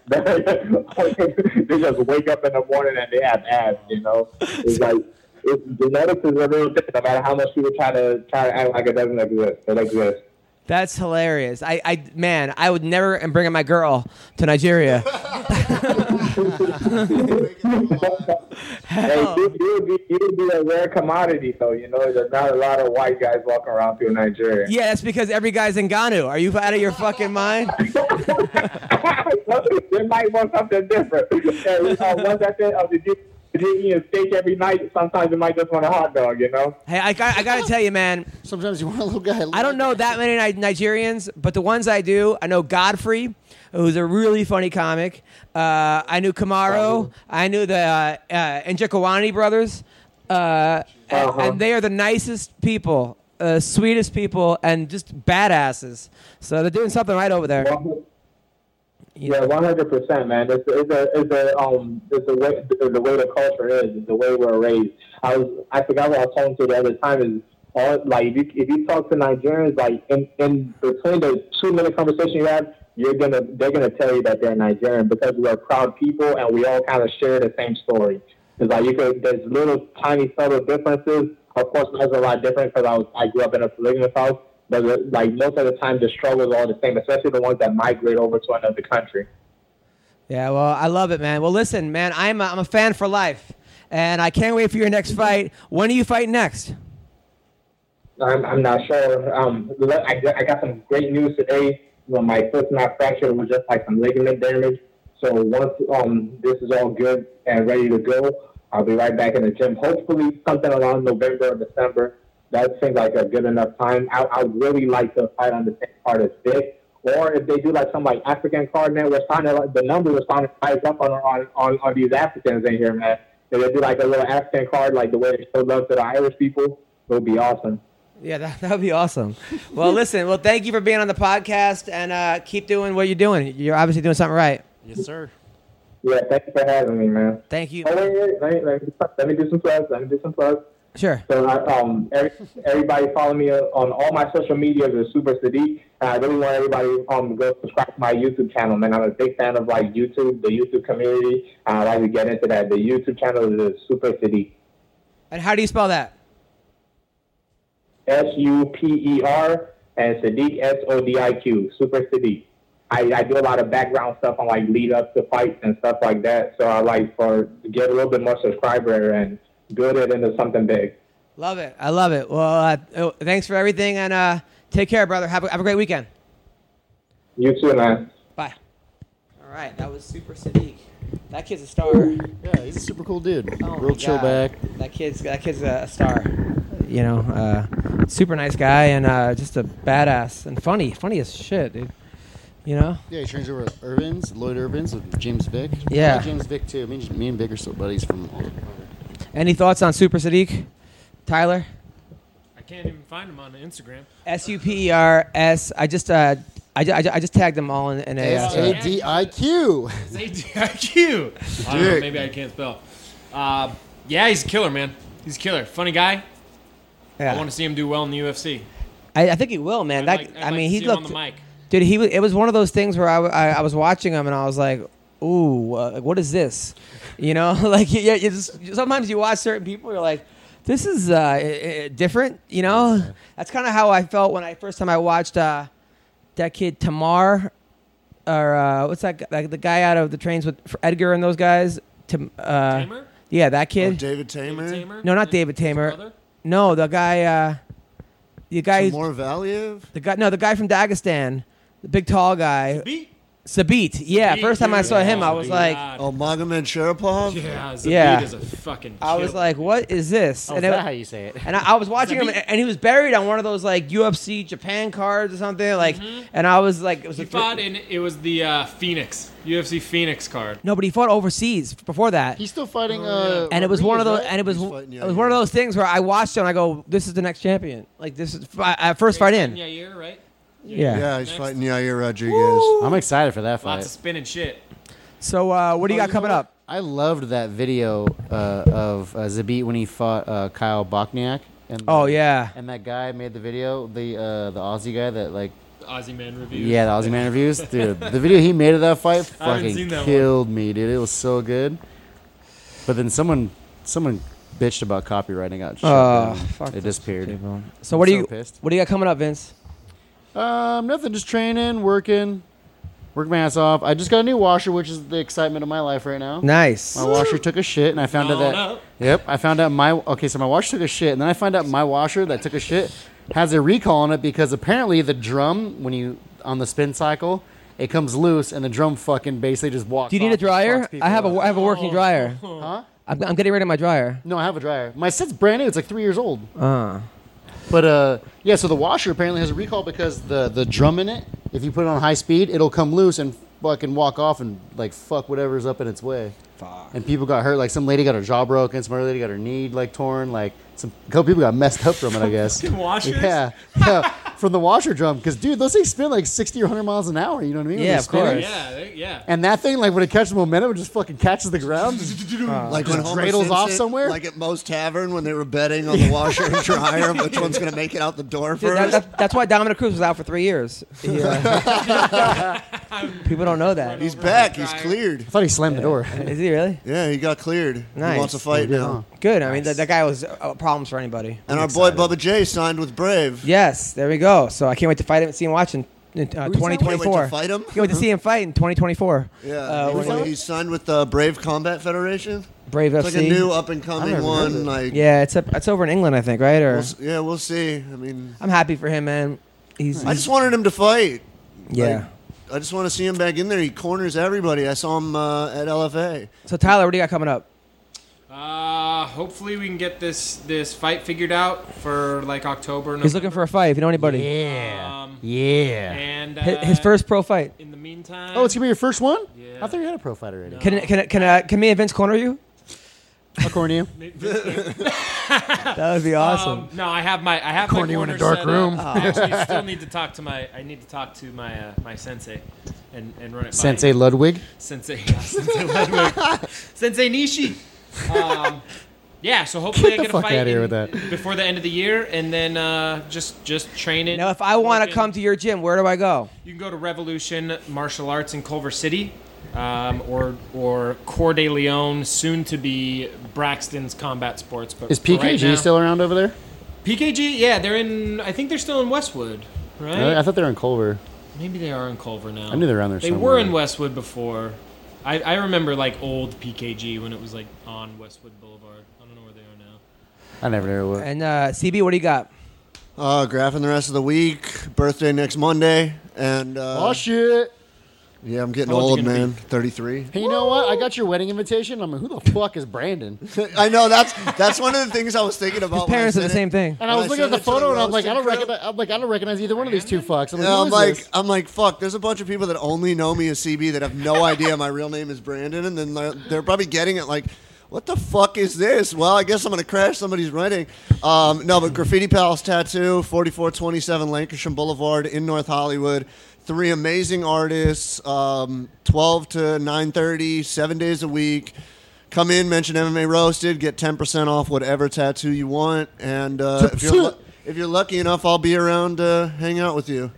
Speaker 9: [laughs] they just wake up in the morning and they have abs, you know? It's like, it's, genetics is a real thing, no matter how much people try to, try to act like it doesn't exist. It exists.
Speaker 2: That's hilarious. I, I, man, I would never am bringing my girl to Nigeria.
Speaker 9: Hey, you would be, you would be a rare commodity, though, you know? There's not a lot of white guys walking around through Nigeria. [laughs]
Speaker 2: Yeah, that's because every guy's in Ghana. Are you out of your fucking mind?
Speaker 9: they might want something different. And, you know, once I said, oh, did you, did you eat a E steak every night? Sometimes you might just want a hot dog, you know?
Speaker 2: Hey, I, got- I gotta tell you, man.
Speaker 3: Sometimes you want a little guy.
Speaker 2: I don't know that many Ni- Nigerians, but the ones I do, I know Godfrey, who's a really funny comic. Uh, I knew Kamaro. I knew the uh, uh, Njekawani brothers, uh, and-
Speaker 9: Uh-huh.
Speaker 2: and they are the nicest people, uh, sweetest people, and just badasses. So they're doing something right over there.
Speaker 9: Yeah, one hundred percent, man. It's, it's a, it's a, um, it's the way, the, the way the culture is, it's the way we're raised. I was, I forgot what I was talking to the other time. Is all like if you, if you talk to Nigerians, like in, in between the two minute conversation you have, you're gonna, they're gonna tell you that they're Nigerian because we're proud people and we all kind of share the same story. It's like you could, there's little tiny subtle differences. Of course, mine's a lot different because I was, I grew up in a polygamous house. But uh, like most of the time, the struggles are all the same, especially the ones that migrate over to another country.
Speaker 2: Yeah, well, I love it, man. Well, listen, man, I'm a, I'm a fan for life, and I can't wait for your next fight. When do you fight next?
Speaker 9: I'm, I'm not sure. Um, look, I, got- I got some great news today. Well, my foot's not fractured. It was just like some ligament damage. So once um, this is all good and ready to go, I'll be right back in the gym. Hopefully something around November or December. That seems like a good enough time. I, I really like to fight on the same card as Vic. Or if they do like some like African card, man, we're starting to, like the number was starting to rise up on, on on on these Africans in here, man. If they do like a little African card, like the way they show love to the Irish people, it would be awesome.
Speaker 2: Yeah, that [laughs] that would be awesome. Well, listen, well, thank you for being on the podcast, and uh, keep doing what you're doing. You're obviously doing something right.
Speaker 3: Yes, sir.
Speaker 9: Yeah, thank you for having me, man.
Speaker 2: Thank you.
Speaker 9: Oh, wait, wait, wait, let, me, let me do some plugs. Let me do some plugs.
Speaker 2: Sure.
Speaker 9: So, I, um, every, everybody follow me on all my social media is Super Sadiq. And I really want everybody um to go subscribe to my YouTube channel, man. I'm a big fan of like YouTube, the YouTube community. I like to get into that. The YouTube channel is Super Sadiq.
Speaker 2: And how do you spell that?
Speaker 9: S U P E R and Sadiq S O D I Q. Super Sadiq. I, I do a lot of background stuff on like lead up to fights and stuff like that. So I like for to get a little bit more subscriber and build it into something big.
Speaker 2: Love it. I love it. Well, uh, oh, thanks for everything, and uh, take care, brother. Have a, have a great weekend.
Speaker 9: You too, man.
Speaker 2: Bye. All right, that was Super Sadiq. That kid's a star.
Speaker 3: Yeah, he's a super cool dude.
Speaker 2: Oh my
Speaker 3: Real chill
Speaker 2: God.
Speaker 3: back.
Speaker 2: That kid's that kid's a star. You know, uh, super nice guy and uh, just a badass and funny, funny as shit, dude. You know,
Speaker 3: Yeah, he trains over at Irvin's, Lloyd Irvin's with James Vick.
Speaker 2: Yeah.
Speaker 3: I like James Vick too. Me and, me and Vick are still buddies from all over.
Speaker 2: any thoughts on Super Sadiq, Tyler?
Speaker 7: I can't even find him on Instagram.
Speaker 2: S U P E R S. I just uh, I, ju- I, ju- I just tagged them all in, in a.
Speaker 3: S
Speaker 2: Uh,
Speaker 3: A D I Q.
Speaker 7: ZDIQ. I don't know, maybe I can't spell. Uh, yeah, he's a killer, man. He's a killer. Funny guy. I
Speaker 2: yeah.
Speaker 7: want to see him do well in the UFC.
Speaker 2: I, I think he will, man.
Speaker 7: I'd
Speaker 2: That,
Speaker 7: like- I'd
Speaker 2: I
Speaker 7: like
Speaker 2: mean,
Speaker 7: to
Speaker 2: he
Speaker 7: see him
Speaker 2: looked,
Speaker 7: on the mic.
Speaker 2: dude. He was, it was one of those things where I, w- I- I was watching him and I was like, ooh, uh, like, what is this? You know, [laughs] like yeah, you just, sometimes you watch certain people, you're like, this is uh, i- i- different. You know, that's kind of how I felt when I first time I watched uh, that kid Tamar, or uh, what's that? guy- Like the guy out of the trains with Edgar and those guys. Tam, uh,
Speaker 7: Tamer?
Speaker 2: Yeah, that kid.
Speaker 6: David Tamer.
Speaker 7: Tamer?
Speaker 2: No, not David
Speaker 7: His
Speaker 2: Tamer.
Speaker 7: brother?
Speaker 2: No, the guy, uh, the guy, who's-
Speaker 6: More value.
Speaker 2: the guy, no, the guy from Dagestan, the big tall guy,
Speaker 7: Beat?
Speaker 2: Sabit. Yeah,
Speaker 7: Beat,
Speaker 2: first time I
Speaker 7: dude.
Speaker 2: saw him,
Speaker 7: Oh
Speaker 2: I
Speaker 7: my
Speaker 2: was like,
Speaker 7: God.
Speaker 6: Oh, Magomed Sharapov.
Speaker 7: yeah, Zabit
Speaker 2: Yeah.
Speaker 7: is a fucking
Speaker 2: I was
Speaker 7: killer.
Speaker 2: like, what is this?
Speaker 3: Oh,
Speaker 2: and
Speaker 3: is
Speaker 2: it-
Speaker 3: that how you say it?
Speaker 2: and I, I was watching him,
Speaker 7: Zabit?
Speaker 2: and he was buried on one of those like UFC Japan cards or something, like. And I was like, it was
Speaker 7: He
Speaker 2: a
Speaker 7: fought in it was the uh, Phoenix UFC Phoenix card.
Speaker 2: no, but he fought overseas before that.
Speaker 3: He's still fighting. Uh,
Speaker 2: Oh, and it was one of those,
Speaker 3: Rodriguez,
Speaker 2: and
Speaker 3: right?
Speaker 2: it was,
Speaker 6: He's
Speaker 2: it
Speaker 6: fighting
Speaker 2: was one of
Speaker 6: Yair.
Speaker 2: those things where I watched it and I go, "This is the next champion." Like this is I, I first fight in, yeah,
Speaker 7: Yair, right?
Speaker 6: Yeah, he's
Speaker 7: Next.
Speaker 6: fighting Yair Rodriguez.
Speaker 3: I'm excited for that
Speaker 7: Lots
Speaker 3: fight.
Speaker 7: of spinning shit.
Speaker 2: So, uh, what do you
Speaker 3: Oh,
Speaker 2: got
Speaker 3: know
Speaker 2: coming
Speaker 3: what?
Speaker 2: up?
Speaker 3: I loved that video uh, of uh, Zabit when he fought uh, Kyle Bokniak And
Speaker 2: Oh, yeah.
Speaker 3: and that guy made the video, the uh, the Aussie guy that like
Speaker 7: Aussie man review.
Speaker 3: yeah, the Aussie man reviews, dude. The video he made of that fight
Speaker 7: [laughs] I haven't
Speaker 3: fucking
Speaker 7: seen that one.
Speaker 3: killed me, dude. It was so good. But then someone someone bitched about copyright and got shut
Speaker 2: Oh,
Speaker 3: down.
Speaker 2: fuck
Speaker 3: It
Speaker 2: those
Speaker 3: disappeared.
Speaker 2: So what do
Speaker 3: so
Speaker 2: you
Speaker 3: pissed.
Speaker 2: what do you got coming up, Vince?
Speaker 3: Um, nothing. Just training, working, working my ass off. I just got a new washer, which is the excitement of my life right now.
Speaker 2: Nice.
Speaker 3: My washer took a shit, and I found out
Speaker 7: Gone
Speaker 3: that.
Speaker 7: up.
Speaker 3: Yep, I found out my okay. So my washer took a shit, and then I find out my washer that took a shit has a recall on it because apparently the drum when you on the spin cycle it comes loose, and the drum fucking basically just walks.
Speaker 2: Do you need
Speaker 3: off
Speaker 2: a
Speaker 3: and
Speaker 2: dryer?
Speaker 3: fucks people
Speaker 2: I have a
Speaker 3: up.
Speaker 2: I have a working dryer.
Speaker 3: Huh?
Speaker 2: I'm, I'm getting rid of my dryer.
Speaker 3: No, I have a dryer. My set's brand new. It's like three years old.
Speaker 2: Uh,
Speaker 3: But uh, yeah, so the washer apparently has a recall because the the drum in it, if you put it on high speed, it'll come loose and fucking walk off and like fuck whatever's up in its way. Fuck. And people got hurt. Like some lady got her jaw broken. Some other lady got her knee like torn. Like some a couple people got messed up from it. I guess.
Speaker 7: Fucking washers?
Speaker 3: Yeah. yeah. From the washer drum, because dude, those things spin like sixty or hundred miles an hour. You know what I mean? when
Speaker 2: Yeah,
Speaker 3: they're
Speaker 2: of
Speaker 3: spinning.
Speaker 2: course.
Speaker 7: Yeah, they- yeah.
Speaker 3: And that thing, like when it catches momentum, it just fucking catches the ground.
Speaker 6: Like when
Speaker 3: Just
Speaker 6: Homer
Speaker 3: dreidels off
Speaker 6: Simpson-
Speaker 3: somewhere?
Speaker 6: Like at Moe's Tavern when they were betting on the washer and
Speaker 2: [laughs]
Speaker 6: dryer, which one's going to make it out the door
Speaker 2: Dude, that-
Speaker 6: first.
Speaker 2: that- that's why Dominic Cruz was out for three years. He, uh, People don't know that.
Speaker 6: He's back. He's
Speaker 7: Dryer.
Speaker 6: cleared.
Speaker 3: I thought he slammed the
Speaker 2: [laughs]
Speaker 3: door.
Speaker 2: Is he really?
Speaker 6: Yeah, he got cleared.
Speaker 2: Nice.
Speaker 6: He wants to fight now.
Speaker 2: Good. I mean, that, that guy was uh, problems for anybody.
Speaker 6: And our boy Bubba J signed with Brave.
Speaker 2: Yes, there we go. So I can't wait to fight him and see him watching in uh,
Speaker 6: Can't wait
Speaker 2: 2024.
Speaker 6: to fight him.
Speaker 2: Can't wait to see him fight in 2024.
Speaker 6: [laughs] Yeah,
Speaker 2: Uh,
Speaker 6: he's,
Speaker 2: when he-
Speaker 6: he's signed with the Brave Combat Federation.
Speaker 2: Brave
Speaker 6: It's
Speaker 2: FC.
Speaker 6: like a new uh, up and
Speaker 3: I've
Speaker 6: coming
Speaker 3: never heard
Speaker 6: one.
Speaker 3: of it.
Speaker 6: Like
Speaker 2: yeah, it's up it's over in England, I think, right? Or
Speaker 6: we'll s- yeah, we'll see. I mean,
Speaker 2: I'm happy for him, man. He's,
Speaker 6: I just wanted him to fight.
Speaker 2: yeah.
Speaker 6: I just want to see him back in there. He corners everybody. I saw him uh, at LFA.
Speaker 2: so Tyler, what do you got coming up?
Speaker 7: Uh, hopefully we can get this this fight figured out for like October.
Speaker 2: He's looking for a fight. If you know anybody,
Speaker 3: Yeah.
Speaker 7: Um,
Speaker 3: Yeah.
Speaker 7: and uh,
Speaker 2: Hi- his first pro fight.
Speaker 7: In the meantime,
Speaker 3: Oh, it's gonna be your first one?
Speaker 7: Yeah.
Speaker 3: I thought you had a pro fighter already.
Speaker 2: Can can can uh, can me and Vince corner you?
Speaker 3: I'll corner
Speaker 7: [laughs]
Speaker 3: you.
Speaker 2: [laughs] That would be awesome.
Speaker 7: Um, no, I have my I have
Speaker 3: Corner
Speaker 7: my
Speaker 3: you in a
Speaker 7: corner
Speaker 3: dark
Speaker 7: set up.
Speaker 3: room. Oh.
Speaker 7: I actually still need to talk to my I need to talk to my uh, my sensei, and and run it. by-
Speaker 3: Sensei Ludwig.
Speaker 7: sensei [laughs] yeah, sensei Ludwig. sensei Nishi. Um, yeah, so hopefully
Speaker 3: Get
Speaker 7: I
Speaker 3: the
Speaker 7: get
Speaker 3: fuck
Speaker 7: a fight
Speaker 3: outta here
Speaker 7: in-
Speaker 3: with that.
Speaker 7: before the end of the year, and then uh, just just training.
Speaker 2: now, if I want to
Speaker 7: working.
Speaker 2: come to your gym, where do I go?
Speaker 7: You can go to Revolution Martial Arts in Culver City, um, or or Cor de Leon, soon to be Braxton's Combat Sports. But
Speaker 3: Is
Speaker 7: for right
Speaker 3: PKG
Speaker 7: now-
Speaker 3: still around over there?
Speaker 7: PKG? Yeah, they're in. I think they're still in Westwood, right?
Speaker 3: Really? I thought they were in Culver.
Speaker 7: Maybe they are in Culver now.
Speaker 3: I knew they were around there
Speaker 7: They
Speaker 3: somewhere.
Speaker 7: were in Westwood before. I, I remember like old PKG when it was like on Westwood Boulevard. I don't know where they are now.
Speaker 3: I never knew what.
Speaker 2: And uh, CB, what do you got?
Speaker 6: Uh, graphing the rest of the week. Birthday next Monday. And uh,
Speaker 3: Oh shit!
Speaker 6: yeah, I'm getting
Speaker 7: How old you
Speaker 6: old,
Speaker 7: gonna
Speaker 6: man. 33.
Speaker 3: Hey, you know what? I got your wedding invitation. I'm like, who the fuck is Brandon?
Speaker 6: [laughs] I know that's that's one of the things I was thinking about.
Speaker 2: His
Speaker 6: when I
Speaker 2: parents are the
Speaker 6: said it.
Speaker 2: same
Speaker 3: [laughs]
Speaker 2: thing.
Speaker 3: And I
Speaker 6: When
Speaker 3: was
Speaker 6: I
Speaker 3: looking at
Speaker 6: sent
Speaker 3: the
Speaker 6: it to the
Speaker 3: photo, and I'm like, I don't
Speaker 6: roasting crew.
Speaker 3: recognize. I'm like, I don't recognize either one of these two fucks. I'm
Speaker 6: And
Speaker 3: like, who
Speaker 6: I'm
Speaker 3: is
Speaker 6: like,
Speaker 3: this?
Speaker 6: I'm like, fuck. There's a bunch of people that only know me as CB that have no idea my real name is Brandon, and then they're, they're probably getting it like, what the fuck is this? Well, I guess I'm gonna crash somebody's writing. Um, no, but Graffiti Palace Tattoo, 4427 Lancashire Boulevard in North Hollywood. Three amazing artists, um, 12 to 9:30, seven days a week. Come in, mention MMA Roasted, get 10% off whatever tattoo you want, and uh, if you're lu- if you're lucky enough, I'll be around to hang out with you.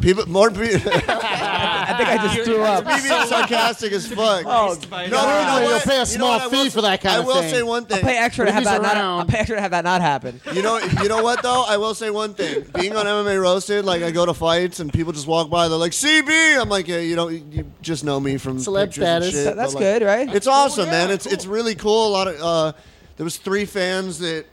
Speaker 6: People,
Speaker 2: [laughs]
Speaker 6: more [laughs] people.
Speaker 2: I think I just threw up.
Speaker 6: me being sarcastic as fuck.
Speaker 2: Oh,
Speaker 7: By
Speaker 6: No,
Speaker 7: now.
Speaker 6: no, no,
Speaker 3: You'll
Speaker 6: what?
Speaker 3: pay a
Speaker 6: You know
Speaker 3: small
Speaker 6: what? I will
Speaker 3: fee for that kind
Speaker 6: I
Speaker 3: of
Speaker 6: will
Speaker 3: thing.
Speaker 6: say one
Speaker 2: I'll pay
Speaker 6: thing.
Speaker 2: extra to have
Speaker 3: Movies
Speaker 2: that not.
Speaker 3: around.
Speaker 2: I'll pay extra to have that not happen.
Speaker 6: You know, you know what though? I will say one
Speaker 2: [laughs]
Speaker 6: thing. Being on MMA roasted, like I go to fights and people just walk by. They're like CB. I'm like, yeah, you don't. You just know me from
Speaker 3: Celeb
Speaker 6: pictures and
Speaker 3: status.
Speaker 6: shit,
Speaker 2: That- that's
Speaker 6: but, like,
Speaker 2: good, right?
Speaker 6: It's awesome,
Speaker 7: yeah,
Speaker 6: man. It's it's really cool. A lot of uh, there was three fans that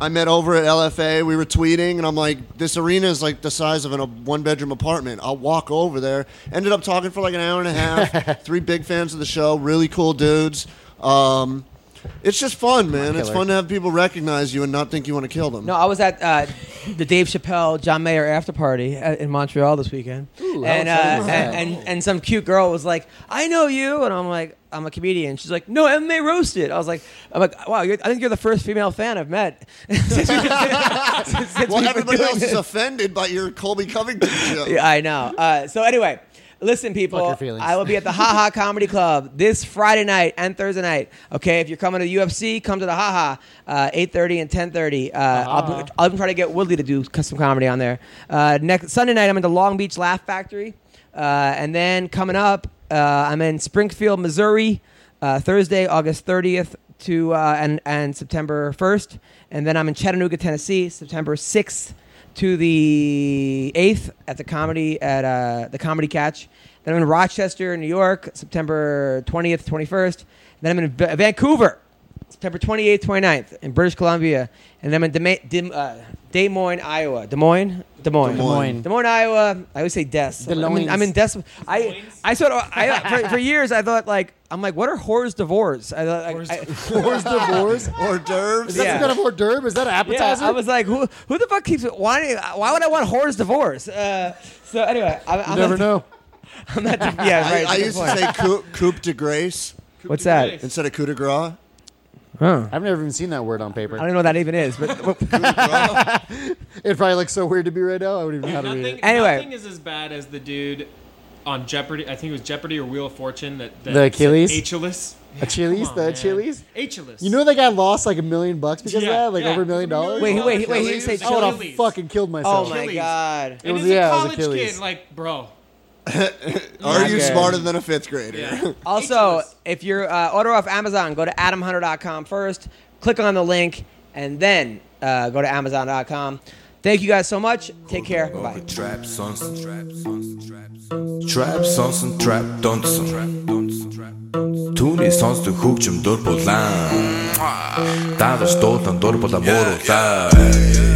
Speaker 6: I met over at LFA. We were tweeting, and I'm like, this arena is like the size of an, a one bedroom apartment. I'll walk over there. Ended up talking for like an hour and a
Speaker 2: [laughs]
Speaker 6: half. three big fans of the show, really cool dudes. Um, it's just fun, man. It's
Speaker 3: killer.
Speaker 6: fun to have people recognize you and not think you want to kill them.
Speaker 2: No, I was at uh, the Dave Chappelle John Mayer after party at, in Montreal this weekend,
Speaker 3: how
Speaker 2: and, uh,
Speaker 3: exciting is that?
Speaker 2: and and and some cute girl was like, "I know you," and I'm like, "I'm a comedian." She's like, "No, MMA roasted." I was like, "I'm like, wow, you're, I think you're the first female fan I've met." [laughs] Since we- since
Speaker 6: Well,
Speaker 2: we've been
Speaker 6: everybody
Speaker 2: doing
Speaker 6: else
Speaker 2: this. [laughs]
Speaker 6: is offended by your Colby Covington joke.
Speaker 2: Yeah, I know. Uh, so anyway, Listen, people,
Speaker 3: your feelings.
Speaker 2: I will be at the
Speaker 3: [laughs]
Speaker 2: Haha Comedy Club this Friday night and Thursday night. Okay, if you're coming to UFC, come to the Haha, uh, 8.30 and 10.30. Uh, I'll,
Speaker 3: Uh-huh.
Speaker 2: be, I'll be trying to get Woodley to do custom comedy on there. Uh, next Sunday night, I'm in the Long Beach Laugh Factory. Uh, and then coming up, uh, I'm in Springfield, Missouri, uh, Thursday, August 30th to uh, and, and September 1st. And then I'm in Chattanooga, Tennessee, September 6th to the 8th at the comedy at uh, the comedy catch then i'm in rochester new york september 20th 21st then i'm in Va- vancouver september 28th 29th in british columbia and i'm in Dema Dem- uh, des moines iowa des moines des moines
Speaker 3: Des Moines.
Speaker 2: des moines iowa i always say des I'm, in,
Speaker 3: Loines.
Speaker 2: I'm in des i i sort of I, for, for years i thought like i'm like what are whores divorce i thought like, I,
Speaker 3: Where's divorce?
Speaker 6: Hors d'oeuvres.
Speaker 3: Is that
Speaker 2: Yeah.
Speaker 3: some kind of hors d'oeuvre? Is that an
Speaker 2: [laughs] yeah,
Speaker 3: appetizer?
Speaker 2: I was like, who, who the fuck keeps wanting? Why would I want whore's divorce? Uh, so anyway, I, I'm
Speaker 3: you never
Speaker 2: not,
Speaker 3: know.
Speaker 2: I'm not. Yeah,
Speaker 6: [laughs] I,
Speaker 2: right.
Speaker 6: I
Speaker 2: good
Speaker 6: used
Speaker 2: point.
Speaker 6: to say coup, coup de grace
Speaker 2: What's that?
Speaker 6: instead of coup de grace.
Speaker 3: I've never even seen that word on paper.
Speaker 2: I don't know what that even is, but but-
Speaker 3: It probably looks so weird to be right now. I wouldn't even know how to read it.
Speaker 2: Anyway.
Speaker 7: nothing is as bad as the dude on Jeopardy. I think it was Jeopardy or Wheel of Fortune that, that
Speaker 3: The Achilles?
Speaker 7: said Achilles.
Speaker 3: Achilles, the Achilles.
Speaker 7: Achilles.
Speaker 3: You know that guy lost like a million bucks because
Speaker 7: Yeah,
Speaker 3: of that, like
Speaker 7: yeah.
Speaker 3: over a million dollars.
Speaker 2: wait, wait, wait. He didn't say
Speaker 7: Achilles.
Speaker 3: I would have
Speaker 7: Achilles.
Speaker 3: fucking killed
Speaker 2: oh
Speaker 3: myself.
Speaker 2: my
Speaker 7: Achilles.
Speaker 2: god.
Speaker 7: And
Speaker 3: was-
Speaker 7: as a
Speaker 3: yeah, it was
Speaker 7: college
Speaker 3: Achilles.
Speaker 7: kid,
Speaker 3: [laughs]
Speaker 7: like bro.
Speaker 6: Are you
Speaker 2: good.
Speaker 6: smarter than a fifth grader?
Speaker 2: Also,
Speaker 7: Achilles.
Speaker 2: if you're uh, order off Amazon, go to adamhunter.com first. Click on the link, and then uh, go to amazon.com. Thank you guys so much. Take care. Bye.
Speaker 4: Trap sons and trap sons and trap sons. Trap sons and trap dansen. Tuni sons du hugtjum dorpolan. Daður stóðan dorpola voru þær.
Speaker 6: [laughs]